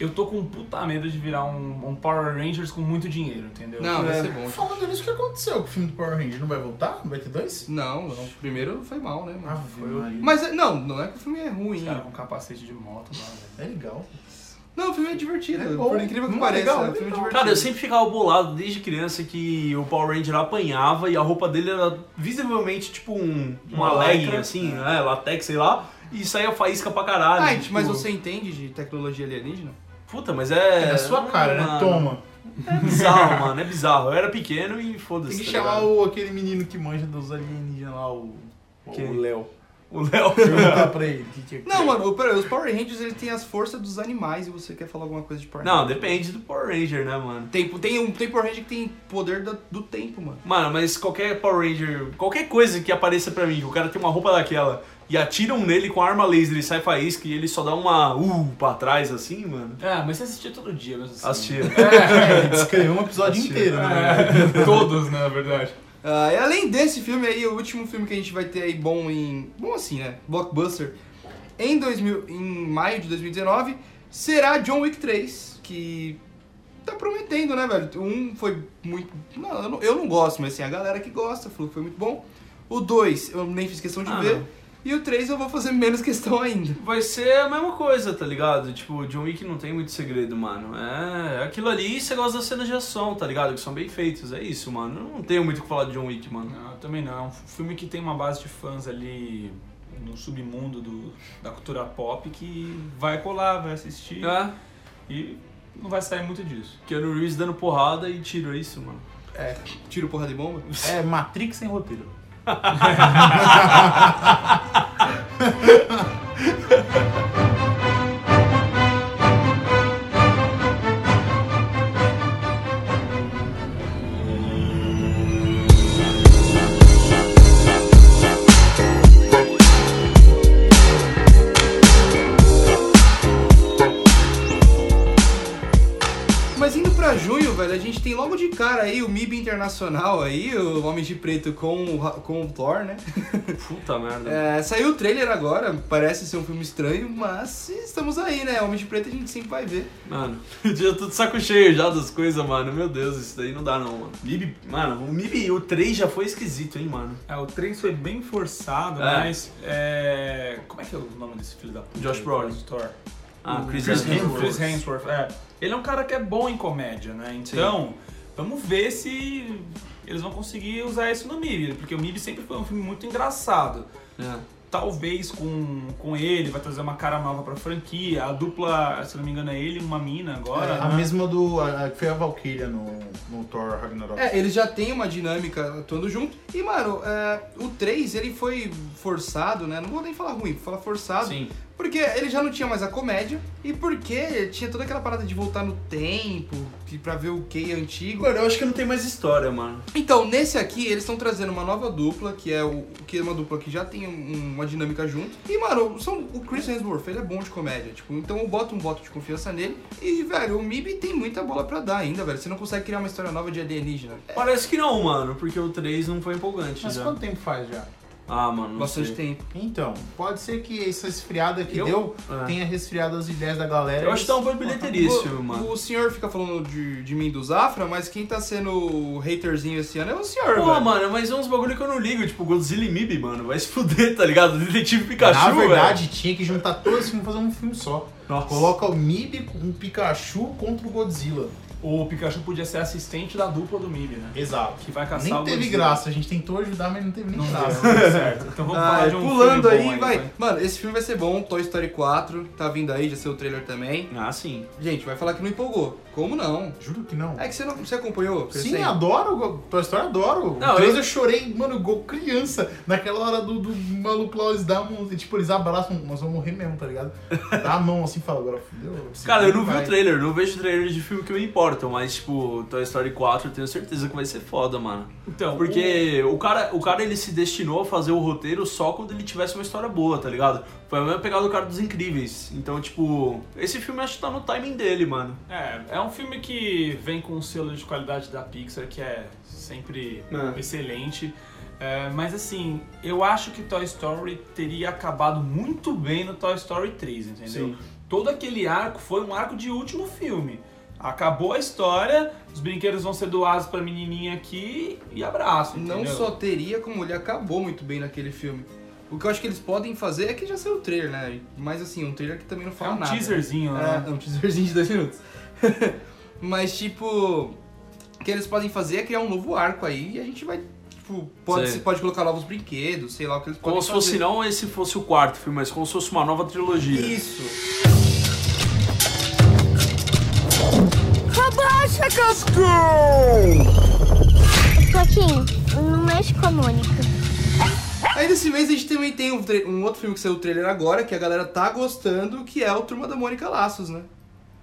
Speaker 4: Eu tô com um puta medo de virar um, um Power Rangers com muito dinheiro, entendeu?
Speaker 1: Não, vai
Speaker 2: É.
Speaker 1: ser bom.
Speaker 3: Falando nisso, o que aconteceu com o filme do Power Ranger? Não vai voltar? Não vai ter dois?
Speaker 1: Não, não. O primeiro foi mal, né, mano?
Speaker 3: Ave Maria.
Speaker 1: Mas, é- não, não é que o filme é ruim.
Speaker 4: Esse um Cara, com capacete de moto, mano.
Speaker 3: É legal.
Speaker 1: Não, o filme é divertido.
Speaker 3: É bom.
Speaker 1: por incrível que
Speaker 3: Hum,
Speaker 1: pareça.
Speaker 3: legal,
Speaker 1: é um
Speaker 3: é
Speaker 1: filme
Speaker 3: legal.
Speaker 1: divertido.
Speaker 2: Cara, eu sempre ficava bolado desde criança que o Power Ranger apanhava e a roupa dele era visivelmente tipo um, uma
Speaker 4: Uma
Speaker 2: legging,
Speaker 4: lycra.
Speaker 2: assim, né? latex, sei lá. E saía faísca pra caralho.
Speaker 1: Ah,
Speaker 2: tipo-
Speaker 1: mas você entende de tecnologia alienígena?
Speaker 2: Puta, mas é.
Speaker 3: É, a sua cara, né?
Speaker 2: Mano,
Speaker 3: Toma.
Speaker 2: É bizarro, mano. É bizarro. Eu era pequeno e
Speaker 3: Tem
Speaker 2: foda-se.
Speaker 3: que
Speaker 2: tá
Speaker 3: chamar
Speaker 2: ligado?
Speaker 3: o, aquele menino que manja dos alienígenas lá, o.
Speaker 2: Quem?
Speaker 3: O Léo.
Speaker 2: O Léo.
Speaker 3: Perguntar pra ele o que que é.
Speaker 1: Não, mano, pera, os Power Rangers eles têm as forças dos animais e você quer falar alguma coisa de Power
Speaker 2: Não,
Speaker 1: Ranger.
Speaker 2: depende do Power Ranger, né, mano?
Speaker 1: Tem, tem um tem Power Ranger que tem poder da- do tempo, mano.
Speaker 2: Mano, mas qualquer Power Ranger, qualquer coisa que apareça pra mim, que o cara tem uma roupa daquela e atiram nele com arma laser e sai faísca e ele só dá uma uh pra trás assim, mano.
Speaker 4: Ah, mas você assistia todo dia mesmo assim.
Speaker 2: Assistia.
Speaker 3: Ele descreveu um episódio inteiro, né?
Speaker 4: É, todos, na verdade.
Speaker 1: Ah, e além desse filme aí, o último filme que a gente vai ter aí bom em. Bom assim, né? Blockbuster. Em, 2000, em maio de 2019, será John Wick 3, que tá prometendo, né, velho? Um foi muito. Não, eu não, eu não gosto, mas assim, a galera que gosta falou que foi muito bom. O 2, eu nem fiz questão de
Speaker 2: Ah,
Speaker 1: ver.
Speaker 2: não.
Speaker 1: E o 3 eu vou fazer menos questão ainda.
Speaker 2: É. Vai ser a mesma coisa, tá ligado? Tipo, John Wick não tem muito segredo, mano. É aquilo ali e você gosta das cenas de ação, tá ligado? Que são bem feitos, é isso, mano. Eu não tenho muito o que falar de John Wick, mano.
Speaker 4: Não, eu também não. É um filme que tem uma base de fãs ali no submundo do, da cultura pop que vai colar, vai assistir
Speaker 2: É,
Speaker 4: e não vai sair muito disso.
Speaker 2: Keanu Reeves dando porrada e tiro, é isso, mano.
Speaker 1: Tiro porra de bomba.
Speaker 3: É Matrix sem roteiro.
Speaker 1: Mas indo pra junho, velho, a gente tem logo de cara aí o MIB Internacional aí, o Homem de Preto com, o Ra- com o Thor, né?
Speaker 2: Puta merda.
Speaker 1: É, saiu o trailer agora, parece ser um filme estranho, mas estamos aí, né? Homem de Preto a gente sempre vai ver.
Speaker 2: Mano, eu já tô de saco cheio já das coisas, mano. Meu Deus, isso daí não dá não, mano. Mib, mano, o Mib, o 3 já foi esquisito, hein, mano.
Speaker 4: É, o 3 foi bem forçado,
Speaker 2: É.
Speaker 4: mas. é, Como é que é o nome desse filho da puta?
Speaker 2: Josh Brolin.
Speaker 4: Thor.
Speaker 2: Ah, Chris,
Speaker 4: Chris Hemsworth.
Speaker 2: Hemsworth.
Speaker 4: Chris Hemsworth, é. Ele é um cara que é bom em comédia, né? Então, vamos ver se eles vão conseguir usar isso no MIB, porque o MIB sempre foi um filme muito engraçado.
Speaker 2: É.
Speaker 4: Talvez com, com ele vai trazer uma cara nova pra franquia. A dupla, se não me engano, é ele e uma mina agora.
Speaker 3: É,
Speaker 4: né?
Speaker 3: a mesma do. A, a- que foi a Valkyria no, no Thor Ragnarok.
Speaker 1: É, eles já têm uma dinâmica atuando junto. E, mano, é, o 3, ele foi forçado, né? Não vou nem falar ruim, vou falar forçado.
Speaker 2: Sim.
Speaker 1: Porque ele já não tinha mais a comédia e porque tinha toda aquela parada de voltar no tempo que- pra ver o que antigo.
Speaker 2: Mano, eu acho que não tem mais história, mano.
Speaker 1: Então, nesse aqui, eles estão trazendo uma nova dupla, que é o que é uma dupla que já tem um- uma dinâmica junto. E, mano, são, o Chris Hemsworth, ele é bom de comédia, tipo, então eu boto um voto de confiança nele. E, velho, o MIB tem muita bola pra dar ainda, velho. Você não consegue criar uma história nova de alienígena.
Speaker 2: Parece que não, mano, porque o 3 não foi empolgante
Speaker 3: Mas
Speaker 2: já.
Speaker 3: quanto tempo faz já?
Speaker 2: Ah, mano, não
Speaker 1: Bastante
Speaker 2: sei.
Speaker 1: tempo.
Speaker 3: Então, pode ser que essa esfriada que
Speaker 2: Eu-
Speaker 3: deu
Speaker 2: É.
Speaker 3: tenha resfriado as ideias da galera.
Speaker 2: Eu acho que tá um bom bilheteria esse filme, mano.
Speaker 1: O, o senhor fica falando de, de mim dos Afra, mas quem tá sendo o haterzinho esse ano é o senhor,
Speaker 2: Pô,
Speaker 1: velho.
Speaker 2: mano, mas é uns bagulho que eu não ligo, tipo Godzilla e Mib, mano. Vai se fuder, tá ligado? Detetive Pikachu,
Speaker 3: Na verdade,
Speaker 2: velho.
Speaker 3: tinha que juntar todos os filmes e fazer um filme só.
Speaker 2: Nossa.
Speaker 3: Coloca o MIB com o Pikachu contra o Godzilla.
Speaker 4: O Pikachu podia ser assistente da dupla do MIB, né?
Speaker 3: Exato.
Speaker 4: Que vai caçar
Speaker 3: Nem
Speaker 4: o
Speaker 3: teve
Speaker 4: Godzilla.
Speaker 3: graça, a gente tentou ajudar, mas não teve nem
Speaker 4: Não deu,
Speaker 3: graça.
Speaker 4: não deu certo. Então vamos
Speaker 1: Ah,
Speaker 4: falar de um
Speaker 1: pulando
Speaker 4: filme
Speaker 1: aí,
Speaker 4: bom aí,
Speaker 1: vai. Mano, esse filme vai ser bom, Toy Story 4, tá vindo aí, já saiu o trailer também.
Speaker 2: Ah, sim.
Speaker 1: Gente, vai falar que não empolgou. Como não?
Speaker 3: Juro que não.
Speaker 1: É que você não você acompanhou?
Speaker 3: Sim,
Speaker 1: Crescente?
Speaker 3: adoro, go- Toy Story adoro.
Speaker 2: Não,
Speaker 3: Não, eu...
Speaker 2: eu-
Speaker 3: eu chorei, mano, igual criança. Naquela hora do, do maluco lá, eles dão um. Tipo, eles abraçam, nós vamos morrer mesmo, tá ligado? Dá a mão assim e fala, agora fudeu.
Speaker 2: Cara, eu não vi
Speaker 3: vai.
Speaker 2: o trailer, não vejo trailer de filme que me importam, mas, tipo, Toy Story 4 eu tenho certeza que vai ser foda, mano.
Speaker 4: Então,
Speaker 2: Porque o cara, o cara ele se destinou a fazer o roteiro só quando ele tivesse uma história boa, tá ligado? Foi a mesma pegada do cara dos incríveis. Então, tipo, esse filme acho que tá no timing dele, mano.
Speaker 4: É, é um filme que vem com um selo de qualidade da Pixar, que é sempre
Speaker 2: É.
Speaker 4: excelente. É, mas assim, eu acho que Toy Story teria acabado muito bem no Toy Story 3, entendeu?
Speaker 2: Sim.
Speaker 4: Todo aquele arco foi um arco de último filme. Acabou a história, os brinquedos vão ser doados pra menininha aqui e abraço,
Speaker 1: Não
Speaker 4: entendeu?
Speaker 1: só teria, como ele acabou muito bem naquele filme. O que eu acho que eles podem fazer é que já saiu o trailer, né? Mas assim, um trailer que também não
Speaker 4: É
Speaker 1: fala
Speaker 4: um
Speaker 1: nada.
Speaker 4: teaserzinho, né?
Speaker 1: É, é um teaserzinho de dois minutos. Mas tipo, o que eles podem fazer é criar um novo arco aí e a gente vai, tipo, pode,
Speaker 2: Sim.
Speaker 1: se pode colocar novos brinquedos, sei lá o que eles
Speaker 2: Como
Speaker 1: podem
Speaker 2: se
Speaker 1: fazer.
Speaker 2: fosse não esse fosse o quarto filme, mas como se fosse uma nova trilogia.
Speaker 1: Isso.
Speaker 8: Abaixa, Cascão! Coquinho, não mexe com a Mônica.
Speaker 1: Ainda esse mês a gente também tem um, tra- um outro filme que saiu o trailer agora, que a galera tá gostando, que é o Turma da Mônica Laços, né?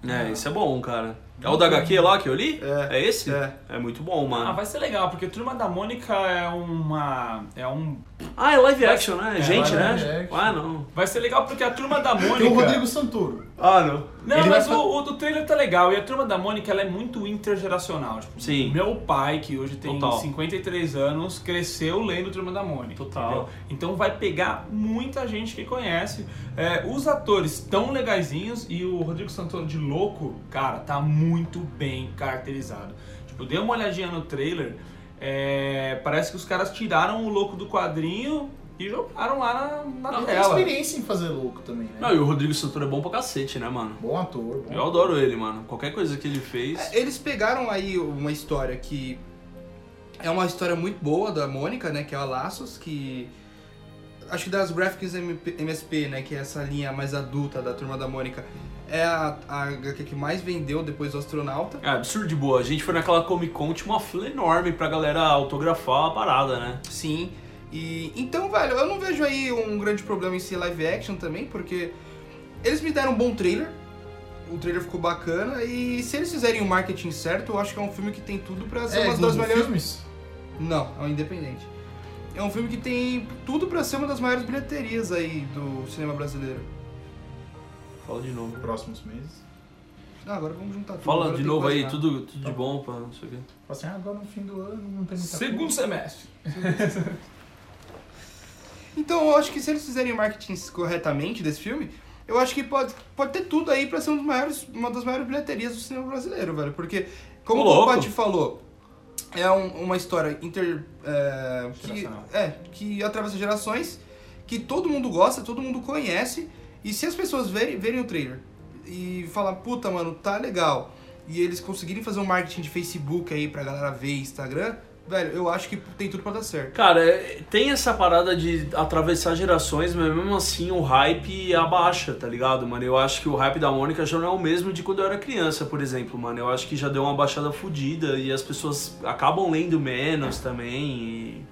Speaker 2: É, esse é bom, cara. É o da HQ lá que eu li?
Speaker 1: É.
Speaker 2: É esse?
Speaker 1: É.
Speaker 2: muito bom,
Speaker 4: Ah,
Speaker 2: mano.
Speaker 4: vai ser legal, porque Turma da Mônica é uma. É um.
Speaker 2: Ah, é live action, né? Gente,
Speaker 3: live
Speaker 2: né?
Speaker 3: action.
Speaker 2: Ah, não.
Speaker 4: Vai ser legal porque a Turma da Mônica.
Speaker 3: Tem o Rodrigo Santoro.
Speaker 2: Ah, não.
Speaker 4: Não,
Speaker 3: Ele
Speaker 4: mas
Speaker 3: vai fa-
Speaker 4: o, o do trailer tá legal. E a Turma da Mônica, ela é muito intergeracional. Tipo,
Speaker 2: Sim.
Speaker 4: Meu pai, que hoje tem
Speaker 2: Total.
Speaker 4: 53 anos, cresceu lendo Turma da Mônica.
Speaker 2: Total.
Speaker 4: Então vai pegar muita gente que conhece. É, os atores tão legaizinhos e o Rodrigo Santoro de louco, cara, tá muito bem caracterizado. Tipo, dei uma olhadinha no trailer, é, parece que os caras tiraram o louco do quadrinho e jogaram lá na, na
Speaker 3: Não, tem
Speaker 4: tela.
Speaker 3: experiência em fazer louco também, né?
Speaker 2: Não, e o Rodrigo Santoro é bom pra cacete, né, mano?
Speaker 3: Bom ator. Bom.
Speaker 2: Eu adoro ele, mano. Qualquer coisa que ele fez.
Speaker 1: É, Eles pegaram aí uma história que é uma história muito boa da Mônica, né? Que é a Laços, que. Acho que das Graphics MP MSP, né? Que é essa linha mais adulta da turma da Mônica. É a, a HQ que mais vendeu depois do astronauta.
Speaker 2: É absurdo de boa. A gente foi naquela Comic Con, tinha uma fila enorme pra galera autografar a parada, né?
Speaker 1: Sim. E então, velho, eu não vejo aí um grande problema em ser live action também, porque eles me deram um bom trailer. O trailer ficou bacana e se eles fizerem o marketing certo, eu acho que é um filme que tem tudo pra ser
Speaker 3: É,
Speaker 1: uma das
Speaker 3: Globo
Speaker 1: melhores
Speaker 3: Filmes?
Speaker 1: Não, é um independente. É um filme que tem tudo pra ser uma das maiores bilheterias aí do cinema brasileiro.
Speaker 2: Fala de novo.
Speaker 3: Próximos meses.
Speaker 1: Ah, agora vamos juntar tudo.
Speaker 2: Fala
Speaker 1: agora
Speaker 2: de
Speaker 1: tem
Speaker 2: novo
Speaker 1: quase
Speaker 2: aí,
Speaker 1: nada.
Speaker 2: tudo, tudo de bom pra não sei o quê.
Speaker 3: Fala assim, ah, agora no fim do ano não tem muita
Speaker 4: Segundo
Speaker 3: coisa.
Speaker 4: semestre.
Speaker 1: Então eu acho que se eles fizerem o marketing corretamente desse filme, eu acho que pode, pode ter tudo aí pra ser um dos maiores, uma das maiores bilheterias do cinema brasileiro, velho. Porque, como
Speaker 2: Ô,
Speaker 1: o
Speaker 2: louco.
Speaker 1: Pati falou, é um- uma história inter. É que,
Speaker 4: Geracional.
Speaker 1: é, que atravessa gerações, que todo mundo gosta, todo mundo conhece. E se as pessoas verem, verem o trailer e falar, puta, mano, tá legal. E eles conseguirem fazer um marketing de Facebook aí pra galera ver Instagram, velho, eu acho que tem tudo pra dar certo.
Speaker 2: Cara, é- tem essa parada de atravessar gerações, mas mesmo assim o hype abaixa, tá ligado, mano? Eu acho que o hype da Mônica já não é o mesmo de quando eu era criança, por exemplo, mano. Eu acho que já deu uma baixada fodida e as pessoas acabam lendo menos também.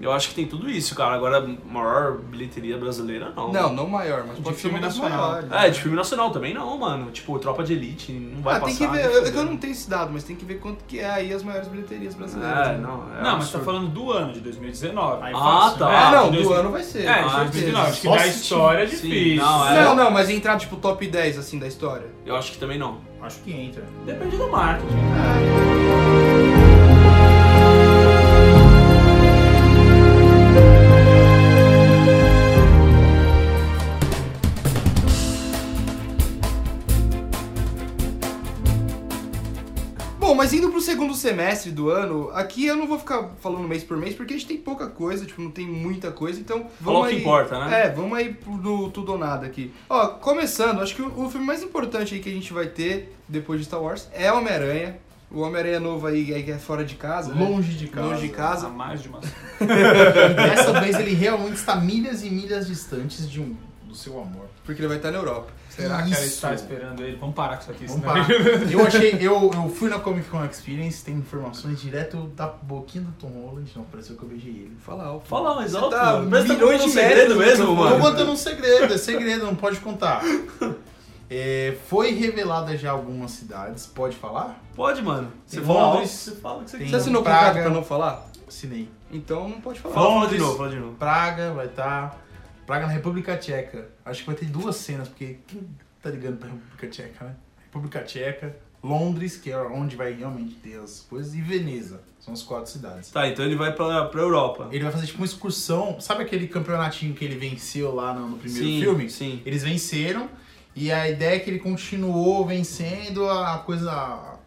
Speaker 2: E eu acho que tem tudo isso, cara. Agora, maior bilheteria brasileira, não.
Speaker 1: Não, não maior, mas
Speaker 4: De
Speaker 1: pode ser uma
Speaker 4: filme
Speaker 1: das
Speaker 4: nacional.
Speaker 1: maiores.
Speaker 2: É, de filme nacional também não, mano. Tipo, Tropa de Elite, não vai
Speaker 1: ah, tem
Speaker 2: passar.
Speaker 1: que ver,
Speaker 2: né,
Speaker 1: eu, eu
Speaker 2: fudeu.
Speaker 1: não tenho esse dado, mas tem que ver quanto que é aí as maiores bilheterias brasileiras.
Speaker 2: É,
Speaker 1: né?
Speaker 2: não. É
Speaker 4: não, mas tá
Speaker 2: absurdo.
Speaker 4: falando do ano, de 2019.
Speaker 3: Aí
Speaker 2: Ah,
Speaker 3: fácil,
Speaker 2: tá.
Speaker 3: né?
Speaker 1: Ah,
Speaker 4: É,
Speaker 1: não,
Speaker 4: de
Speaker 1: do
Speaker 4: 2000
Speaker 1: ano vai ser.
Speaker 4: É,
Speaker 1: com
Speaker 4: de
Speaker 2: Ah,
Speaker 1: certeza.
Speaker 4: 2019. Acho que
Speaker 3: Só
Speaker 4: da
Speaker 3: se-
Speaker 4: história é
Speaker 2: Sim,
Speaker 4: difícil.
Speaker 2: não, é.
Speaker 1: Não, não, mas entrar tipo top 10 assim da história.
Speaker 2: Eu acho que também não.
Speaker 3: Acho que entra.
Speaker 4: Depende do marketing.
Speaker 1: Bom, mas indo pro segundo semestre do ano, aqui eu não vou ficar falando mês por mês, porque a gente tem pouca coisa, tipo, não tem muita coisa, então vamos
Speaker 2: Falar o que
Speaker 1: aí-
Speaker 2: importa, né?
Speaker 1: É, vamos aí pro do tudo ou nada aqui. Ó, começando, acho que o, o filme mais importante aí que a gente vai ter depois de Star Wars é Homem-Aranha. O Homem-Aranha novo aí, aí que é fora de casa, né?
Speaker 3: Longe de casa.
Speaker 1: Longe de
Speaker 4: A
Speaker 1: casa.
Speaker 4: mais de uma.
Speaker 3: E dessa vez ele realmente está milhas e milhas distantes de um do seu amor.
Speaker 1: Porque ele vai estar na Europa.
Speaker 4: Será que ela
Speaker 3: Isso.
Speaker 4: está esperando ele? Vamos parar com isso aqui,
Speaker 3: Vamos
Speaker 4: senão-
Speaker 3: parar. Eu achei, eu, eu fui na Comic Con Experience, tem informações direto da boquinha do Tom Holland, não pareceu que eu beijei ele.
Speaker 1: Fala alto.
Speaker 2: Fala mais
Speaker 1: Você
Speaker 2: alto.
Speaker 1: tá
Speaker 2: mano. Mas tá
Speaker 1: milhões
Speaker 2: contando
Speaker 1: de
Speaker 2: um segredo
Speaker 1: metros do
Speaker 2: mesmo,
Speaker 1: microfone.
Speaker 3: Tô
Speaker 2: mano.
Speaker 3: contando um segredo, é segredo, não pode contar. É, foi revelada já algumas cidades, pode falar?
Speaker 2: Pode, mano. Você
Speaker 3: Tem
Speaker 2: fala,
Speaker 3: Londres,
Speaker 2: você fala o que você
Speaker 3: tem-
Speaker 1: Você assinou o
Speaker 3: Praga.
Speaker 1: contrato pra não falar?
Speaker 3: Assinei.
Speaker 1: Então não pode falar.
Speaker 2: Fala, fala de
Speaker 3: Londres.
Speaker 2: novo, fala de novo.
Speaker 3: Praga vai estar. Praga na República Tcheca. Acho que vai ter duas cenas, porque quem tá ligando pra República Tcheca, né? República Tcheca, Londres, que é onde vai realmente ter as coisas, e Veneza. São as quatro cidades.
Speaker 2: Tá, então ele vai pra, pra Europa.
Speaker 3: Ele vai fazer tipo uma excursão. Sabe aquele campeonatinho que ele venceu lá no, no primeiro
Speaker 2: Sim,
Speaker 3: filme?
Speaker 2: sim.
Speaker 3: Eles venceram. E a ideia é que ele continuou vencendo, a coisa,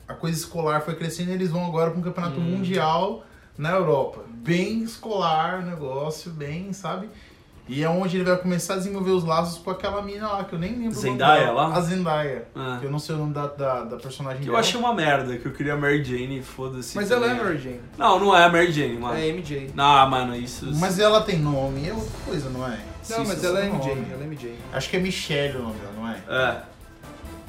Speaker 3: a coisa escolar foi crescendo e eles vão agora para um campeonato
Speaker 2: Hum.
Speaker 3: mundial na Europa. Bem escolar o negócio, bem, sabe? E é onde ele vai começar a desenvolver os laços com aquela mina lá, que eu nem lembro
Speaker 2: Zendaya
Speaker 3: o nome dela.
Speaker 2: lá?
Speaker 3: A Zendaya.
Speaker 2: Ah.
Speaker 3: Que eu não sei o nome da, da, da personagem
Speaker 2: Que eu
Speaker 3: dela.
Speaker 2: achei uma merda, que eu queria a Mary Jane, foda-se.
Speaker 1: Mas ela
Speaker 2: também.
Speaker 1: é Mary Jane.
Speaker 2: Não, não é a Mary Jane, mano.
Speaker 1: É MJ.
Speaker 2: Não, mano, isso.
Speaker 3: Mas ela tem nome, é outra coisa, não é?
Speaker 1: Não,
Speaker 2: Sim,
Speaker 1: mas
Speaker 2: sim,
Speaker 1: ela é
Speaker 3: sim.
Speaker 1: MJ. Ela é MJ.
Speaker 3: Acho que é Michelle o nome dela, não é?
Speaker 2: É,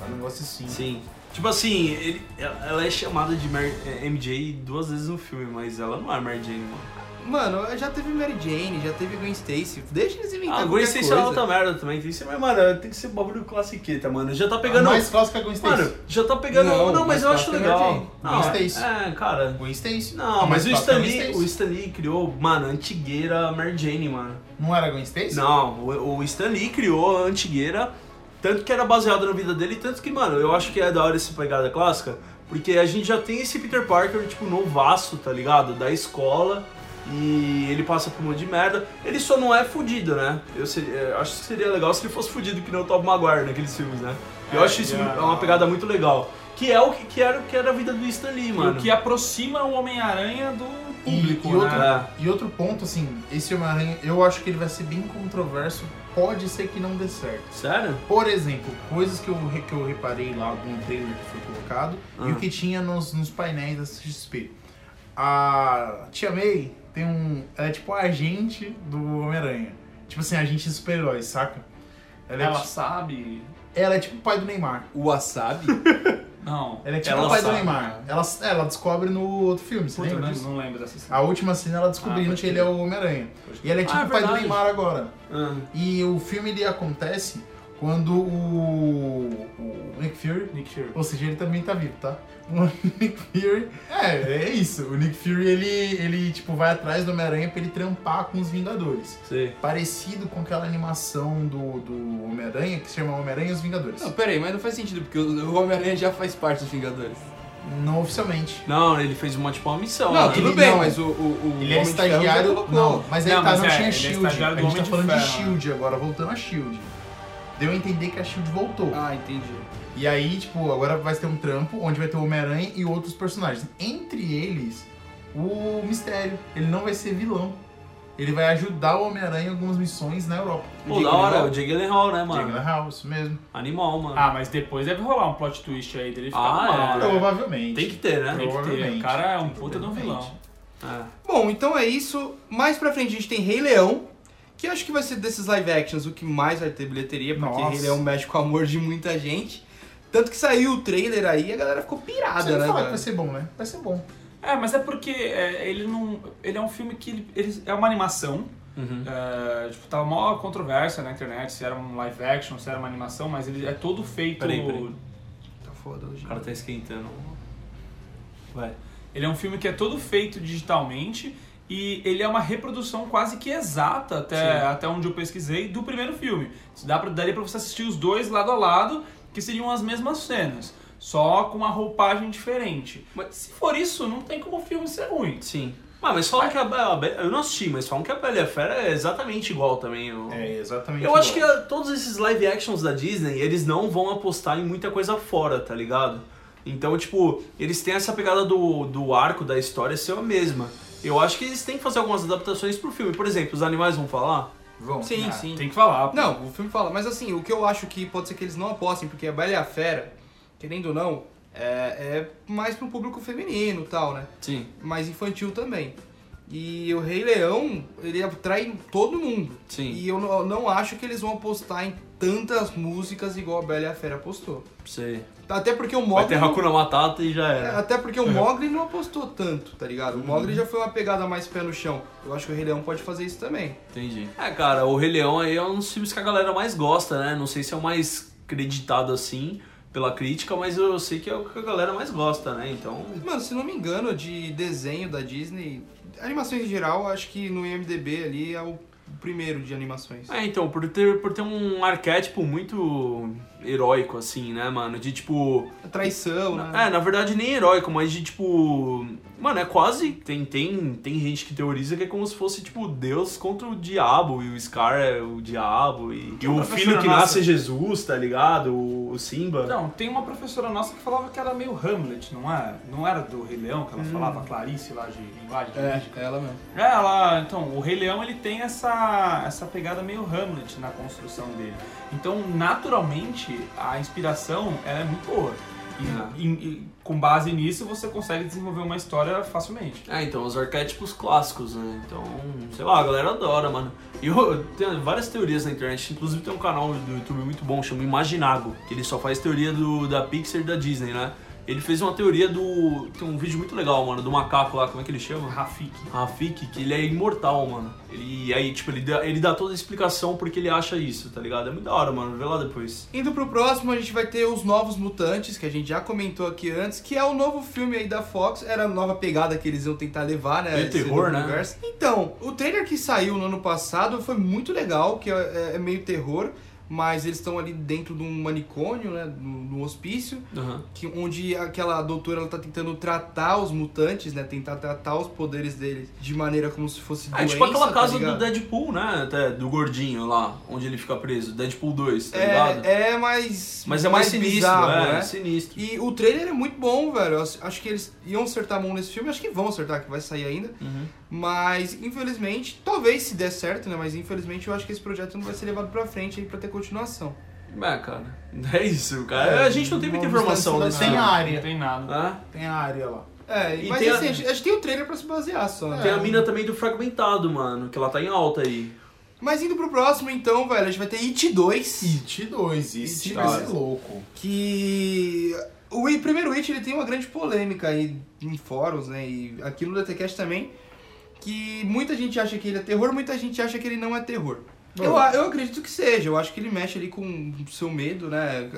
Speaker 3: É um negócio assim.
Speaker 2: sim. Tipo assim, ele, ela ela é chamada de Mary- é, MJ duas vezes no filme, mas ela não é Mary Jane, mano.
Speaker 1: Mano, já teve Mary Jane, já teve Gwen Stacy. Deixa eles inventar
Speaker 2: Ah, Gwen
Speaker 1: qualquer
Speaker 2: Stacy é
Speaker 1: coisa.
Speaker 2: alta merda também. Tem que ser, mas, mano, tem que ser bagulho classiqueta, mano. Já tá
Speaker 1: Ah,
Speaker 2: pegando.
Speaker 3: Mais clássica é Gwen Stacy.
Speaker 2: Mano, já tá pegando. Não,
Speaker 3: Não,
Speaker 2: mas
Speaker 3: mas
Speaker 2: eu
Speaker 3: tá
Speaker 2: acho
Speaker 3: pegando
Speaker 2: legal.
Speaker 3: quem?
Speaker 2: Não,
Speaker 3: Gwen Stacy.
Speaker 2: é, é, cara.
Speaker 3: Gwen Stacy.
Speaker 2: Não,
Speaker 3: A
Speaker 2: mas
Speaker 3: mais
Speaker 2: o
Speaker 3: clássica é
Speaker 2: Stan
Speaker 3: a
Speaker 2: Lee, o Stan Lee criou, mano, a antigueira Mary Jane, mano.
Speaker 3: Não era Gwen Stacy?
Speaker 2: Não, o, o Stan Lee criou a antigueira, tanto que era baseado na vida dele, tanto que, mano, eu acho que é da hora essa pegada clássica, porque a gente já tem esse Peter Parker, tipo, novaço, tá ligado? Da escola, e ele passa por um monte de merda. Ele só não é fudido, né? Eu seria- eu acho que seria legal se ele fosse fudido, que nem o Tobey Maguire naqueles filmes, né? Eu
Speaker 4: É,
Speaker 2: acho isso
Speaker 4: já-
Speaker 2: é uma pegada muito legal. Que é o que, que era, que era a vida do Stan Lee, mano.
Speaker 4: O que é aproxima o Homem-Aranha do
Speaker 3: E-
Speaker 4: público,
Speaker 3: e
Speaker 4: né?
Speaker 3: outro-
Speaker 2: É.
Speaker 3: E outro ponto, assim, esse Homem-Aranha, eu acho que ele vai ser bem controverso. Pode ser que não dê certo.
Speaker 2: Sério?
Speaker 3: Por exemplo, coisas que eu, re- que eu reparei lá no trailer que foi colocado
Speaker 2: Ah.
Speaker 3: e o que tinha nos, nos painéis da XP. A Tia May tem um. Ela é tipo a agente do Homem-Aranha. Tipo assim, agente de super-heróis, saca? Ela é,
Speaker 4: Ela
Speaker 3: ti-
Speaker 4: sabe.
Speaker 3: ela é tipo o pai do Neymar.
Speaker 1: O Wasabi?
Speaker 4: Não.
Speaker 3: Ela é tipo
Speaker 2: Ela
Speaker 3: o pai
Speaker 2: sabe.
Speaker 3: do Neymar. Ela, ela descobre no outro filme, você
Speaker 4: Puta, né,
Speaker 3: lembra
Speaker 4: não,
Speaker 3: disso?
Speaker 4: não lembro dessa cena.
Speaker 3: A última cena ela
Speaker 4: Ah,
Speaker 3: descobrindo
Speaker 4: pode
Speaker 3: que ele é o Homem-Aranha. E ela é tipo
Speaker 2: Ah, é
Speaker 3: o pai do
Speaker 2: verdade.
Speaker 3: Neymar agora.
Speaker 2: Ah.
Speaker 3: E o filme ele acontece quando o, o Nick Fury.
Speaker 4: Nick Fury.
Speaker 3: Ou seja, ele também tá vivo, tá? O Nick Fury. É, é isso. O Nick Fury ele, ele tipo, vai atrás do Homem-Aranha pra ele trampar com os Vingadores.
Speaker 2: Sei.
Speaker 3: Parecido com aquela animação do, do Homem-Aranha que se chama Homem-Aranha e os Vingadores.
Speaker 1: Não, peraí, mas não faz sentido, porque o Homem-Aranha já faz parte dos Vingadores.
Speaker 3: Não oficialmente.
Speaker 2: Não, ele fez uma, tipo, uma missão,
Speaker 1: Não,
Speaker 2: né?
Speaker 1: tudo
Speaker 3: ele
Speaker 1: bem,
Speaker 3: não.
Speaker 1: mas o, o, o
Speaker 3: Ele é
Speaker 1: Homem de Ferro já
Speaker 3: estagiário.
Speaker 1: colocou.
Speaker 3: Não, mas aí
Speaker 4: Não,
Speaker 3: tá,
Speaker 4: mas
Speaker 3: não
Speaker 4: é, ele
Speaker 3: tinha
Speaker 4: é
Speaker 3: Shield.
Speaker 4: estagiário
Speaker 3: a
Speaker 4: do
Speaker 3: gente tá
Speaker 4: Homem de
Speaker 3: falando de
Speaker 4: Ferro, né?
Speaker 3: Shield agora, voltando a Shield. Deu a entender que a Shield voltou.
Speaker 1: Ah, entendi.
Speaker 3: E aí, tipo, agora vai ter um trampo onde vai ter o Homem-Aranha e outros personagens. Entre eles, o Mistério. Ele não vai ser vilão. Ele vai ajudar o Homem-Aranha em algumas missões na Europa.
Speaker 2: Pô, da hora, o Jake Gyllenhaal, né, mano?
Speaker 3: Jake Gyllenhaal, isso mesmo.
Speaker 2: Animal, mano.
Speaker 4: Ah, mas depois deve rolar um plot twist aí dele ficar
Speaker 2: Ah,
Speaker 4: mal,
Speaker 2: é.
Speaker 4: né?
Speaker 3: Provavelmente.
Speaker 2: Tem que ter, né?
Speaker 4: Tem que ter. O
Speaker 3: Provavelmente.
Speaker 4: cara é um
Speaker 3: que
Speaker 4: puta
Speaker 3: ter,
Speaker 4: de um vilão.
Speaker 3: provavelmente.
Speaker 2: É.
Speaker 1: Bom, então é isso. Mais pra frente a gente tem Rei Leão, que eu acho que vai ser desses live actions o que mais vai ter bilheteria, porque
Speaker 3: Nossa.
Speaker 1: Rei Leão mexe com o amor de muita gente. Tanto que saiu o trailer aí, a galera ficou pirada,
Speaker 3: Você
Speaker 1: né?
Speaker 3: não fala que
Speaker 1: velho?
Speaker 3: vai ser bom, né? Vai ser bom.
Speaker 4: É, mas é porque é, ele não. Ele é um filme que. Ele, ele- é uma animação.
Speaker 2: Uhum.
Speaker 4: É, tipo, tava maior controvérsia na internet se era um live action, se era uma animação, mas ele é todo feito.
Speaker 2: Peraí, peraí.
Speaker 1: Tá foda hoje.
Speaker 2: O cara tá esquentando. Vai.
Speaker 4: Ele é um filme que é todo feito digitalmente e ele é uma reprodução quase que exata, até, até onde eu pesquisei, do primeiro filme. Isso Dá pra, daria pra você assistir os dois lado a lado, que seriam as mesmas cenas, só com uma roupagem diferente. Mas se for isso, não tem como o filme ser ruim.
Speaker 2: Sim. Ah, mas falam que a, Be- a Be- Eu não assisti, mas falam que a Bela e a Fera é exatamente igual também. Eu,
Speaker 3: É, exatamente.
Speaker 2: eu acho que ah, todos esses live actions da Disney, eles não vão apostar em muita coisa fora, tá ligado? Então, tipo, eles têm essa pegada do, do arco da história ser a mesma. Eu acho que eles têm que fazer algumas adaptações pro filme. Por exemplo, os animais vão falar?
Speaker 3: Vão.
Speaker 1: Sim,
Speaker 4: Ah,
Speaker 1: sim.
Speaker 4: Tem que falar. pô.
Speaker 1: Não, o filme fala, mas assim, o que eu acho que pode ser que eles não apostem, porque a Bela e a Fera, querendo ou não, é, é mais pro público feminino e tal, né?
Speaker 2: Sim.
Speaker 1: mais infantil também. E o Rei Leão, ele atrai todo mundo.
Speaker 2: Sim.
Speaker 1: E eu não, não acho que eles vão apostar em tantas músicas igual a Bela e a Fera apostou.
Speaker 2: Sei.
Speaker 1: Até porque o
Speaker 2: Vai
Speaker 1: Mogli.
Speaker 2: ter Hakuna Matata né? Uhum. e já
Speaker 1: É,
Speaker 2: era.
Speaker 1: Até porque o Mogli não apostou tanto, tá ligado? O Mogli já foi uma pegada mais pé no chão. Eu acho que o Rei Leão pode fazer isso também.
Speaker 2: Entendi. É, cara, o Rei Leão aí é um dos filmes que a galera mais gosta, né? Não sei se é o mais creditado assim pela crítica, mas eu sei que é o que a galera mais gosta, né? Então.
Speaker 1: Mano, se não me engano, de desenho da Disney, animações em geral, acho que no IMDB ali é o primeiro de animações.
Speaker 2: É, então, por ter, por ter um arquétipo muito heróico, assim, né, mano? De tipo.
Speaker 1: A traição, né?
Speaker 2: É, na verdade nem heróico, mas de tipo. Mano, é quase. Tem, tem, tem gente que teoriza que é como se fosse, tipo, Deus contra o diabo. E o Scar é o diabo. E, e o
Speaker 4: professora
Speaker 2: filho que
Speaker 4: nossa.
Speaker 2: nasce é Jesus, tá ligado? O, o Simba.
Speaker 4: Não, tem uma professora nossa que falava que era meio Hamlet, não é? Não era do Rei Leão que ela
Speaker 2: Hum.
Speaker 4: falava, Clarice lá de linguagem. jurídica?
Speaker 1: ela mesmo.
Speaker 4: É, ela, então, o Rei Leão ele tem essa, essa pegada meio Hamlet na construção dele. Então, naturalmente, a inspiração ela é muito boa. E,
Speaker 2: É.
Speaker 4: e- e com base nisso, você consegue desenvolver uma história facilmente.
Speaker 2: É, então, os arquétipos clássicos, né? Então, sei lá, a galera adora, mano. E eu tenho várias teorias na internet, inclusive tem um canal do YouTube muito bom, chama Imaginago, que ele só faz teoria do, da Pixar e da Disney, né? Ele fez uma teoria do. Tem um vídeo muito legal, mano, do macaco lá, como é que ele chama?
Speaker 4: Rafik.
Speaker 2: Rafik, que ele é imortal, mano. Ele aí, tipo, ele dá, ele dá toda a explicação porque ele acha isso, tá ligado? É muito da hora, mano. Vê lá depois.
Speaker 1: Indo pro próximo, a gente vai ter os novos mutantes, que a gente já comentou aqui antes, que é o novo filme aí da Fox, era a nova pegada que eles iam tentar levar, né?
Speaker 2: Meio
Speaker 1: esse
Speaker 2: terror,
Speaker 1: novo
Speaker 2: né?
Speaker 1: universo. Então, o trailer que saiu no ano passado foi muito legal, que é, é meio terror, mas eles estão ali dentro de um manicômio, né? Num num hospício.
Speaker 2: Aham.
Speaker 1: que, onde aquela doutora ela tá tentando tratar os mutantes, né? Tentar tratar os poderes deles de maneira como se fosse
Speaker 2: É
Speaker 1: doença,
Speaker 2: tipo aquela
Speaker 1: tá
Speaker 2: casa do
Speaker 1: ligado?
Speaker 2: Deadpool, né? Até do gordinho lá, onde ele fica preso. Deadpool 2, tá ligado?
Speaker 1: É, é mais.
Speaker 2: Mas é mais, sinistro,
Speaker 1: bizarro,
Speaker 2: é,
Speaker 1: né?
Speaker 2: é sinistro.
Speaker 1: E o trailer é muito bom, velho. Eu Acho que eles iam acertar a mão nesse filme. Acho que vão acertar, que vai sair ainda.
Speaker 2: Uhum.
Speaker 1: Mas, infelizmente, talvez se der certo, né? Mas, infelizmente, eu acho que esse projeto não vai ser levado pra frente aí pra ter continuação.
Speaker 2: É, cara. É isso, cara.
Speaker 3: É,
Speaker 2: a gente não tem muita
Speaker 3: vamos
Speaker 2: informação
Speaker 3: dar
Speaker 2: desse
Speaker 3: Tem
Speaker 2: filme.
Speaker 3: a
Speaker 4: Não
Speaker 3: área.
Speaker 4: tem nada.
Speaker 2: Hã?
Speaker 3: Tem a área lá.
Speaker 1: É,
Speaker 2: E
Speaker 1: mas
Speaker 2: tem a- É.
Speaker 1: assim, a... gente- a gente tem o trailer pra se basear só, né?
Speaker 2: Tem a mina também do Fragmentado, mano, que ela tá em alta aí.
Speaker 1: Mas indo pro próximo, então, velho, a gente vai ter It 2.
Speaker 3: It 2, It
Speaker 1: It
Speaker 3: vai ser
Speaker 1: dois.
Speaker 3: louco.
Speaker 1: que o i- primeiro It ele tem uma grande polêmica aí em fóruns, né? E aqui no DTCast também, que muita gente acha que ele é terror, muita gente acha que ele não é terror. Eu, a- eu acredito que seja, eu acho que ele mexe ali com o seu medo, né?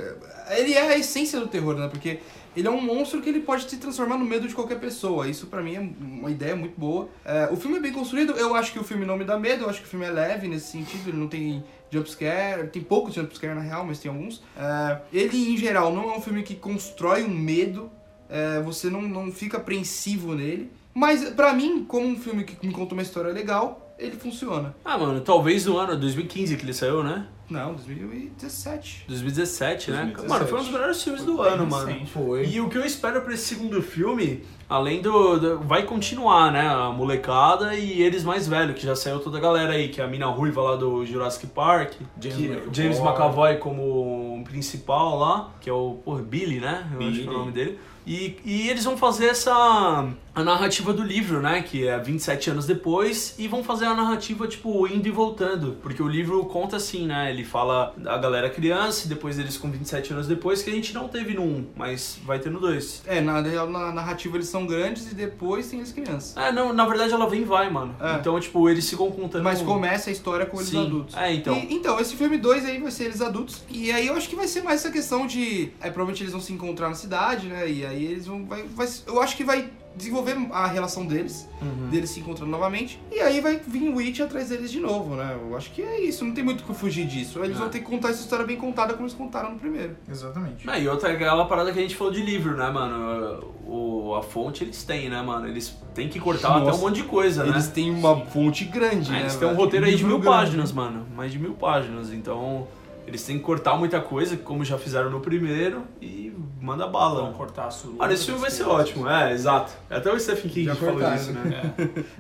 Speaker 1: Ele é a essência do terror, né? Porque ele é um monstro que ele pode se transformar no medo de qualquer pessoa. Isso pra mim é uma ideia muito boa. É, o filme é bem construído, eu acho que o filme não me dá medo, eu acho que o filme é leve nesse sentido, ele não tem jumpscare, tem poucos jumpscare na real, mas tem alguns. É, ele, em geral, não é um filme que constrói um medo, é, você não, não fica apreensivo nele. Mas pra mim, como um filme que me conta uma história legal, ele funciona.
Speaker 2: Ah, mano, talvez no ano 2015 que ele saiu, né?
Speaker 1: Não, 2017.
Speaker 2: 2017, né?
Speaker 3: 2017.
Speaker 2: Mano, foi um dos melhores filmes do
Speaker 4: bem
Speaker 2: ano, mano.
Speaker 4: recente.
Speaker 3: Foi.
Speaker 2: E o que eu espero pra esse segundo filme, além do, do- Vai continuar, né? A molecada e eles mais velhos, que já saiu toda a galera aí, que é a mina ruiva lá do Jurassic Park,
Speaker 3: James
Speaker 2: que-
Speaker 3: McAvoy.
Speaker 2: James McAvoy como um principal lá, que é o porra, Billy, né? Eu acho que é
Speaker 3: Billy.
Speaker 2: o nome dele. E, e eles vão fazer essa a narrativa do livro, né? Que é 27 anos depois, e vão fazer a narrativa, tipo, indo e voltando. Porque o livro conta assim, né? Ele fala a galera criança, e depois eles com 27 anos depois, que a gente não teve no 1, mas vai ter no 2.
Speaker 1: É, na, real, na narrativa eles são grandes e depois tem as crianças.
Speaker 2: É, não, na verdade ela vem e vai, mano.
Speaker 1: É.
Speaker 2: Então, tipo, eles ficam contando.
Speaker 1: Mas começa a história com eles
Speaker 2: Sim.
Speaker 1: adultos.
Speaker 2: É, então.
Speaker 1: E- então, esse filme 2 aí vai ser eles adultos. E aí eu acho que vai ser mais essa questão de. É, provavelmente eles vão se encontrar na cidade, né? E aí eles vão. Vai, vai- eu acho que vai desenvolver a relação deles, deles se encontrando novamente. E aí vai vir o Witch atrás deles de novo, né? Eu acho que é isso, não tem muito o que fugir disso. Eles
Speaker 2: É.
Speaker 1: vão ter que contar essa história bem contada como eles contaram no primeiro.
Speaker 3: Exatamente.
Speaker 2: Ah, e outra é aquela parada que a gente falou de livro, né, mano? O, a fonte eles têm, né, mano? Eles têm que cortar até
Speaker 1: Nossa.
Speaker 2: um monte de coisa, né?
Speaker 1: Eles têm uma fonte grande,
Speaker 2: Ah,
Speaker 1: né?
Speaker 2: eles têm um
Speaker 1: velho?
Speaker 2: roteiro aí de
Speaker 1: Livro
Speaker 2: mil
Speaker 1: grande.
Speaker 2: páginas, mano. Mais de mil páginas. Então, eles têm que cortar muita coisa, como já fizeram no primeiro, e manda bala.
Speaker 4: Vão cortar a sua.
Speaker 2: Mano, esse filme vai ser ótimo, é, exato. Até o Stephen King
Speaker 3: Já
Speaker 2: falou
Speaker 3: cortaram,
Speaker 2: isso, né?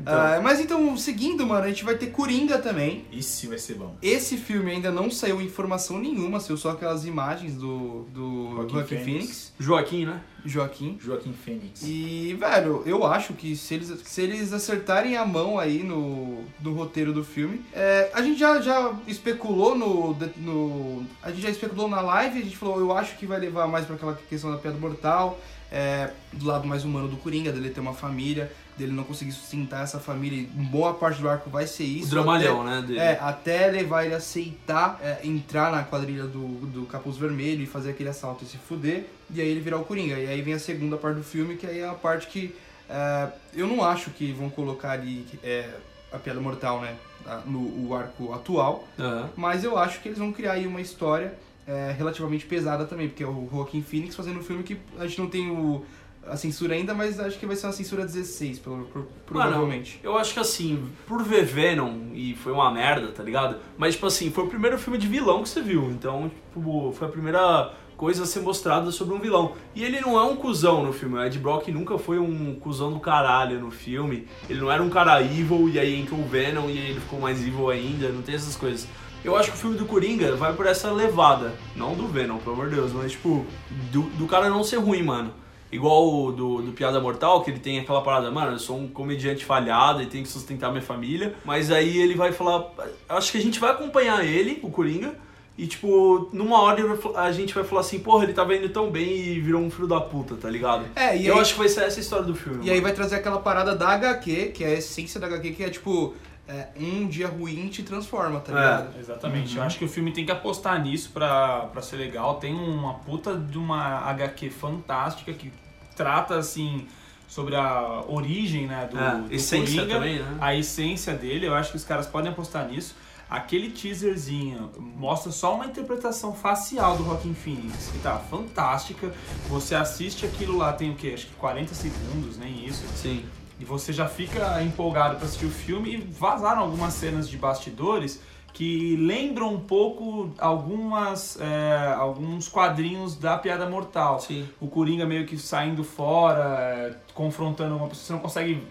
Speaker 1: Ah, mas então, seguindo, mano, a gente vai ter Coringa também.
Speaker 3: Isso vai ser bom.
Speaker 1: Esse filme ainda não saiu informação nenhuma, saiu só aquelas imagens do, do
Speaker 3: Joaquin
Speaker 1: Joaquim, Phoenix.
Speaker 2: Joaquim, né?
Speaker 1: Joaquim.
Speaker 3: Joaquim Fênix.
Speaker 1: E, velho, eu acho que se eles, se eles acertarem a mão aí no, no roteiro do filme. é, a gente já, já especulou no, no. A gente já especulou na live, a gente falou, eu acho que vai levar mais pra aquela questão da piada mortal, é, do lado mais humano do Coringa, dele ter uma família, dele não conseguir sustentar essa família, e boa parte do arco vai ser isso.
Speaker 2: o dramalhão, né? Dele.
Speaker 1: É, até levar ele a aceitar é, entrar na quadrilha do, do Capuz Vermelho e fazer aquele assalto e se fuder, e aí ele virar o Coringa. E aí vem a segunda parte do filme, que aí é a parte que é, eu não acho que vão colocar ali é, a Piada Mortal, né? a- No o arco atual,
Speaker 2: Aham.
Speaker 1: mas eu acho que eles vão criar aí uma história é, relativamente pesada também, porque é o Joaquim Phoenix fazendo um filme que a gente não tem o, a censura ainda, mas acho que vai ser uma censura 16, pelo, pro- provavelmente.
Speaker 2: Eu acho que assim, por ver Venom, e foi uma merda, tá ligado? Mas, tipo assim, foi o primeiro filme de vilão que você viu. Então, tipo, foi a primeira coisa a ser mostrada sobre um vilão. E ele não é um cuzão no filme. O Ed Brock nunca foi um cuzão do caralho no filme. Ele não era um cara evil, e aí entrou o Venom e aí ele ficou mais evil ainda. Não tem essas coisas. Eu acho que o filme do Coringa vai por essa levada. Não do Venom, pelo amor de Deus, mas tipo, do, do cara não ser ruim, mano. Igual o do, do Piada Mortal, que ele tem aquela parada, mano, eu sou um comediante falhado e tenho que sustentar minha família. Mas aí ele vai falar. Acho que a gente vai acompanhar ele, o Coringa, E, tipo, numa hora ele vai fal- a gente vai falar assim, porra, ele tava indo tão bem e virou um filho da puta, tá ligado?
Speaker 1: É, e
Speaker 2: eu
Speaker 1: aí-
Speaker 2: acho que vai ser essa a história do filme.
Speaker 1: E aí vai trazer aquela parada da HQ, que é a essência da HQ, que é tipo, é, um dia ruim te transforma, tá
Speaker 2: É.
Speaker 1: ligado?
Speaker 4: Exatamente.
Speaker 2: Uhum.
Speaker 4: Eu acho que o filme tem que apostar nisso pra, pra ser legal. Tem uma puta de uma HQ fantástica que trata, assim, sobre a origem, né, do,
Speaker 2: É,
Speaker 4: do
Speaker 2: essência
Speaker 4: Coringa,
Speaker 2: também, né?
Speaker 4: a essência dele. Eu acho que os caras podem apostar nisso. Aquele teaserzinho mostra só uma interpretação facial do Rockin' Phoenix, que tá fantástica. Você assiste aquilo lá, tem o quê? Acho que 40 segundos, nem isso.
Speaker 2: Sim.
Speaker 4: E você já fica empolgado pra assistir o filme e vazaram algumas cenas de bastidores que lembram um pouco algumas é, alguns quadrinhos da Piada Mortal.
Speaker 2: Sim.
Speaker 4: O Coringa meio que saindo fora, é, confrontando uma pessoa, você não consegue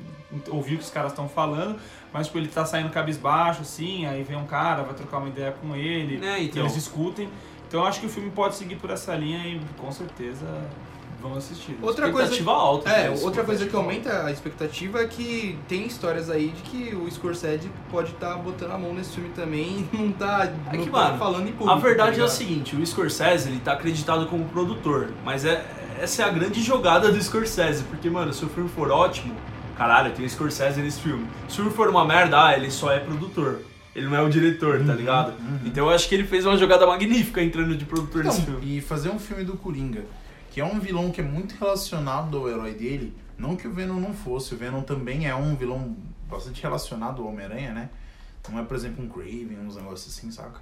Speaker 4: ouvir o que os caras estão falando, mas tipo, ele tá saindo cabisbaixo, assim, aí vem um cara, vai trocar uma ideia com ele,
Speaker 2: É, então.
Speaker 4: eles discutem. Então eu acho que o filme pode seguir por essa linha e com certeza vão assistir.
Speaker 1: Outra coisa.
Speaker 2: Expectativa alta.
Speaker 1: É,
Speaker 2: né, isso,
Speaker 1: outra coisa que
Speaker 2: expectativa
Speaker 1: aumenta a expectativa é que tem histórias aí de que o Scorsese pode estar botando a mão nesse filme também e não tá,
Speaker 2: É
Speaker 1: não
Speaker 2: que,
Speaker 1: tá
Speaker 2: mano,
Speaker 1: falando em público.
Speaker 2: A verdade é
Speaker 1: tá
Speaker 2: o
Speaker 1: ligado?
Speaker 2: seguinte, o Scorsese, ele tá acreditado como produtor, mas é, essa é a grande jogada do Scorsese, porque, mano, se o filme for ótimo, caralho, tem o Scorsese nesse filme. Se o filme for uma merda, ah, ele só é produtor. Ele não é o diretor,
Speaker 1: Uhum,
Speaker 2: tá ligado? Então eu acho que ele fez uma jogada magnífica entrando de produtor
Speaker 3: Então,
Speaker 2: nesse filme.
Speaker 3: e fazer um filme do Coringa, que é um vilão que é muito relacionado ao herói dele, não que o Venom não fosse, o Venom também é um vilão bastante relacionado ao Homem-Aranha, né? Não é, por exemplo, um Craven, uns negócios assim, saca?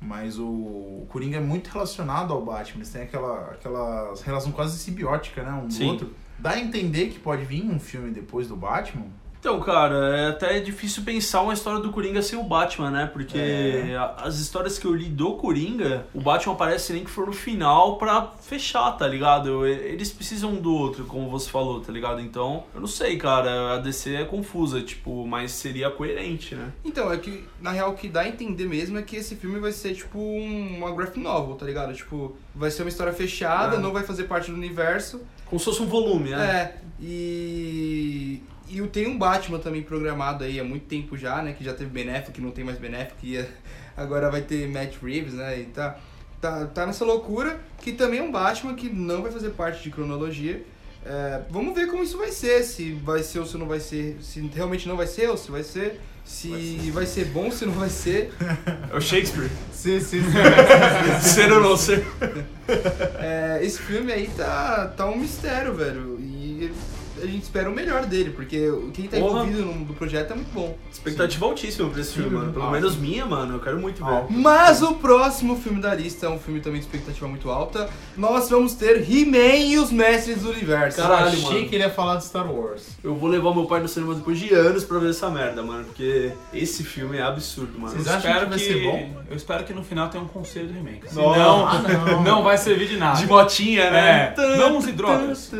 Speaker 3: Mas o, o Coringa é muito relacionado ao Batman, eles têm aquela, aquela relação quase simbiótica, né? Um
Speaker 2: Sim.
Speaker 3: do outro. Dá a entender que pode vir um filme depois do Batman?
Speaker 2: Então, cara, é até difícil pensar uma história do Coringa sem o Batman, né? Porque
Speaker 3: É.
Speaker 2: a- as histórias que eu li do Coringa, o Batman aparece nem que for no final pra fechar, tá ligado? E- Eles precisam um do outro, como você falou, tá ligado? Então, eu não sei, cara, a DC é confusa, tipo, mas seria coerente, né?
Speaker 1: Então, é que, na real, o que dá a entender mesmo é que esse filme vai ser, tipo, um- uma graphic novel, tá ligado? Tipo, vai ser uma história fechada,
Speaker 2: Ah.
Speaker 1: não vai fazer parte do universo.
Speaker 2: Como se fosse um volume, né?
Speaker 1: É, e. E eu tenho um Batman também programado aí há muito tempo já, né? Que já teve Benéfico, não tem mais Benéfico, e é- agora vai ter Matt Reeves, né? E tá, tá, tá nessa loucura, que também é um Batman que não vai fazer parte de cronologia. É, vamos ver como isso vai ser, se vai ser ou se não vai ser, se realmente não vai ser ou se vai ser, se vai ser, bom ou se não vai ser.
Speaker 2: É o Shakespeare.
Speaker 3: Sim, sim,
Speaker 2: ser ou não ser.
Speaker 1: É, esse filme aí tá, tá um mistério, velho. E a gente espera o melhor dele, porque quem tá
Speaker 2: Porra.
Speaker 1: envolvido no, no projeto é muito bom.
Speaker 2: Expectativa altíssima pra esse filme, mano. Pelo menos minha, mano. Eu quero muito ver.
Speaker 1: Mas o próximo filme da lista é um filme também de expectativa muito alta. Nós vamos ter He-Man e os Mestres do Universo.
Speaker 2: Caralho,
Speaker 3: eu achei
Speaker 2: mano.
Speaker 3: que ele ia falar de Star Wars.
Speaker 2: Eu vou levar meu pai no cinema depois de anos pra ver essa merda, mano. Porque esse filme é absurdo, mano.
Speaker 3: Vocês
Speaker 4: Eu
Speaker 3: acham
Speaker 4: espero
Speaker 3: que vai
Speaker 4: que,
Speaker 3: ser bom?
Speaker 4: Eu espero que no final tenha um conselho do He-Man.
Speaker 2: Não.
Speaker 4: Senão, Ah, não. vai servir de
Speaker 3: Ah,
Speaker 4: nada.
Speaker 2: De botinha, né?
Speaker 4: É, não use drogas.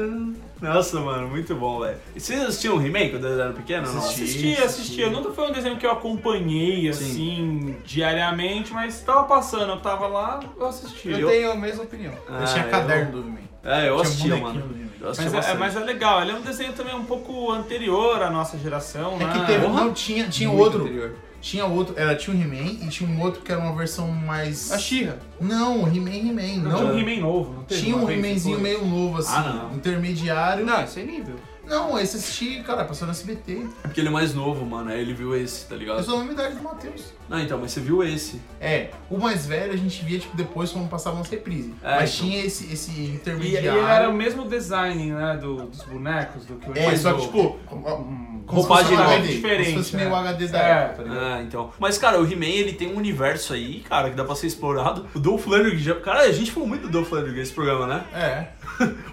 Speaker 2: Nossa, mano, muito bom, velho. E vocês assistiam o remake quando eu era pequeno? Não,
Speaker 4: Assisti, assisti. Eu nunca foi um desenho que eu acompanhei, assim, diariamente, mas tava passando, eu tava lá, eu assisti.
Speaker 1: Eu,
Speaker 4: Eu-
Speaker 1: tenho a mesma opinião.
Speaker 2: Ah,
Speaker 3: eu tinha caderno do He-Man.
Speaker 2: É, eu
Speaker 3: Tinha um
Speaker 2: assistia,
Speaker 3: bonequinho do
Speaker 2: mano.
Speaker 3: He-Man.
Speaker 2: Eu assistia
Speaker 4: Mas é,
Speaker 2: bastante.
Speaker 4: mas é legal, ele é um desenho também um pouco anterior à nossa geração,
Speaker 3: É
Speaker 4: né?
Speaker 3: que teve, não, tinha, tinha outro.
Speaker 1: anterior.
Speaker 3: Tinha outro, era tinha o He-Man e tinha um outro que era uma versão mais.
Speaker 1: A Xirra.
Speaker 3: Não, He-Man, He-man.
Speaker 4: Não, tinha
Speaker 3: Não,
Speaker 4: um He-Man novo, não teve
Speaker 3: tinha
Speaker 4: uma
Speaker 3: um
Speaker 4: vez
Speaker 3: He-Manzinho
Speaker 4: depois?
Speaker 3: meio novo, assim.
Speaker 2: Ah, não.
Speaker 3: Intermediário.
Speaker 1: Não, isso é nível.
Speaker 3: Não, esse assisti, cara, passou no SBT.
Speaker 2: É Porque ele é mais novo, mano. Aí ele viu esse, tá
Speaker 3: Eu
Speaker 2: ligado?
Speaker 3: sou da mesma idade do Matheus.
Speaker 2: Não, então, mas você viu esse.
Speaker 3: É, o mais velho a gente via, tipo, depois quando passavam as reprises.
Speaker 2: É,
Speaker 3: Mas
Speaker 2: então.
Speaker 3: tinha esse, esse
Speaker 4: E, e
Speaker 3: intermediário.
Speaker 4: era o mesmo design, né, do- dos bonecos, do que o
Speaker 3: É,
Speaker 4: He-Man
Speaker 3: só que,
Speaker 4: novo.
Speaker 3: tipo, um- como se
Speaker 2: roupagem
Speaker 3: fosse um
Speaker 2: nova.
Speaker 3: HD,
Speaker 4: Diferente,
Speaker 3: Como se fosse
Speaker 4: né?
Speaker 3: meio HD da
Speaker 4: É.
Speaker 3: época, tá ligado?
Speaker 2: Ah, então. Mas, cara, o He-Man, ele tem um universo aí, cara, que dá pra ser explorado. O Dolph Lundgren já... Cara, a gente falou muito do Dolph Lundgren nesse programa, né?
Speaker 3: É.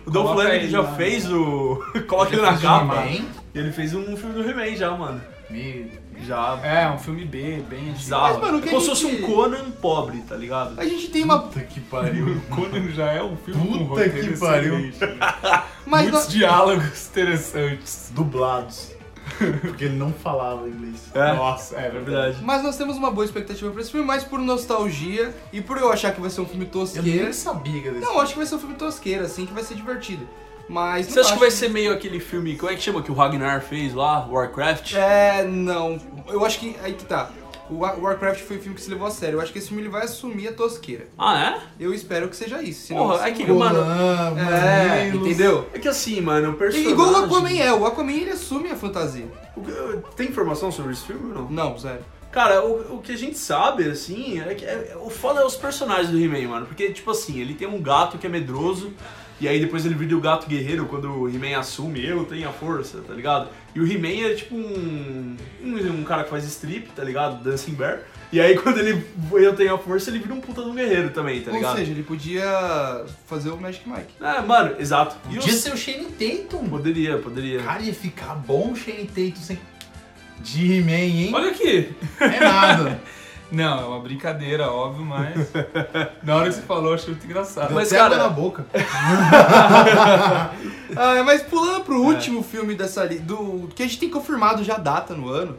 Speaker 2: O Dolph
Speaker 4: Coloca
Speaker 2: Lundgren
Speaker 4: ele
Speaker 2: já
Speaker 4: lá,
Speaker 2: fez o... Coloca ele na
Speaker 3: Fez o
Speaker 2: capa.
Speaker 3: He-Man.
Speaker 2: E ele fez um filme do He-Man já, mano.
Speaker 3: Meio-
Speaker 2: Já,
Speaker 4: É, um filme B, bem antigo.
Speaker 2: bizarro.
Speaker 1: Mas, mano, o que
Speaker 2: é como
Speaker 1: a
Speaker 2: se fosse
Speaker 1: gente-
Speaker 2: um Conan pobre, tá ligado?
Speaker 1: A gente tem uma.
Speaker 3: Puta que pariu.
Speaker 4: Conan já é um filme com
Speaker 3: Puta
Speaker 4: roteiro
Speaker 3: que pariu.
Speaker 4: excelente.
Speaker 1: Mas
Speaker 4: Muitos
Speaker 1: nós-
Speaker 4: diálogos interessantes.
Speaker 3: Dublados. Porque ele não falava inglês.
Speaker 2: É.
Speaker 4: Nossa, é verdade.
Speaker 1: Mas nós temos uma boa expectativa pra esse filme, mas por nostalgia e por eu achar que vai ser um filme
Speaker 3: Eu
Speaker 1: tosqueiro.
Speaker 3: nem sabia que era desse
Speaker 1: Não, acho que vai ser um filme tosqueiro, assim, que vai ser divertido. Mas.
Speaker 2: Você
Speaker 1: não
Speaker 2: acha que
Speaker 1: acho-
Speaker 2: vai ser meio aquele filme, como é que chama, que o Ragnar fez lá, Warcraft?
Speaker 1: É, não. Eu acho que. Aí que tá. O Wa- Warcraft foi o filme que se levou a sério. Eu acho que esse filme ele vai assumir a tosqueira.
Speaker 2: Ah, é?
Speaker 1: Eu espero que seja isso. senão-
Speaker 2: Porra, é que, mano.
Speaker 3: Colamos,
Speaker 1: É, entendeu?
Speaker 2: É que assim, mano, o
Speaker 1: É
Speaker 2: personagem.
Speaker 1: Igual o Aquaman é, o Aquaman ele assume a fantasia.
Speaker 2: O- Tem informação sobre esse filme ou não?
Speaker 1: Não, sério.
Speaker 2: Cara, o, o que a gente sabe, assim, é que é- o foda é os personagens do He-Man, mano. Porque, tipo assim, ele tem um gato que é medroso, e aí depois ele vira o gato guerreiro quando o He-Man assume, eu tenho a força, tá ligado? E o He-Man é tipo um, um. um cara que faz strip, tá ligado? Dancing Bear. E aí quando ele eu tenho a força, ele vira um puta de um guerreiro também, tá
Speaker 1: Ou
Speaker 2: ligado?
Speaker 1: seja, ele podia fazer o Magic Mike.
Speaker 2: É, mano, exato. E
Speaker 3: Podia
Speaker 2: os...
Speaker 3: ser o Shane Tatum.
Speaker 2: Poderia, poderia.
Speaker 3: Cara, ia ficar bom o Shane Tatum sem... De He-Man, hein?
Speaker 4: Olha aqui.
Speaker 3: É nada.
Speaker 4: Não, é uma brincadeira, óbvio, mas. Na hora que você falou, eu achei muito engraçado.
Speaker 2: Mas,
Speaker 3: Mas, cara...
Speaker 2: cara-
Speaker 3: na boca.
Speaker 1: Ah, é, mas pulando pro último filme dessa li... do que a gente tem confirmado já a data no ano.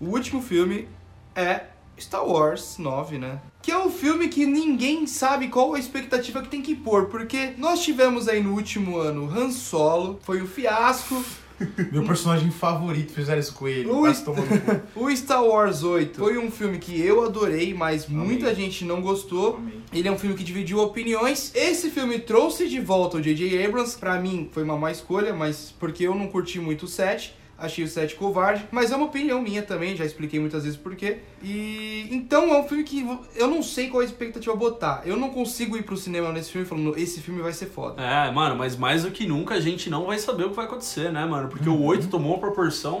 Speaker 1: O último filme é Star Wars 9, né? Que é um filme que ninguém sabe qual a expectativa que tem que pôr, porque nós tivemos aí no último ano Han Solo, foi um fiasco.
Speaker 3: Meu personagem favorito, fizeram isso com ele.
Speaker 1: Ui.
Speaker 3: Quase tomou no cu.
Speaker 1: O Star Wars 8 foi um filme que eu adorei, mas muita gente não gostou.
Speaker 3: Amei.
Speaker 1: Ele é um filme que dividiu opiniões. Esse filme trouxe de volta o J.J. Abrams. Pra mim, foi uma má escolha, mas porque eu não curti muito o 7. Achei o 7 covarde, mas é uma opinião minha também, já expliquei muitas vezes porquê. E então é um filme que eu não sei qual a expectativa botar. Eu não consigo ir pro cinema nesse filme falando, esse filme vai ser foda.
Speaker 2: É, mano, mas mais do que nunca a gente não vai saber o que vai acontecer, né, mano? Porque
Speaker 1: Uhum.
Speaker 2: o 8 tomou uma proporção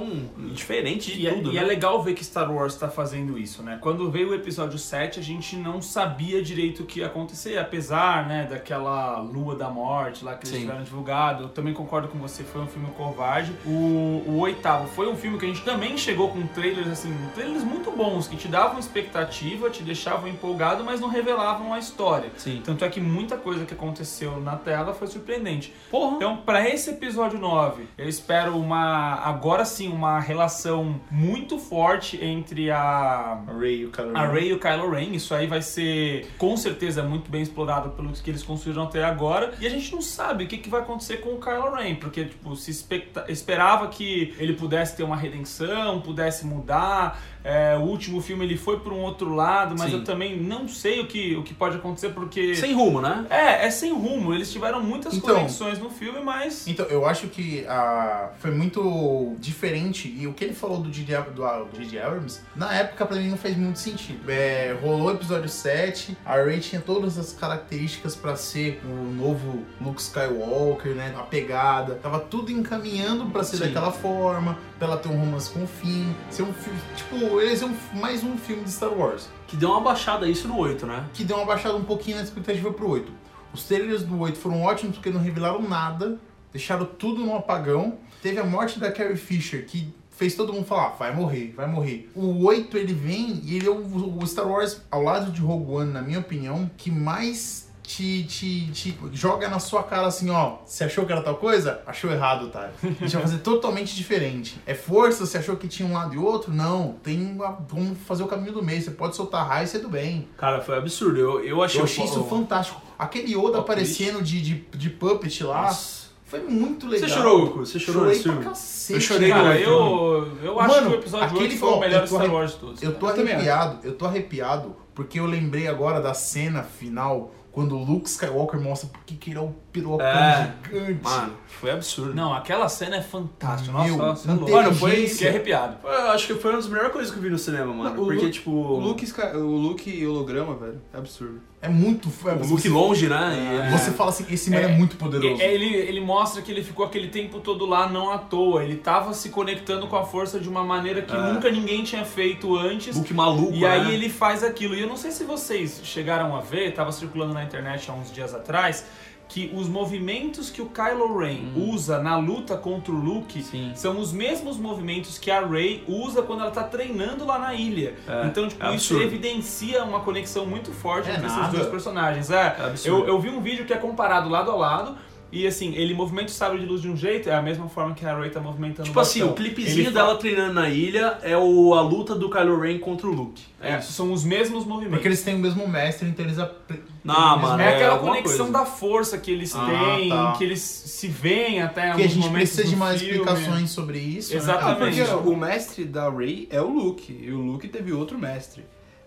Speaker 2: diferente de
Speaker 4: E, é,
Speaker 2: tudo,
Speaker 4: e
Speaker 2: né?
Speaker 4: é legal ver que Star Wars tá fazendo isso, né? Quando veio o episódio 7, a gente não sabia direito o que ia acontecer, apesar, né, daquela Lua da Morte lá que eles
Speaker 2: Sim.
Speaker 4: tiveram divulgado. Eu também concordo com você, foi um filme covarde. O, o oitavo foi um filme que a gente também chegou com trailers, assim, trailers muito bons, que te davam expectativa, te deixavam empolgado, mas não revelavam a história.
Speaker 2: Sim.
Speaker 4: Tanto é que muita coisa que aconteceu na tela foi surpreendente. Então, pra esse episódio 9, eu espero uma. Agora sim, uma relação muito forte entre a.
Speaker 3: Ray, o cara...
Speaker 4: A Rey e o Kylo Ren, isso aí vai ser com certeza muito bem explorado pelo que eles construíram até agora. E a gente não sabe o que, que vai acontecer com o Kylo Ren, porque tipo, se expecta- esperava que ele pudesse ter uma redenção, pudesse mudar. É, o último filme ele foi para um outro lado, mas
Speaker 2: Sim.
Speaker 4: eu também não sei o que, o que pode acontecer, porque.
Speaker 2: Sem rumo, né?
Speaker 4: É, é sem rumo. Eles tiveram muitas
Speaker 3: Então-
Speaker 4: conexões no filme, mas.
Speaker 3: Então, eu acho que a, foi muito diferente. E o que ele falou do J.J. Ab- do- ah, do J.J. Abrams, na época, pra mim, não fez muito sentido. É, rolou o episódio 7, a Rey tinha todas as características pra ser o novo Luke Skywalker, né? A pegada. Tava tudo encaminhando pra ser
Speaker 2: Sim.
Speaker 3: daquela forma, pra ela ter um romance com o Finn. Ser um filme... Tipo, eles é um, mais um filme de Star Wars
Speaker 2: Que deu uma baixada isso no 8, né?
Speaker 3: que deu uma baixada um pouquinho na expectativa pro 8. Os trailers do 8 foram ótimos porque não revelaram nada, deixaram tudo no apagão. Teve a morte da Carrie Fisher, que fez todo mundo falar, "Ah, vai morrer, vai morrer. O 8 ele vem e ele é o, o Star Wars, ao lado de Rogue One, na minha opinião, que mais te, te, te joga na sua cara assim, ó, você achou que era tal coisa? Achou errado, tá? A gente vai fazer totalmente diferente. É força, você achou que tinha um lado e outro? Não, tem uma, vamos fazer o caminho do meio, você pode soltar raio e ser do bem.
Speaker 2: Cara, foi absurdo. Eu, eu achei,
Speaker 3: Eu achei isso fantástico. Aquele Yoda
Speaker 2: Ó,
Speaker 3: aparecendo de, de, de puppet lá
Speaker 2: Nossa.
Speaker 3: foi muito legal.
Speaker 2: Você chorou, Goku? Você chorou
Speaker 3: Chorei
Speaker 2: nesse
Speaker 3: pra
Speaker 2: filme?
Speaker 3: cacete.
Speaker 2: Eu chorei
Speaker 3: cara.
Speaker 4: Cara,
Speaker 2: durante
Speaker 4: eu, eu acho
Speaker 3: Então, Mano,
Speaker 4: que o episódio
Speaker 3: aquele
Speaker 4: 8 foi o
Speaker 3: foi-
Speaker 4: melhor
Speaker 3: eu tô
Speaker 4: Star
Speaker 3: arre-
Speaker 4: Wars de todos.
Speaker 3: Eu tô
Speaker 1: também
Speaker 3: arrepiado, eu tô arrepiado, porque eu lembrei agora da cena final, quando o Luke Skywalker mostra porque que ele é um pirocão
Speaker 2: É.
Speaker 3: gigante.
Speaker 2: Mano, foi absurdo.
Speaker 4: Não, aquela cena é fantástica. Nossa,
Speaker 3: Meu,
Speaker 4: nossa, é louco.
Speaker 3: inteligência.
Speaker 4: Mano, foi fiquei arrepiado.
Speaker 2: Eu acho que foi uma das melhores coisas que eu vi no cinema, mano.
Speaker 1: Não, o
Speaker 2: porque,
Speaker 1: Luke-
Speaker 2: tipo.
Speaker 1: O Luke, Sky- o Luke holograma, velho, é absurdo.
Speaker 3: É muito... É,
Speaker 2: o Luke longe, né? E-
Speaker 3: Você fala assim, esse mano é, muito poderoso.
Speaker 4: E- Ele, ele mostra que ele ficou aquele tempo todo lá não à toa. Ele tava se conectando com a força de uma maneira
Speaker 3: É.
Speaker 4: que nunca ninguém tinha feito antes.
Speaker 2: Luke maluco.
Speaker 4: E aí
Speaker 2: né?
Speaker 4: ele faz aquilo. E eu não sei se vocês chegaram a ver, tava circulando na internet há uns dias atrás, que os movimentos que o Kylo Ren usa na luta contra o Luke
Speaker 2: Hum. Sim.
Speaker 4: são os mesmos movimentos que a Rey usa quando ela tá treinando lá na ilha.
Speaker 2: É,
Speaker 4: então, tipo,
Speaker 2: é
Speaker 4: isso
Speaker 2: absurdo.
Speaker 4: evidencia uma conexão muito forte
Speaker 3: É
Speaker 4: entre esses
Speaker 3: nada.
Speaker 4: dois personagens. É,
Speaker 2: É absurdo.
Speaker 4: eu, eu vi um vídeo que é comparado lado a lado. E assim, ele movimenta o sabre de luz de um jeito, é a mesma forma que a Rey tá movimentando
Speaker 2: Tipo
Speaker 4: o
Speaker 2: assim,
Speaker 4: bastão.
Speaker 2: o clipezinho
Speaker 4: Ele
Speaker 2: dela treinando na ilha é o, a luta do Kylo Ren contra o Luke.
Speaker 4: É, são os mesmos movimentos.
Speaker 3: Porque eles têm o mesmo mestre, então eles apre-
Speaker 2: Não, mano,
Speaker 4: é aquela
Speaker 2: alguma
Speaker 4: conexão
Speaker 2: coisa.
Speaker 4: da força que eles
Speaker 3: Ah,
Speaker 4: têm,
Speaker 3: tá.
Speaker 4: que eles se veem
Speaker 2: É
Speaker 4: até em
Speaker 3: Porque a
Speaker 4: alguns
Speaker 3: gente
Speaker 4: momentos
Speaker 3: precisa
Speaker 4: do
Speaker 3: de mais
Speaker 4: filme.
Speaker 3: explicações sobre isso. né?
Speaker 1: Ah,
Speaker 4: Exatamente.
Speaker 1: porque o mestre da Ray é o Luke, e o Luke teve outro mestre.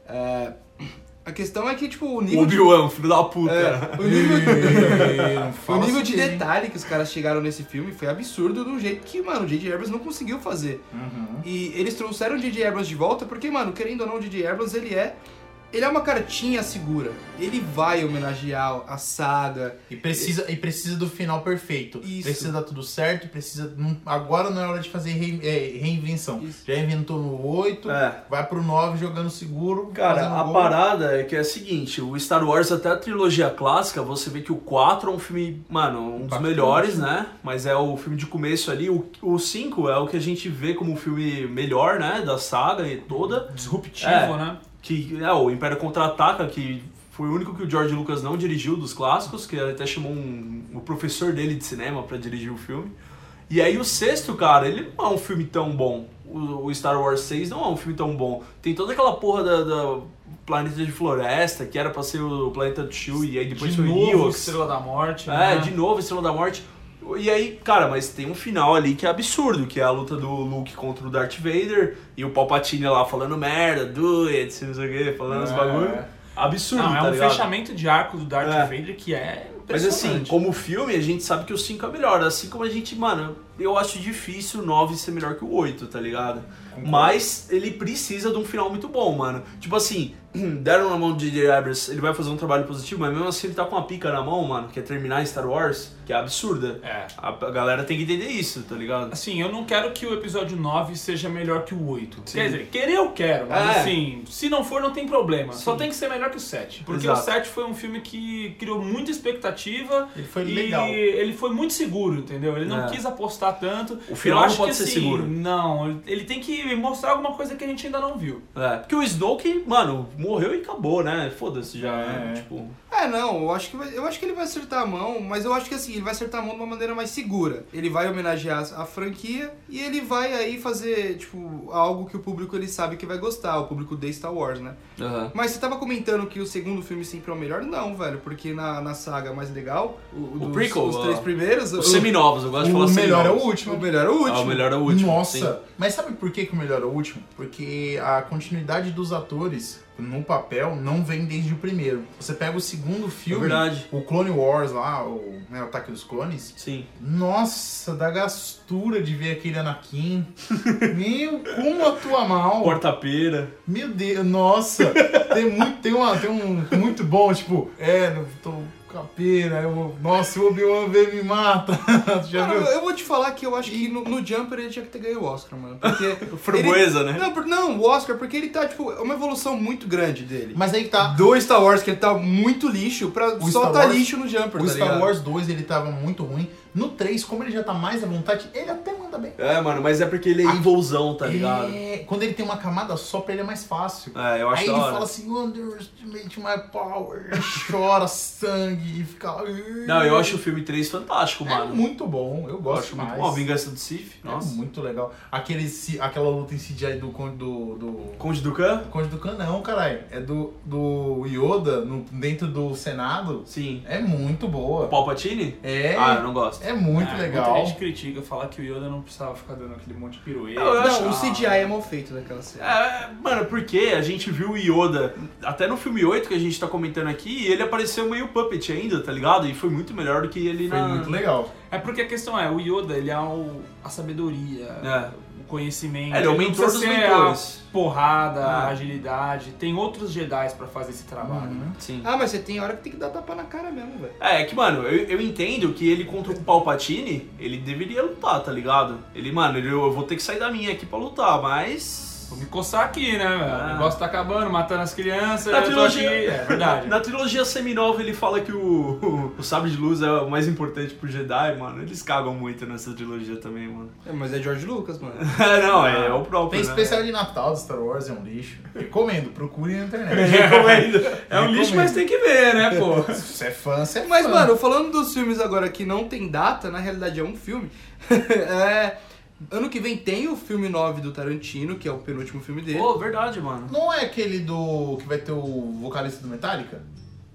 Speaker 1: É, a questão é que, tipo, o nível de- é,
Speaker 2: Obi-Wan, filho da puta.
Speaker 1: o nível,
Speaker 3: Ih, não
Speaker 1: o
Speaker 3: fala
Speaker 1: nível de
Speaker 3: assim, hein?
Speaker 1: detalhe que os caras chegaram nesse filme foi absurdo de um jeito que, mano, o J.J. Abrams não conseguiu fazer.
Speaker 3: Uhum.
Speaker 1: E eles trouxeram o J.J. Abrams de volta porque, mano, querendo ou não, o J.J. Abrams, ele é... Ele é uma cartinha segura. Ele vai homenagear a saga.
Speaker 3: E precisa, e precisa do final perfeito.
Speaker 1: Isso.
Speaker 3: Precisa dar tudo certo, precisa. não- agora não é hora de fazer rei- é, reinvenção.
Speaker 1: Isso.
Speaker 3: Já inventou no 8,
Speaker 2: É.
Speaker 3: vai pro 9 jogando seguro.
Speaker 2: Cara,
Speaker 3: fazendo
Speaker 4: um
Speaker 2: a
Speaker 3: gol.
Speaker 2: parada é que é a seguinte, o Star Wars, até a trilogia clássica, você vê que o 4 é um filme, mano, um dos melhores, né? Mas é o filme de começo ali. O, o 5 é o que a gente vê como o filme melhor, né? Da saga e toda.
Speaker 4: Disruptivo,
Speaker 2: É.
Speaker 4: né?
Speaker 2: Que é o Império Contra-Ataca, que foi o único que o George Lucas não dirigiu dos clássicos, que ele até chamou um, o professor dele de cinema pra dirigir o filme. E aí o sexto, cara, ele não é um filme tão bom. O, o Star Wars 6 não é um filme tão bom. Tem toda aquela porra da, da Planeta de Floresta, que era pra ser o Planeta do Chewie, e aí depois
Speaker 4: De
Speaker 2: foi
Speaker 4: novo,
Speaker 2: Ewoks.
Speaker 4: Estrela da Morte.
Speaker 2: É,
Speaker 4: né?
Speaker 2: de novo, Estrela da Morte. E aí, cara, mas tem um final ali que é absurdo, que é a luta do Luke contra o Darth Vader e o Palpatine lá falando merda, do it, não sei o quê, falando os bagulho. Absurdo,
Speaker 4: É. Não, é
Speaker 2: tá
Speaker 4: um
Speaker 2: ligado?
Speaker 4: fechamento de arco do Darth
Speaker 2: É.
Speaker 4: Vader que é
Speaker 2: Mas assim,
Speaker 4: impressionante.
Speaker 2: como filme, a gente sabe que o 5 é melhor. Assim como a gente, mano, eu acho difícil o 9 ser melhor que o 8, tá ligado? Mas ele precisa de um final muito bom, mano. Tipo assim, deram na mão de J.J. Abrams, ele vai fazer um trabalho positivo, mas mesmo assim ele tá com uma pica na mão, mano, que é terminar Star Wars, que é absurda.
Speaker 4: É.
Speaker 2: A, a galera tem que entender isso, tá ligado?
Speaker 4: Assim, eu não quero que o episódio 9 seja melhor que o 8. Quer dizer, querer eu quero, mas
Speaker 2: É.
Speaker 4: assim, se não for, não tem problema. Só tem que ser melhor que o 7. Porque
Speaker 2: Exato.
Speaker 4: o 7 foi um filme que criou muita expectativa.
Speaker 3: Ele foi
Speaker 4: e
Speaker 3: legal.
Speaker 4: ele foi muito seguro, entendeu? Ele não
Speaker 2: É.
Speaker 4: quis apostar tanto.
Speaker 2: O final
Speaker 4: Eu
Speaker 2: não
Speaker 4: acho
Speaker 2: pode
Speaker 4: que,
Speaker 2: ser
Speaker 4: assim,
Speaker 2: seguro.
Speaker 3: é.
Speaker 4: Não, ele tem que mostrar alguma coisa que a gente ainda não viu.
Speaker 2: É. Porque o Snoke, mano, morreu e acabou, né? Foda-se já, né?
Speaker 3: É.
Speaker 2: tipo.
Speaker 1: É, não, eu acho, que vai- eu acho que ele vai acertar a mão, mas eu acho que assim, ele vai acertar a mão de uma maneira mais segura. Ele vai homenagear a franquia e ele vai aí fazer, tipo, algo que o público ele sabe que vai gostar, o público de Star Wars, né? Mas você tava comentando que o segundo filme sempre é o melhor? Não, velho, porque na, na saga mais legal, o,
Speaker 2: O
Speaker 1: dos-
Speaker 2: prequel,
Speaker 1: os três
Speaker 2: ó.
Speaker 1: primeiros,
Speaker 2: Os seminovos, eu gosto de falar
Speaker 3: O melhor é o
Speaker 2: seminovos.
Speaker 1: o
Speaker 3: último.
Speaker 1: melhor é o último.
Speaker 2: Ah, o melhor é o último.
Speaker 3: Nossa!
Speaker 2: sim.
Speaker 3: Mas sabe por que, que o melhor é o último? Porque a continuidade dos atores no papel não vem desde o primeiro. Você pega o segundo
Speaker 2: É
Speaker 3: filme,
Speaker 2: verdade.
Speaker 3: o Clone Wars lá, o, né, o Ataque dos Clones.
Speaker 2: Sim.
Speaker 3: Nossa, da gastura de ver aquele Anakin. Meu, como atua mal.
Speaker 2: Porta-feira.
Speaker 3: Meu Deus, nossa! tem muito, tem, uma, tem um muito bom, tipo, é, eu tô capira, eu, vou- nossa, o Obi-Wan veio e me mata. Tu Já
Speaker 1: Cara,
Speaker 3: viu?
Speaker 1: eu vou te falar que eu acho que no, no Jumper ele tinha que ter ganho o Oscar, mano. Porque.
Speaker 2: Framboesa,
Speaker 1: ele-
Speaker 2: né?
Speaker 1: Não, por- não, o Oscar, porque ele tá, tipo, é uma evolução muito grande dele.
Speaker 3: Mas aí que tá.
Speaker 1: do Star Wars, que ele tá muito lixo, pra,
Speaker 3: O
Speaker 1: só
Speaker 3: Star
Speaker 1: tá
Speaker 3: Wars-
Speaker 1: lixo no Jumper,
Speaker 3: O
Speaker 1: tá
Speaker 3: Star
Speaker 1: ligado?
Speaker 3: Wars 2 ele tava muito ruim. No 3, como ele já tá mais à vontade, ele até manda bem.
Speaker 2: É, mano, mas é porque ele é envolzão, tá ligado?
Speaker 3: É, quando ele tem uma camada só pra ele é mais fácil.
Speaker 2: É, eu acho
Speaker 3: Aí
Speaker 2: da
Speaker 3: ele
Speaker 2: hora.
Speaker 3: fala assim, underestimate my power, chora sangue e fica lá.
Speaker 2: Não, eu acho o filme 3 fantástico,
Speaker 3: É
Speaker 2: mano.
Speaker 3: muito bom, eu
Speaker 2: Eu
Speaker 3: gosto
Speaker 2: acho muito
Speaker 3: demais.
Speaker 2: bom. A vingança do Sif,
Speaker 3: É
Speaker 2: nossa.
Speaker 3: muito legal. Aquele, ci- aquela luta em CGI do Conde do. do...
Speaker 2: Conde do Khan?
Speaker 3: Conde do Khan, não, caralho. É do, do Yoda no, dentro do Senado.
Speaker 2: Sim.
Speaker 3: É muito
Speaker 2: O
Speaker 3: boa.
Speaker 2: Palpatine?
Speaker 3: É,
Speaker 2: Ah, eu não gosto.
Speaker 3: é muito
Speaker 4: É,
Speaker 3: legal.
Speaker 4: Muita gente critica, fala que o Yoda não precisava ficar dando aquele monte de pirueta.
Speaker 2: Eu acho-
Speaker 1: Não, o CGI é mal feito
Speaker 3: né?
Speaker 1: naquela cena.
Speaker 2: É, mano, porque a gente viu o Yoda, até no filme 8 que a gente tá comentando aqui, ele apareceu meio puppet ainda, tá ligado? E foi muito melhor do que ele
Speaker 3: Foi
Speaker 2: na...
Speaker 3: muito legal.
Speaker 4: É porque a questão é, o Yoda, ele é o, a sabedoria, né?
Speaker 2: É.
Speaker 4: o conhecimento.
Speaker 2: É, ele é o
Speaker 4: não
Speaker 2: mentor
Speaker 4: precisa
Speaker 2: dos
Speaker 4: ser
Speaker 2: mentores.
Speaker 4: a porrada, a
Speaker 2: É.
Speaker 4: agilidade. Tem outros Jedi pra fazer esse trabalho, né?
Speaker 2: Sim.
Speaker 1: Ah, mas você tem hora que tem que dar tapa na cara mesmo, velho.
Speaker 2: É, é que, mano, eu, eu entendo que ele contra o Palpatine, ele deveria lutar, tá ligado? Ele, mano, ele- eu vou ter que sair da minha aqui pra lutar, mas...
Speaker 4: Vou me coçar aqui, né, velho?
Speaker 2: Ah.
Speaker 4: O negócio tá acabando, matando as crianças.
Speaker 2: Na
Speaker 4: eu tô aqui.
Speaker 2: trilogia,
Speaker 4: É verdade.
Speaker 2: na trilogia seminova ele fala que o, o, Sabre de Luz é o mais importante pro Jedi, mano. Eles cagam muito nessa trilogia também, mano.
Speaker 1: É, mas é George Lucas, mano.
Speaker 2: É, não, é, é o próprio.
Speaker 3: Tem
Speaker 2: né?
Speaker 3: especial de Natal do Star Wars, é um lixo. Recomendo, procure na internet.
Speaker 2: Recomendo.
Speaker 4: É um lixo, mas tem que ver, né, pô?
Speaker 3: Se você é fã, você é
Speaker 1: Mas,
Speaker 3: fã.
Speaker 1: mano, falando dos filmes agora que não tem data, na realidade é um filme. é, ano que vem tem o filme 9 do Tarantino, que é o penúltimo filme dele.
Speaker 2: Pô, verdade, mano.
Speaker 3: Não é aquele do. que vai ter o vocalista do Metallica?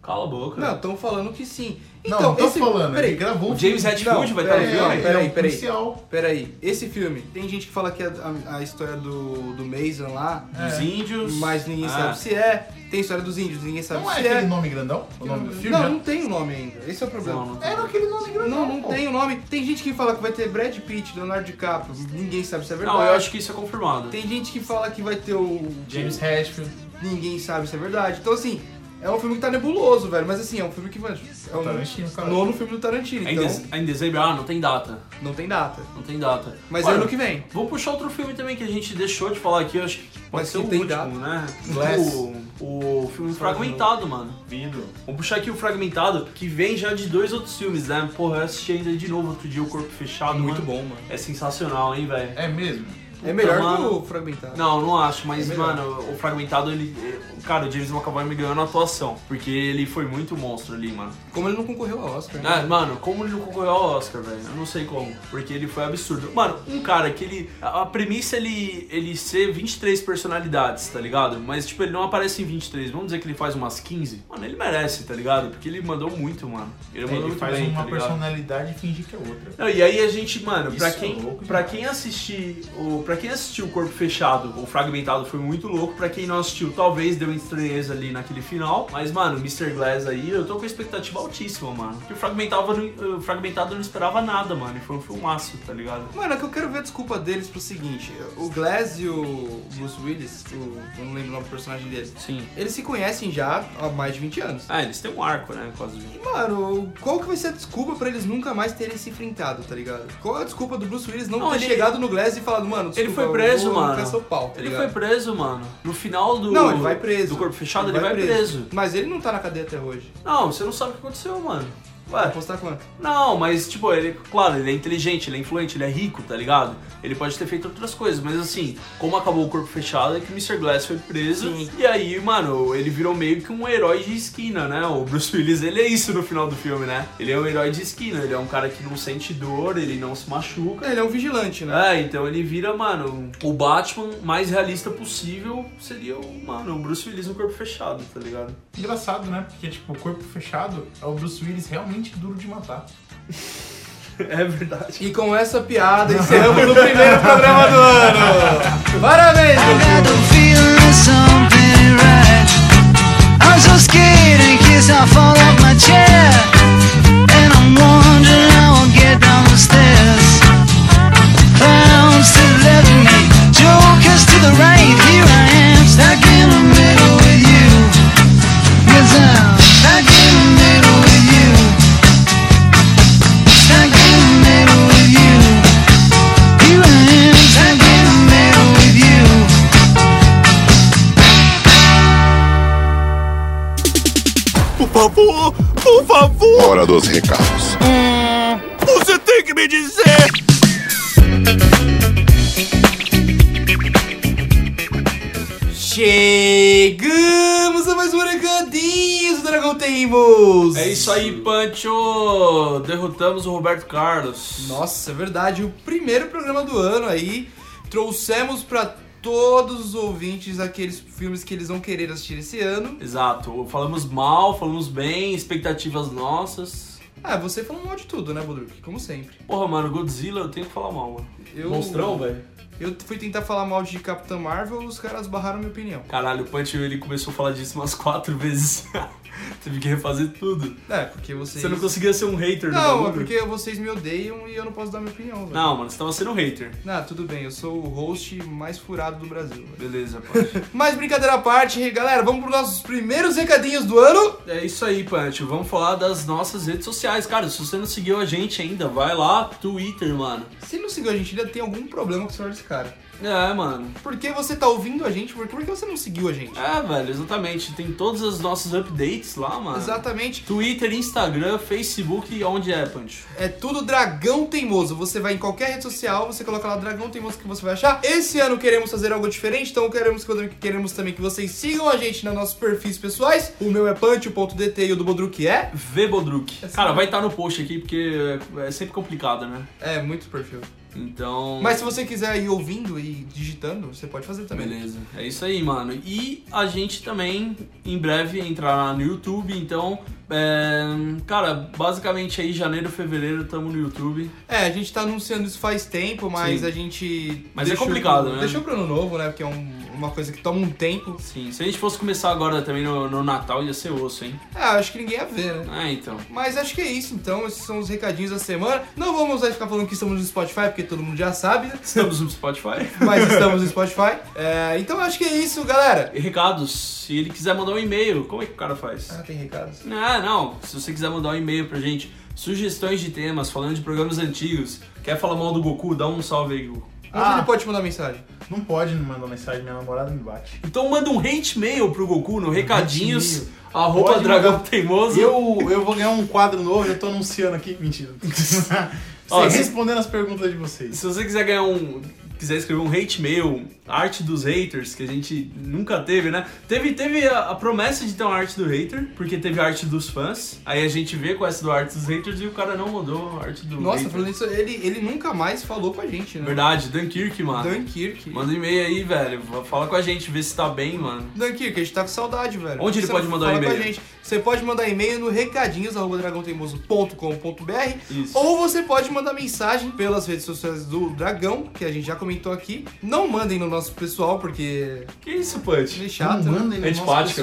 Speaker 2: Cala a boca.
Speaker 1: Não, estão falando que sim.
Speaker 3: Não,
Speaker 1: Então,
Speaker 3: não tô
Speaker 1: esse...
Speaker 3: falando,
Speaker 1: Peraí,
Speaker 3: ele gravou um
Speaker 2: O James Hetfield vai estar no
Speaker 1: peraí,
Speaker 2: filme?
Speaker 1: não, peraí,
Speaker 3: é um
Speaker 1: peraí.
Speaker 3: policial.
Speaker 1: Peraí, esse filme, tem gente que fala que é a, a história do, do Mason lá,
Speaker 3: É.
Speaker 2: Dos índios.
Speaker 1: é, mas ninguém
Speaker 2: Ah.
Speaker 1: sabe se é. Tem história dos índios, ninguém sabe
Speaker 3: Não é
Speaker 1: se é.
Speaker 3: aquele nome grandão? O nome do filme?
Speaker 1: não,
Speaker 3: né?
Speaker 1: não tem o nome ainda. Esse é o problema.
Speaker 2: Não, não tem.
Speaker 3: Era aquele nome grandão.
Speaker 1: Não, não
Speaker 3: pô.
Speaker 1: tem o nome. Tem gente que fala que vai ter Brad Pitt, Leonardo DiCaprio. Ninguém sabe se é verdade.
Speaker 2: Não, eu acho que isso é confirmado.
Speaker 1: Tem gente que fala que vai ter o
Speaker 3: James Hetfield.
Speaker 1: Ninguém sabe se é verdade. Então, assim, é um filme que tá nebuloso, velho. Mas, assim, é um filme que, mano, é um
Speaker 3: Tarantino, cara.
Speaker 1: nono filme do Tarantino.
Speaker 2: É em,
Speaker 1: Então,
Speaker 2: dez- é em dezembro, ah, não tem data.
Speaker 1: não tem data.
Speaker 2: Não tem data.
Speaker 1: Mas é
Speaker 2: Olha,
Speaker 1: ano que vem.
Speaker 2: Vou puxar outro filme também que a gente deixou de falar aqui, eu acho que pode
Speaker 1: Mas
Speaker 2: ser
Speaker 1: que
Speaker 2: o
Speaker 1: tem
Speaker 2: último,
Speaker 1: data.
Speaker 2: né?
Speaker 3: Glass.
Speaker 2: O, o filme Fragmentado, mano.
Speaker 4: Vindo.
Speaker 2: Vamos puxar aqui o Fragmentado, que vem já de dois outros filmes, né? Porra, eu assisti ainda de novo outro dia, O Corpo Fechado.
Speaker 1: Muito
Speaker 2: mano.
Speaker 1: bom, mano.
Speaker 2: É sensacional, hein, velho?
Speaker 3: É mesmo?
Speaker 1: É melhor
Speaker 2: mano.
Speaker 1: que o Fragmentado.
Speaker 2: Não, não acho, mas,
Speaker 1: É melhor.
Speaker 2: mano, o Fragmentado, ele. Cara, o James McAvoy me ganhou na atuação, porque ele foi muito monstro ali, mano.
Speaker 1: Como ele não concorreu ao Oscar.
Speaker 3: É.
Speaker 1: né?
Speaker 2: Ah, mano, como ele não concorreu ao Oscar, velho? Eu não sei como. Porque ele foi absurdo. Mano, um cara que ele. A a premissa é ele, ele ser 23 personalidades, tá ligado? Mas, tipo, ele não aparece em 23. Vamos dizer que ele faz umas 15? Mano, ele merece, tá ligado? Porque ele mandou muito, mano. Ele mandou
Speaker 3: É, Ele
Speaker 2: muito
Speaker 3: faz
Speaker 2: bem,
Speaker 3: uma
Speaker 2: tá ligado?
Speaker 3: personalidade e fingir que é outra.
Speaker 2: Não, e aí a gente, mano, pra
Speaker 3: Isso é
Speaker 2: quem,
Speaker 3: louco
Speaker 2: pra
Speaker 3: demais.
Speaker 2: quem assistir, o, pra quem assistiu o Corpo Fechado ou Fragmentado foi muito louco, pra quem não assistiu, talvez deu estranheza ali naquele final, mas mano, Mr. Glass aí, eu tô com expectativa altíssima, mano. Porque o Fragmentado, eu não- o Fragmentado eu não esperava nada, mano, e foi um filmaço, tá ligado?
Speaker 1: Mano, é que eu quero ver a desculpa deles pro seguinte: o Glass e o Bruce Willis, o- eu não lembro o nome do personagem deles,
Speaker 2: Sim.
Speaker 1: eles se conhecem já há mais de 20 anos.
Speaker 2: Ah, eles têm um arco, né, quase.
Speaker 1: E, Mano, qual que vai ser a desculpa pra eles nunca mais terem se enfrentado, tá ligado? Qual é a desculpa do Bruce Willis não,
Speaker 2: Não,
Speaker 1: ter
Speaker 2: ele-
Speaker 1: chegado no Glass e falado, mano,
Speaker 2: Ele
Speaker 1: desculpa,
Speaker 2: foi preso,
Speaker 1: eu vou
Speaker 2: mano.
Speaker 1: arrancar seu pau, tá
Speaker 2: ele
Speaker 1: ligado?
Speaker 2: foi preso, mano. No final do.
Speaker 1: Não, ele vai preso.
Speaker 2: Do corpo fechado, ele, vai, preso. É.
Speaker 1: Mas ele não tá na cadeia até hoje.
Speaker 2: Não, você não sabe o que aconteceu, mano.
Speaker 1: Vai
Speaker 2: Ué,
Speaker 1: apostar quanto?
Speaker 2: Não, mas, tipo, ele, claro, ele é inteligente, ele é influente, ele é rico, tá ligado? Ele pode ter feito outras coisas, mas assim, como acabou o corpo fechado, é que o Mr. Glass foi preso. E aí, mano, ele virou meio que um herói de esquina, né? O Bruce Willis, ele é isso no final do filme, né? Ele é um herói de esquina, ele é um cara que não sente dor, ele não se machuca.
Speaker 1: Ele é um vigilante, né?
Speaker 2: É, então ele vira, mano, o Batman mais realista possível seria o, mano, o Bruce Willis no corpo fechado, tá ligado?
Speaker 3: Engraçado, né? Porque, tipo, o corpo fechado é o Bruce Willis realmente duro de matar.
Speaker 2: É verdade.
Speaker 1: E com essa piada encerramos o primeiro programa do ano. Parabéns, Brasil!
Speaker 8: Por favor, por favor,
Speaker 5: Hora dos recados.
Speaker 8: você tem que me dizer.
Speaker 1: Chegamos a mais um Recadinhos do Dragão Teimos!
Speaker 2: É isso aí, Pancho! Derrotamos o Roberto Carlos.
Speaker 1: Nossa, é verdade, o primeiro programa do ano aí. Trouxemos pra todos os ouvintes aqueles filmes que eles vão querer assistir esse ano.
Speaker 2: Exato. Falamos mal, falamos bem, expectativas nossas.
Speaker 1: Ah, você falou mal de tudo, né, Budruk? Como sempre.
Speaker 2: Porra, mano, Godzilla eu tenho que falar mal, mano.
Speaker 1: Eu,
Speaker 2: velho.
Speaker 1: Eu fui tentar falar mal de Capitã Marvel, os caras barraram minha opinião.
Speaker 2: Caralho, o Pancho ele começou a falar disso umas quatro vezes. Teve que refazer tudo.
Speaker 1: É, porque vocês.
Speaker 2: Você não conseguia ser um hater do
Speaker 1: Não, é
Speaker 2: bagulho?
Speaker 1: porque vocês me odeiam e eu não posso dar minha opinião, velho.
Speaker 2: Não, mano, você tava sendo um hater.
Speaker 1: Não, tudo bem, eu sou o host mais furado do Brasil. velho.
Speaker 2: Beleza, Pancho.
Speaker 1: Mas brincadeira à parte, galera, vamos pros nossos primeiros recadinhos do ano.
Speaker 2: é isso aí, Pancho. Vamos falar das nossas redes sociais. Cara, se você não seguiu a gente ainda, vai lá, Twitter, mano.
Speaker 1: Se não seguiu a gente ainda, tem algum problema com o senhor desse cara.
Speaker 2: É, mano.
Speaker 1: Por que você tá ouvindo a gente? Por por que você não seguiu a gente?
Speaker 2: É, velho, exatamente. Tem todas as nossas updates lá, mano.
Speaker 1: Exatamente.
Speaker 2: Twitter, Instagram, Facebook, onde é, Pancho?
Speaker 1: É tudo Dragão Teimoso. Você vai em qualquer rede social, você coloca lá Dragão Teimoso que você vai achar. Esse ano queremos fazer algo diferente, então queremos, queremos também que vocês sigam a gente nos nossos perfis pessoais. O meu é pancho.dt e o do Bodruk é.
Speaker 2: Vebodruk. Cara, vai estar no post aqui, porque é sempre complicado, né?
Speaker 1: É, muito perfil.
Speaker 2: Então.
Speaker 1: Mas se você quiser ir ouvindo e digitando, você pode fazer também.
Speaker 2: Beleza, é isso aí, mano. E a gente também em breve entrará no YouTube, então, é, cara, basicamente aí janeiro, fevereiro tamo no YouTube.
Speaker 1: É, a gente tá anunciando isso faz tempo, mas
Speaker 2: Sim.
Speaker 1: a gente.
Speaker 2: Mas é
Speaker 1: deixou-
Speaker 2: complicado, né?
Speaker 1: Deixou pro ano novo, né? Porque é um- uma coisa que toma um tempo.
Speaker 2: Sim, se a gente fosse começar agora também no, no Natal ia ser osso, hein?
Speaker 1: É, acho que ninguém ia ver, né?
Speaker 2: Ah, então.
Speaker 1: Mas acho que é isso, então. Esses são os recadinhos da semana. Não vamos mais ficar falando que estamos no Spotify, porque todo mundo já sabe, né?
Speaker 2: Estamos no Spotify.
Speaker 1: Mas estamos no Spotify. É, então acho que é isso, galera.
Speaker 2: E recados, se ele quiser mandar um e-mail, como é que o cara faz?
Speaker 1: Ah, tem recados?
Speaker 2: Ah, não. Se você quiser mandar um e-mail pra gente, sugestões de temas, falando de programas antigos, quer falar mal do Goku, dá um salve aí, Goku.
Speaker 1: Onde
Speaker 3: Ah.
Speaker 1: ele pode mandar mensagem?
Speaker 3: Não pode me mandar mensagem, minha namorada me bate.
Speaker 2: Então manda um hate mail pro Goku no recadinhos,
Speaker 3: Um Hate
Speaker 2: arroba
Speaker 3: Pode
Speaker 2: dragão
Speaker 3: mandar.
Speaker 2: teimoso.
Speaker 3: Eu, eu vou ganhar um quadro novo, eu tô anunciando aqui. Mentira.
Speaker 2: Ó,
Speaker 3: Sem
Speaker 2: se-
Speaker 3: respondendo as perguntas de vocês.
Speaker 2: Se você quiser ganhar um. quiser escrever um hate mail, arte dos haters, que a gente nunca teve, né? Teve, teve a, a promessa de ter uma arte do hater, porque teve a arte dos fãs. Aí a gente vê com essa do arte dos haters e o cara não mandou a arte do
Speaker 1: Nossa,
Speaker 2: hater. É
Speaker 1: falando isso, ele, ele nunca mais falou com a gente, né?
Speaker 2: Verdade, Dunkirk, mano.
Speaker 1: Dunkirk.
Speaker 2: Manda um e-mail aí, velho. Fala com a gente, vê se tá bem, mano.
Speaker 1: Dunkirk, a gente tá com saudade, velho.
Speaker 2: Onde ele
Speaker 1: Você
Speaker 2: pode mandar um
Speaker 1: fala
Speaker 2: e-mail?
Speaker 1: com a gente. Você pode mandar e-mail no recadinhos.dragãoteimoso.com.br
Speaker 2: Isso.
Speaker 1: ou você pode mandar mensagem pelas redes sociais do Dragão, que a gente já comentou aqui. Não mandem no nosso pessoal, porque
Speaker 2: Que isso, Punch?
Speaker 1: é chato.
Speaker 3: Não mandem no
Speaker 2: Antipático,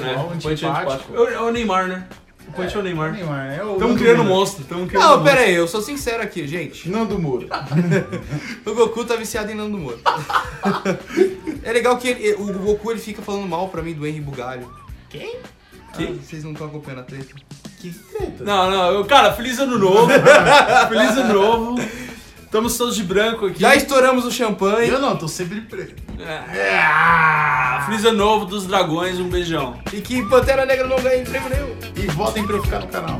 Speaker 3: nosso
Speaker 2: né?
Speaker 3: pessoal,
Speaker 2: O Punch é antipático. É
Speaker 3: antipático.
Speaker 2: o- é o Neymar, né? O Punch é, o Neymar.
Speaker 3: Neymar, é o
Speaker 2: Tamo
Speaker 3: Nando
Speaker 2: criando um
Speaker 3: Moura.
Speaker 2: monstro, tamo criando um
Speaker 1: Não,
Speaker 2: monstro.
Speaker 1: pera aí, eu sou sincero aqui, gente.
Speaker 3: Nando Moura.
Speaker 1: O Goku tá viciado em Nando Moura. é legal que ele- o Goku ele fica falando mal pra mim do Henry Bugalho. Quem?
Speaker 2: Que?
Speaker 1: vocês não estão acompanhando a treta.
Speaker 2: Não, não, eu- cara, feliz ano novo. feliz ano novo. Estamos todos de branco aqui.
Speaker 1: Já estouramos o champanhe.
Speaker 3: Eu não, tô sempre preto.
Speaker 2: Ah, feliz ano novo dos dragões, um beijão.
Speaker 1: E que Pantera Negra não ganha emprego nenhum.
Speaker 3: E votem pra eu ficar no canal.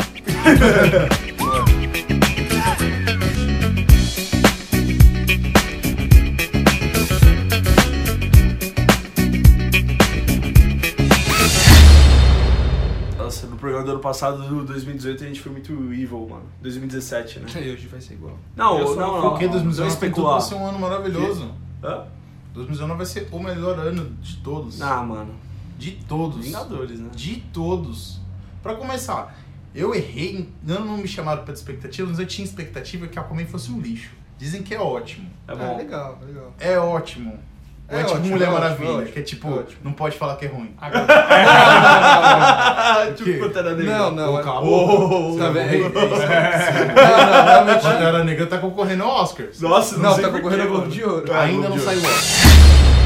Speaker 2: Nossa, no programa do ano passado, do 2018, a gente foi muito evil, mano. 2017, né? um
Speaker 1: E hoje vai ser igual.
Speaker 2: Não,
Speaker 3: Eu
Speaker 2: não,
Speaker 3: só-
Speaker 2: não.
Speaker 3: Porque
Speaker 2: não,
Speaker 3: 2019 tem tudo
Speaker 2: especular.
Speaker 3: pra ser um ano maravilhoso.
Speaker 2: Hã?
Speaker 3: 2019 vai ser o melhor ano de todos.
Speaker 2: Ah, mano.
Speaker 3: De todos.
Speaker 2: Vingadores, né?
Speaker 3: De todos. Pra começar, eu errei, em- não, não me chamaram pra expectativa, mas eu tinha expectativa que a Aquaman fosse um lixo. Dizem que é ótimo.
Speaker 2: É
Speaker 1: Ah,
Speaker 2: bom.
Speaker 1: legal, legal.
Speaker 3: É ótimo. Ou é,
Speaker 1: É
Speaker 3: tipo
Speaker 1: ótimo,
Speaker 3: Mulher
Speaker 1: é ótimo,
Speaker 3: Maravilha,
Speaker 1: é ótimo,
Speaker 3: que é tipo,
Speaker 1: é ótimo.
Speaker 3: não pode falar que é ruim.
Speaker 2: tipo, Pantera Negra.
Speaker 1: Não, não. é-
Speaker 3: Acabou.
Speaker 1: Tá vendo?
Speaker 3: Pantera Negra tá concorrendo ao Oscars.
Speaker 2: Nossa, não,
Speaker 1: Não,
Speaker 2: sei
Speaker 1: tá
Speaker 2: por quê,
Speaker 1: concorrendo ao Globo
Speaker 2: mano.
Speaker 3: Tá,
Speaker 1: de Ouro.
Speaker 3: Ainda não saiu o Oscar.